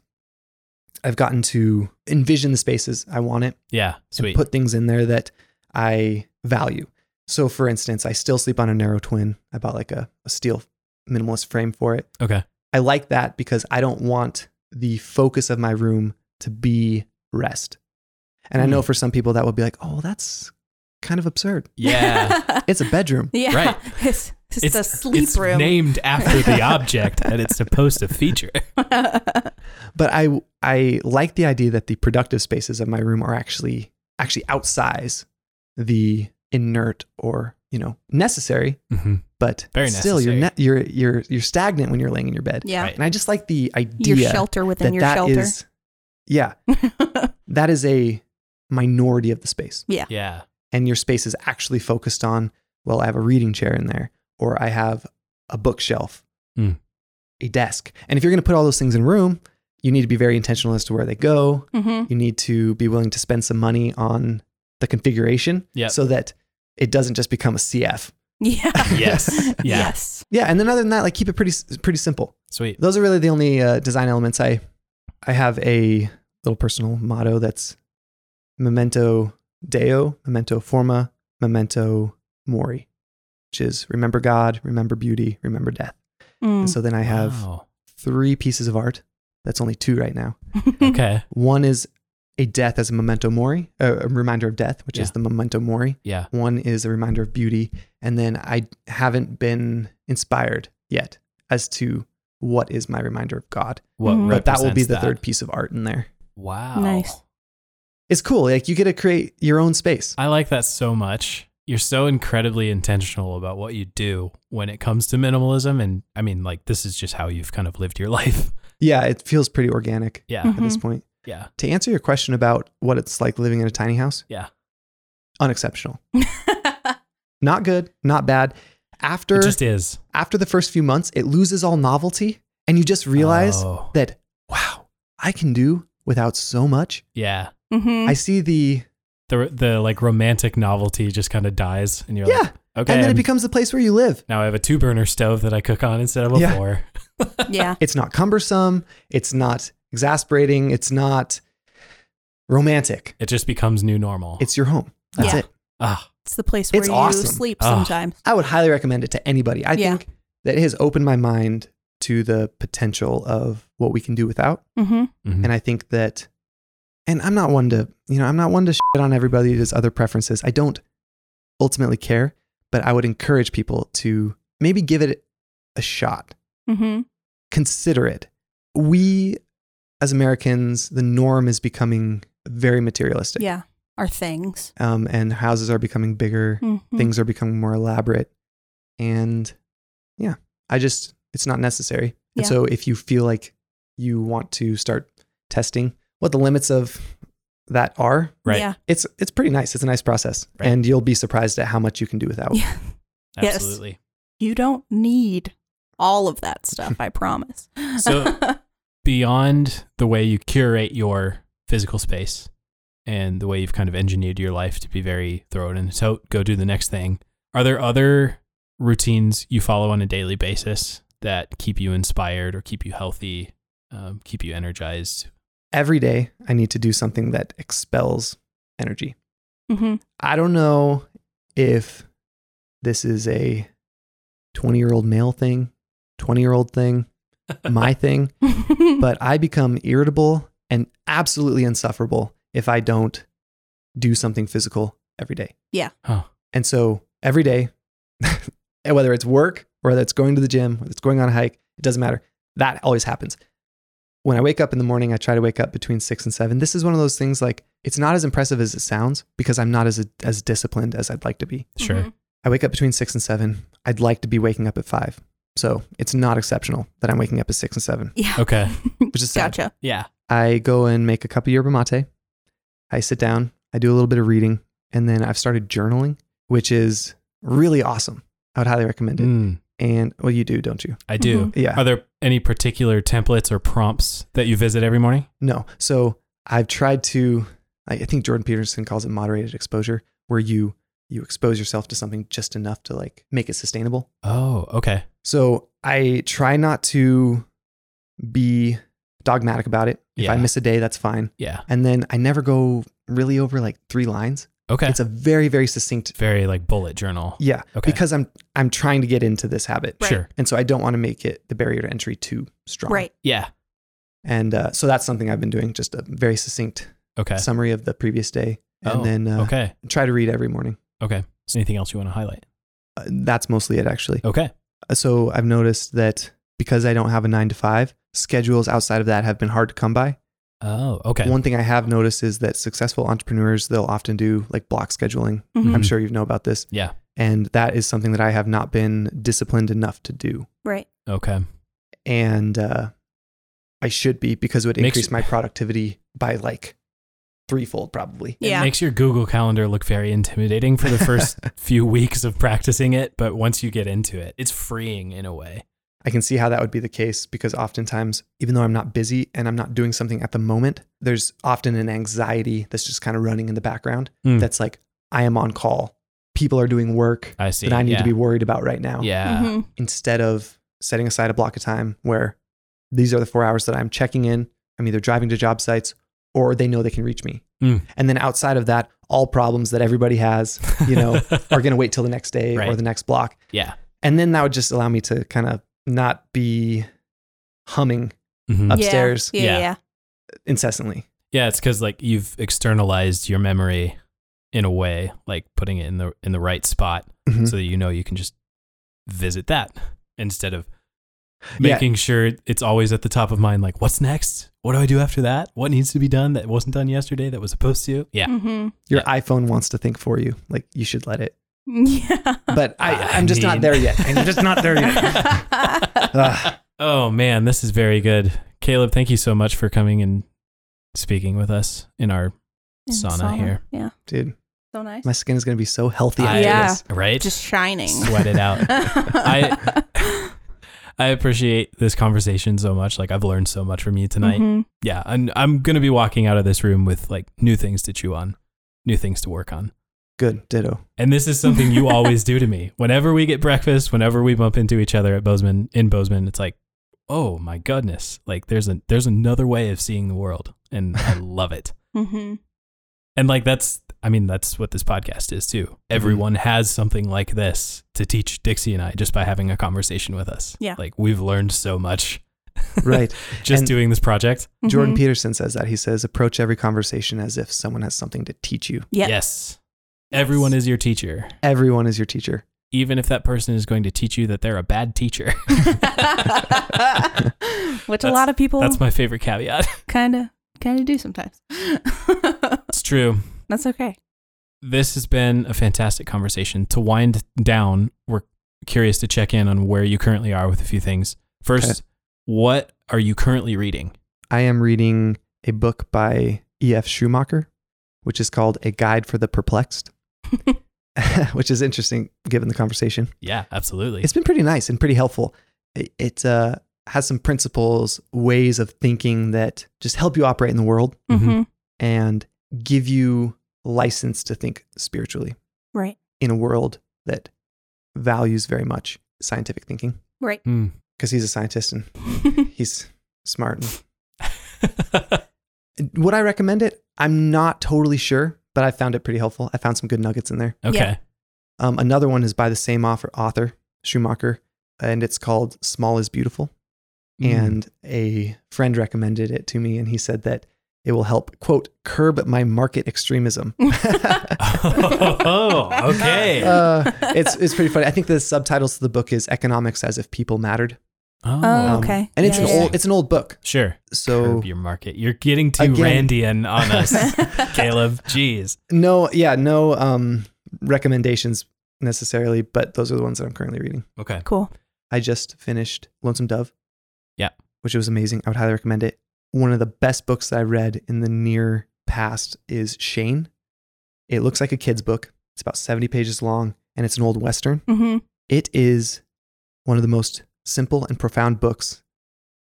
Speaker 4: I've gotten to envision the spaces I want it
Speaker 2: Yeah. Sweet.
Speaker 4: and put things in there that I value. So, for instance, I still sleep on a narrow twin. I bought like a, a steel minimalist frame for it.
Speaker 2: okay.
Speaker 4: I like that because I don't want the focus of my room to be rest. And I
Speaker 3: Hmm.
Speaker 4: know for some people that would be like, oh, that's kind of absurd.
Speaker 2: Yeah.
Speaker 4: It's a bedroom.
Speaker 3: yeah.
Speaker 2: Right.
Speaker 3: It's, it's, a sleep
Speaker 2: it's
Speaker 3: room.
Speaker 2: named after the object that it's supposed to feature.
Speaker 4: but I I like the idea that the productive spaces of my room are actually actually outsize the inert or you know necessary,
Speaker 2: Mm-hmm.
Speaker 4: but
Speaker 2: Very
Speaker 4: still you're ne- you're you're you're stagnant when you're laying in your bed.
Speaker 3: yeah.
Speaker 2: Right.
Speaker 4: And I just like the idea
Speaker 3: Your shelter
Speaker 4: that
Speaker 3: within your
Speaker 4: that
Speaker 3: shelter.
Speaker 4: is- yeah that is a minority of the space,
Speaker 2: Yeah.
Speaker 4: and your space is actually focused on well I have a reading chair in there or I have a bookshelf,
Speaker 2: Hmm.
Speaker 4: a desk, and if you're going to put all those things in a room. You need to be very intentional as to where they go,
Speaker 3: Mhm.
Speaker 4: you need to be willing to spend some money on the configuration
Speaker 2: Yep.
Speaker 4: so that it doesn't just become a CF.
Speaker 3: Yeah.
Speaker 2: Yes. Yeah.
Speaker 3: Yes.
Speaker 4: Yeah, and then other than that, like keep it pretty pretty simple.
Speaker 2: Sweet.
Speaker 4: Those are really the only uh, design elements I I have a little personal motto that's memento deo, memento forma, memento mori, which is remember God, remember beauty, remember death.
Speaker 3: Mm.
Speaker 4: And so then I have
Speaker 2: Wow.
Speaker 4: three pieces of art. That's only two right now.
Speaker 2: Okay.
Speaker 4: One is a death as a memento mori, uh, a reminder of death, which is
Speaker 2: Yeah.
Speaker 4: the memento mori.
Speaker 2: Yeah.
Speaker 4: One is a reminder of beauty. And then I haven't been inspired yet as to what is my reminder of God.
Speaker 2: What
Speaker 3: Mhm.
Speaker 4: Mm-hmm. But that will be
Speaker 2: represents
Speaker 4: the third piece of art in there.
Speaker 2: Wow.
Speaker 3: Nice.
Speaker 4: It's cool. Like you get to create your own space.
Speaker 2: I like that so much. You're so incredibly intentional about what you do when it comes to minimalism. And I mean, like, this is just how you've kind of lived your life.
Speaker 4: Yeah, it feels pretty organic
Speaker 2: Yeah.
Speaker 3: Mhm.
Speaker 4: at this point.
Speaker 2: Yeah.
Speaker 4: To answer your question about what it's like living in a tiny house.
Speaker 2: Yeah.
Speaker 4: Unexceptional. Not good, not bad. After
Speaker 2: It just is.
Speaker 4: after the first few months, it loses all novelty and you just realize
Speaker 2: Oh,
Speaker 4: that wow, I can do without so much.
Speaker 2: yeah.
Speaker 3: Mhm.
Speaker 4: I see the
Speaker 2: The, the like romantic novelty just kind of dies. And you're
Speaker 4: yeah,
Speaker 2: like, okay.
Speaker 4: and then
Speaker 2: I'm-
Speaker 4: it becomes the place where you live.
Speaker 2: now I have a two burner stove that I cook on instead of a
Speaker 4: Yeah.
Speaker 2: four.
Speaker 3: yeah.
Speaker 4: It's not cumbersome. It's not exasperating. It's not romantic.
Speaker 2: It just becomes new normal.
Speaker 4: It's your home. That's
Speaker 3: Yeah.
Speaker 4: it.
Speaker 2: ah,
Speaker 3: It's the place where
Speaker 4: It's
Speaker 3: you
Speaker 4: awesome.
Speaker 3: sleep
Speaker 2: Oh.
Speaker 3: sometimes.
Speaker 4: I would highly recommend it to anybody. I
Speaker 3: Yeah.
Speaker 4: think that it has opened my mind to the potential of what we can do without.
Speaker 3: Mm-hmm.
Speaker 2: mhm.
Speaker 4: And I think that, and I'm not one to, you know, I'm not one to shit on everybody who has other preferences. I don't ultimately care, but I would encourage people to maybe give it a shot.
Speaker 3: Mm-hmm.
Speaker 4: consider it. We, as Americans, the norm is becoming very materialistic.
Speaker 3: Yeah. Our things.
Speaker 4: Um, and houses are becoming bigger,
Speaker 3: Mhm.
Speaker 4: things are becoming more elaborate. And yeah, I just, it's not necessary.
Speaker 3: Yeah.
Speaker 4: And so if you feel like you want to start testing what the limits of that are,
Speaker 2: Right.
Speaker 3: Yeah.
Speaker 4: it's, it's pretty nice. It's a nice process.
Speaker 2: Right.
Speaker 4: And you'll be surprised at how much you can do without.
Speaker 3: Yeah. Yes.
Speaker 2: Absolutely.
Speaker 3: You don't need all of that stuff, I promise.
Speaker 2: So- Beyond the way you curate your physical space and the way you've kind of engineered your life to be very throw it in the tote, go do the next thing, are there other routines you follow on a daily basis that keep you inspired or keep you healthy, um, keep you energized?
Speaker 4: Every day, I need to do something that expels energy.
Speaker 3: Mhm.
Speaker 4: I don't know if this is a 20 year old male thing, 20 year old thing, my thing, but I become irritable and absolutely insufferable if I don't do something physical every day.
Speaker 2: Huh.
Speaker 4: And so every day, and whether it's work, or whether it's going to the gym, whether it's going on a hike, it doesn't matter. That always happens. When I wake up in the morning, I try to wake up between six and seven. This is one of those things like it's not as impressive as it sounds because I'm not as as disciplined as I'd like to be.
Speaker 2: Sure.
Speaker 3: Mhm.
Speaker 4: I wake up between six and seven. I'd like to be waking up at five. So it's not exceptional that I'm waking up at six and seven,
Speaker 3: Yeah.
Speaker 2: Okay.
Speaker 4: which is sad.
Speaker 3: Gotcha.
Speaker 2: Yeah.
Speaker 4: I go and make a cup of yerba mate. I sit down, I do a little bit of reading, and then I've started journaling, which is really awesome. I would highly recommend it.
Speaker 2: Mm,
Speaker 4: And well, you do, don't you?
Speaker 2: I do.
Speaker 4: Yeah.
Speaker 2: Are there any particular templates or prompts that you visit every morning?
Speaker 4: No. So I've tried to. I I think Jordan Peterson calls it moderated exposure, where you you expose yourself to something just enough to like make it sustainable.
Speaker 2: Oh, okay.
Speaker 4: So I try not to be dogmatic about it. If I
Speaker 2: Yeah.
Speaker 4: miss a day, that's fine.
Speaker 2: Yeah.
Speaker 4: And then I never go really over like three lines.
Speaker 2: Okay.
Speaker 4: It's a very very succinct.
Speaker 2: very like bullet journal.
Speaker 4: Yeah.
Speaker 2: Okay.
Speaker 4: Because I'm I'm trying to get into this habit.
Speaker 3: Right.
Speaker 2: Sure.
Speaker 4: And so I don't want to make it the barrier to entry too strong.
Speaker 3: Right.
Speaker 2: Yeah.
Speaker 4: And uh, so that's something I've been doing, just a very succinct
Speaker 2: Okay.
Speaker 4: summary of the previous day. And
Speaker 2: Oh,
Speaker 4: then uh,
Speaker 2: okay.
Speaker 4: try to read every morning.
Speaker 2: Okay. So anything else you want to highlight?
Speaker 4: Uh, that's mostly it, actually.
Speaker 2: Okay.
Speaker 4: Uh, So I've noticed that because I don't have a nine to five, schedules outside of that have been hard to come by.
Speaker 2: Oh, okay.
Speaker 4: One thing I have noticed is that successful entrepreneurs, they'll often do like block scheduling.
Speaker 3: Mhm.
Speaker 4: I'm sure you know about this.
Speaker 2: Yeah.
Speaker 4: And that is something that I have not been disciplined enough to do.
Speaker 3: Right.
Speaker 2: Okay.
Speaker 4: And uh, I should be because it would
Speaker 2: Makes-
Speaker 4: increase my productivity by like threefold, probably.
Speaker 3: yeah.
Speaker 2: It makes your Google Calendar look very intimidating for the first few weeks of practicing it, but once you get into it, it's freeing in a way.
Speaker 4: I can see how that would be the case because oftentimes, even though I'm not busy and I'm not doing something at the moment, there's often an anxiety that's just kind of running in the background
Speaker 2: Mm.
Speaker 4: that's like, I am on call. People are doing work
Speaker 2: I see.
Speaker 4: that I need
Speaker 2: yeah.
Speaker 4: to be worried about right now.
Speaker 2: Yeah.
Speaker 3: Mhm.
Speaker 4: Instead of setting aside a block of time where these are the four hours that I'm checking in, I'm either driving to job sites or they know they can reach me.
Speaker 2: Mm.
Speaker 4: And then outside of that, all problems that everybody has, you know, are going to wait till the next day or
Speaker 2: Right.
Speaker 4: the next block.
Speaker 2: yeah.
Speaker 4: And then that would just allow me to kind of not be humming
Speaker 2: Mhm.
Speaker 3: Yeah.
Speaker 4: upstairs.
Speaker 3: Yeah. Yeah.
Speaker 2: Yeah.
Speaker 4: incessantly.
Speaker 2: Yeah, it's because like you've externalized your memory in a way, like putting it in the in the right spot,
Speaker 4: Mhm.
Speaker 2: so that you know you can just visit that instead of
Speaker 4: Yeah.
Speaker 2: making sure it's always at the top of mind. Like, what's next? What do I do after that? What needs to be done that wasn't done yesterday that was supposed to? Yeah,
Speaker 3: Mhm.
Speaker 4: Your iPhone wants to think for you. Like you should let it.
Speaker 3: Mm-hmm. Yeah.
Speaker 4: But I,
Speaker 2: I
Speaker 4: I'm just
Speaker 2: mean-
Speaker 4: not there yet. Ah, I'm just not there yet. Ugh.
Speaker 2: Oh man, this is very good, Caleb. Thank you so much for coming and speaking with us in our
Speaker 3: And
Speaker 2: Sauna
Speaker 3: solid.
Speaker 2: here.
Speaker 3: Yeah.
Speaker 4: Dude,
Speaker 3: So nice.
Speaker 4: my skin is gonna be so healthy
Speaker 2: I-
Speaker 4: after
Speaker 3: Yeah.
Speaker 4: this.
Speaker 2: right.
Speaker 3: Just shining.
Speaker 2: Sweat it out. I- I appreciate this conversation so much. Like I've learned so much from you tonight.
Speaker 3: Mhm.
Speaker 2: Yeah, and I'm gonna be walking out of this room with like new things to chew on, new things to work on.
Speaker 4: Good, ditto.
Speaker 2: And this is something you always do to me. Whenever we get breakfast, whenever we bump into each other at Bozeman in Bozeman, it's like, oh my goodness, like there's a there's another way of seeing the world, and I love it.
Speaker 3: Mhm.
Speaker 2: And like that's I mean that's what this podcast is too. Everyone has something like this to teach Dixie and I just by having a conversation with us.
Speaker 3: Yeah.
Speaker 2: like we've learned so much
Speaker 4: Right.
Speaker 2: just
Speaker 4: And-
Speaker 2: doing this project.
Speaker 4: Jordan
Speaker 3: Mhm.
Speaker 4: Peterson says that. He says, approach every conversation as if someone has something to teach you.
Speaker 3: Yep.
Speaker 2: Yes, everyone is your teacher,
Speaker 4: Everyone is your teacher.
Speaker 2: even if that person is going to teach you that they're a bad teacher.
Speaker 3: Which a
Speaker 2: That's-
Speaker 3: lot of people
Speaker 2: that's my favorite caveat.
Speaker 3: kind of kind of do sometimes.
Speaker 2: it's true.
Speaker 3: That's okay.
Speaker 2: This has been a fantastic conversation. To wind down, we're curious to check in on where you currently are with a few things. First, what are you currently reading?
Speaker 4: I am reading a book by E.F. Schumacher, which is called A Guide for the Perplexed, which is interesting given the conversation.
Speaker 2: Yeah, absolutely.
Speaker 4: It's been pretty nice and pretty helpful. It, it uh, has some principles, ways of thinking that just help you operate in the world
Speaker 3: Mhm.
Speaker 4: and give you license to think spiritually
Speaker 3: Right.
Speaker 4: in a world that values very much scientific thinking.
Speaker 3: Right.
Speaker 2: Hmm.
Speaker 4: Because he's a scientist and he's smart. And would I recommend it? I'm not totally sure, but I found it pretty helpful. I found some good nuggets in there.
Speaker 2: okay.
Speaker 3: Yeah.
Speaker 4: Um, another one is by the same author, author, Schumacher, and it's called Small is Beautiful.
Speaker 2: Mm-hmm. Hmm.
Speaker 4: and a friend recommended it to me and he said that it will help quote curb my market extremism
Speaker 2: oh, okay.
Speaker 4: uh, it's, it's pretty funny i think the subtitles to the book is economics as if people mattered Um,
Speaker 3: Oh, okay.
Speaker 4: and it's
Speaker 3: Yeah,
Speaker 4: an
Speaker 3: yeah,
Speaker 4: old it's an old book
Speaker 2: Sure.
Speaker 4: so
Speaker 2: Curb your market. You're getting too
Speaker 4: Again.
Speaker 2: Randian on us, Caleb. Jeez.
Speaker 4: no yeah no um recommendations necessarily but those are the ones that i'm currently reading
Speaker 2: Okay.
Speaker 3: cool.
Speaker 4: i just finished lonesome dove
Speaker 2: Yeah.
Speaker 4: which was amazing i would highly recommend it one of the best books that i read in the near past is shane it looks like a kid's book. It's about 70 pages long. and it's an old Western.
Speaker 3: Mm-hmm.
Speaker 4: It is one of the most simple and profound books.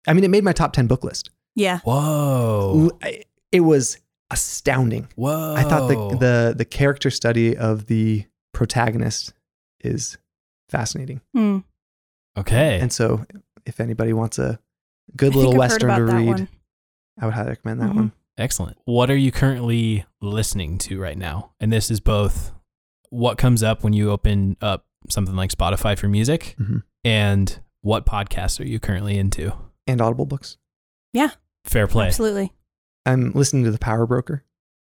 Speaker 4: I mean, it made my top 10 book list.
Speaker 3: Yeah.
Speaker 2: Whoa.
Speaker 4: L- I- It was astounding.
Speaker 2: Whoa.
Speaker 4: I thought the,
Speaker 2: Oh.
Speaker 4: the, the character study of the protagonist is fascinating.
Speaker 3: Mm.
Speaker 2: Okay.
Speaker 4: And so, if anybody wants
Speaker 3: I
Speaker 4: a good
Speaker 3: think
Speaker 4: little
Speaker 3: I've heard
Speaker 4: Western to
Speaker 3: about that
Speaker 4: read,
Speaker 3: one.
Speaker 4: I would highly recommend that
Speaker 3: Mhm.
Speaker 4: one.
Speaker 2: Excellent. What are you currently listening to right now? And this is both what comes up when you open up something like Spotify for music
Speaker 4: Mhm.
Speaker 2: and what podcasts are you currently into?
Speaker 4: And Audible books.
Speaker 2: Fair play.
Speaker 3: Absolutely.
Speaker 4: I'm listening to The Power Broker.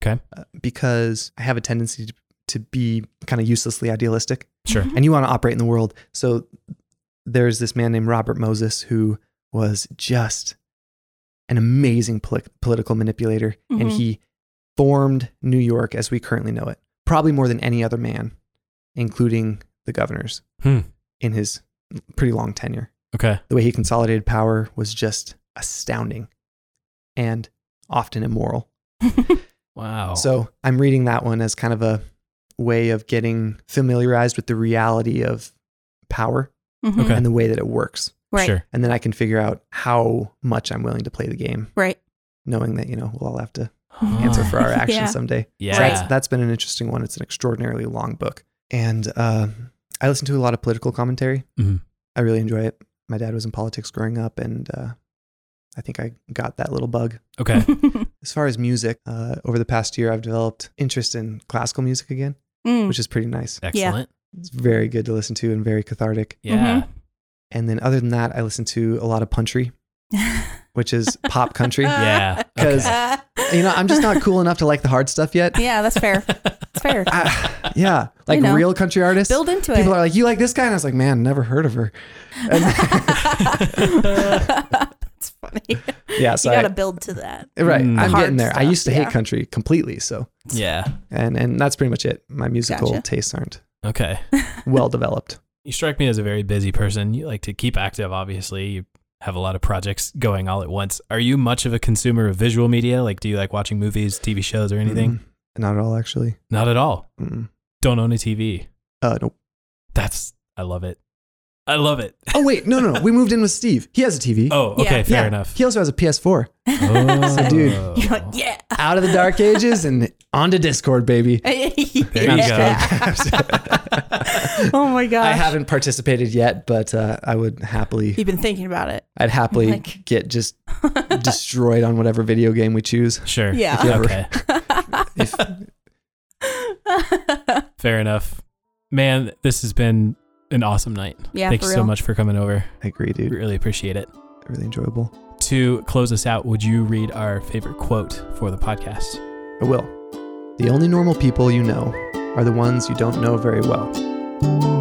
Speaker 2: Okay.
Speaker 4: Uh, because I have a tendency to, to be kind of uselessly idealistic
Speaker 2: Sure.
Speaker 3: Mm-hmm.
Speaker 4: and you want to operate in the world. So there's this man named Robert Moses who was just an amazing poli- political manipulator and
Speaker 3: Mhm.
Speaker 4: he formed New York as we currently know it, probably more than any other man, including the governors
Speaker 2: Hmm.
Speaker 4: in his pretty long tenure
Speaker 3: Mm-hmm.
Speaker 2: Okay.
Speaker 4: the way he consolidated power was just astounding and often immoral.
Speaker 2: Wow.
Speaker 4: So I'm reading that one as kind of a way of getting familiarized with the reality of power
Speaker 3: Mhm.
Speaker 2: Okay.
Speaker 4: and the way that it works.
Speaker 3: Right.
Speaker 2: Sure.
Speaker 4: And then I can figure out how much I'm willing to play the game,
Speaker 3: Right.
Speaker 4: knowing that, you know, we'll all have to
Speaker 3: Answer
Speaker 4: answer for our actions
Speaker 3: Yeah.
Speaker 4: someday.
Speaker 2: Ah, Yeah.
Speaker 4: So that's, that's been an interesting one. It's an extraordinarily long book. And uh, I listen to a lot of political commentary.
Speaker 2: Mhm.
Speaker 4: I really enjoy it. My dad was in politics growing up, and uh, I think I got that little bug.
Speaker 2: okay.
Speaker 4: As far as music, uh, over the past year, I've developed interest in classical music again,
Speaker 3: Mm.
Speaker 4: which is pretty nice.
Speaker 2: Excellent.
Speaker 4: It's very good to listen to and very cathartic.
Speaker 3: Mm-hmm.
Speaker 2: Yeah.
Speaker 4: And then, other than that, I listen to a lot of puntry, which is pop country.
Speaker 2: Yeah.
Speaker 4: 'Cause-
Speaker 2: Okay.
Speaker 4: You know, I'm just not cool enough to like the hard stuff yet.
Speaker 3: yeah, that's fair. It's fair.
Speaker 4: I- yeah, like
Speaker 3: know.
Speaker 4: real country artists.
Speaker 3: Build into it.
Speaker 4: People are like, you like this guy? And I was like, man, never heard of her.
Speaker 3: it's funny.
Speaker 4: Yeah, so
Speaker 3: you
Speaker 4: I-
Speaker 3: got to build to that.
Speaker 4: right,
Speaker 2: Mm.
Speaker 4: I'm
Speaker 3: Hmm. Hard
Speaker 4: getting there. I
Speaker 3: stuff,
Speaker 4: used to
Speaker 3: yeah.
Speaker 4: hate country completely, so
Speaker 2: yeah.
Speaker 4: and and that's pretty much it. My musical
Speaker 3: Gotcha.
Speaker 4: tastes aren't
Speaker 2: Okay.
Speaker 4: well developed.
Speaker 2: You strike me as a very busy person. You like to keep active, obviously. You have a lot of projects going all at once. Are you much of a consumer of visual media? Like, do you like watching movies, TV shows, or anything?
Speaker 4: Mm, not at all, actually.
Speaker 2: Not at all.
Speaker 4: Mm.
Speaker 2: Don't own a TV.
Speaker 4: Uh, nope.
Speaker 2: That's, I love it. I love it.
Speaker 4: Oh wait, no, no, no. We moved in with Steve. He has a TV.
Speaker 2: Oh,
Speaker 3: Yeah.
Speaker 2: okay. Fair
Speaker 4: Yeah.
Speaker 2: enough.
Speaker 4: He also has a PS4.
Speaker 2: Oh.
Speaker 4: So, dude.
Speaker 3: You're like, yeah.
Speaker 4: Out of the dark ages and onto Discord, baby.
Speaker 2: There
Speaker 4: I'm
Speaker 2: you
Speaker 4: just
Speaker 2: go.
Speaker 4: kidding.
Speaker 3: oh my gosh.
Speaker 4: I haven't participated yet, but uh, I would happily,
Speaker 3: You've been thinking about it.
Speaker 4: I'd happily
Speaker 3: Like-
Speaker 4: get just destroyed on whatever video game we choose.
Speaker 2: Sure.
Speaker 3: Yeah.
Speaker 4: If you ever-
Speaker 2: Okay.
Speaker 4: If,
Speaker 2: Fair enough. Man, this has been an awesome night.
Speaker 3: Yeah,
Speaker 2: Thank
Speaker 3: for
Speaker 2: you so
Speaker 3: real.
Speaker 2: much for coming over.
Speaker 4: I agree, dude.
Speaker 2: Really appreciate it.
Speaker 4: Really enjoyable.
Speaker 2: To close us out, would you read our favorite quote for the podcast?
Speaker 4: I will. The only normal people you know are the ones you don't know very well.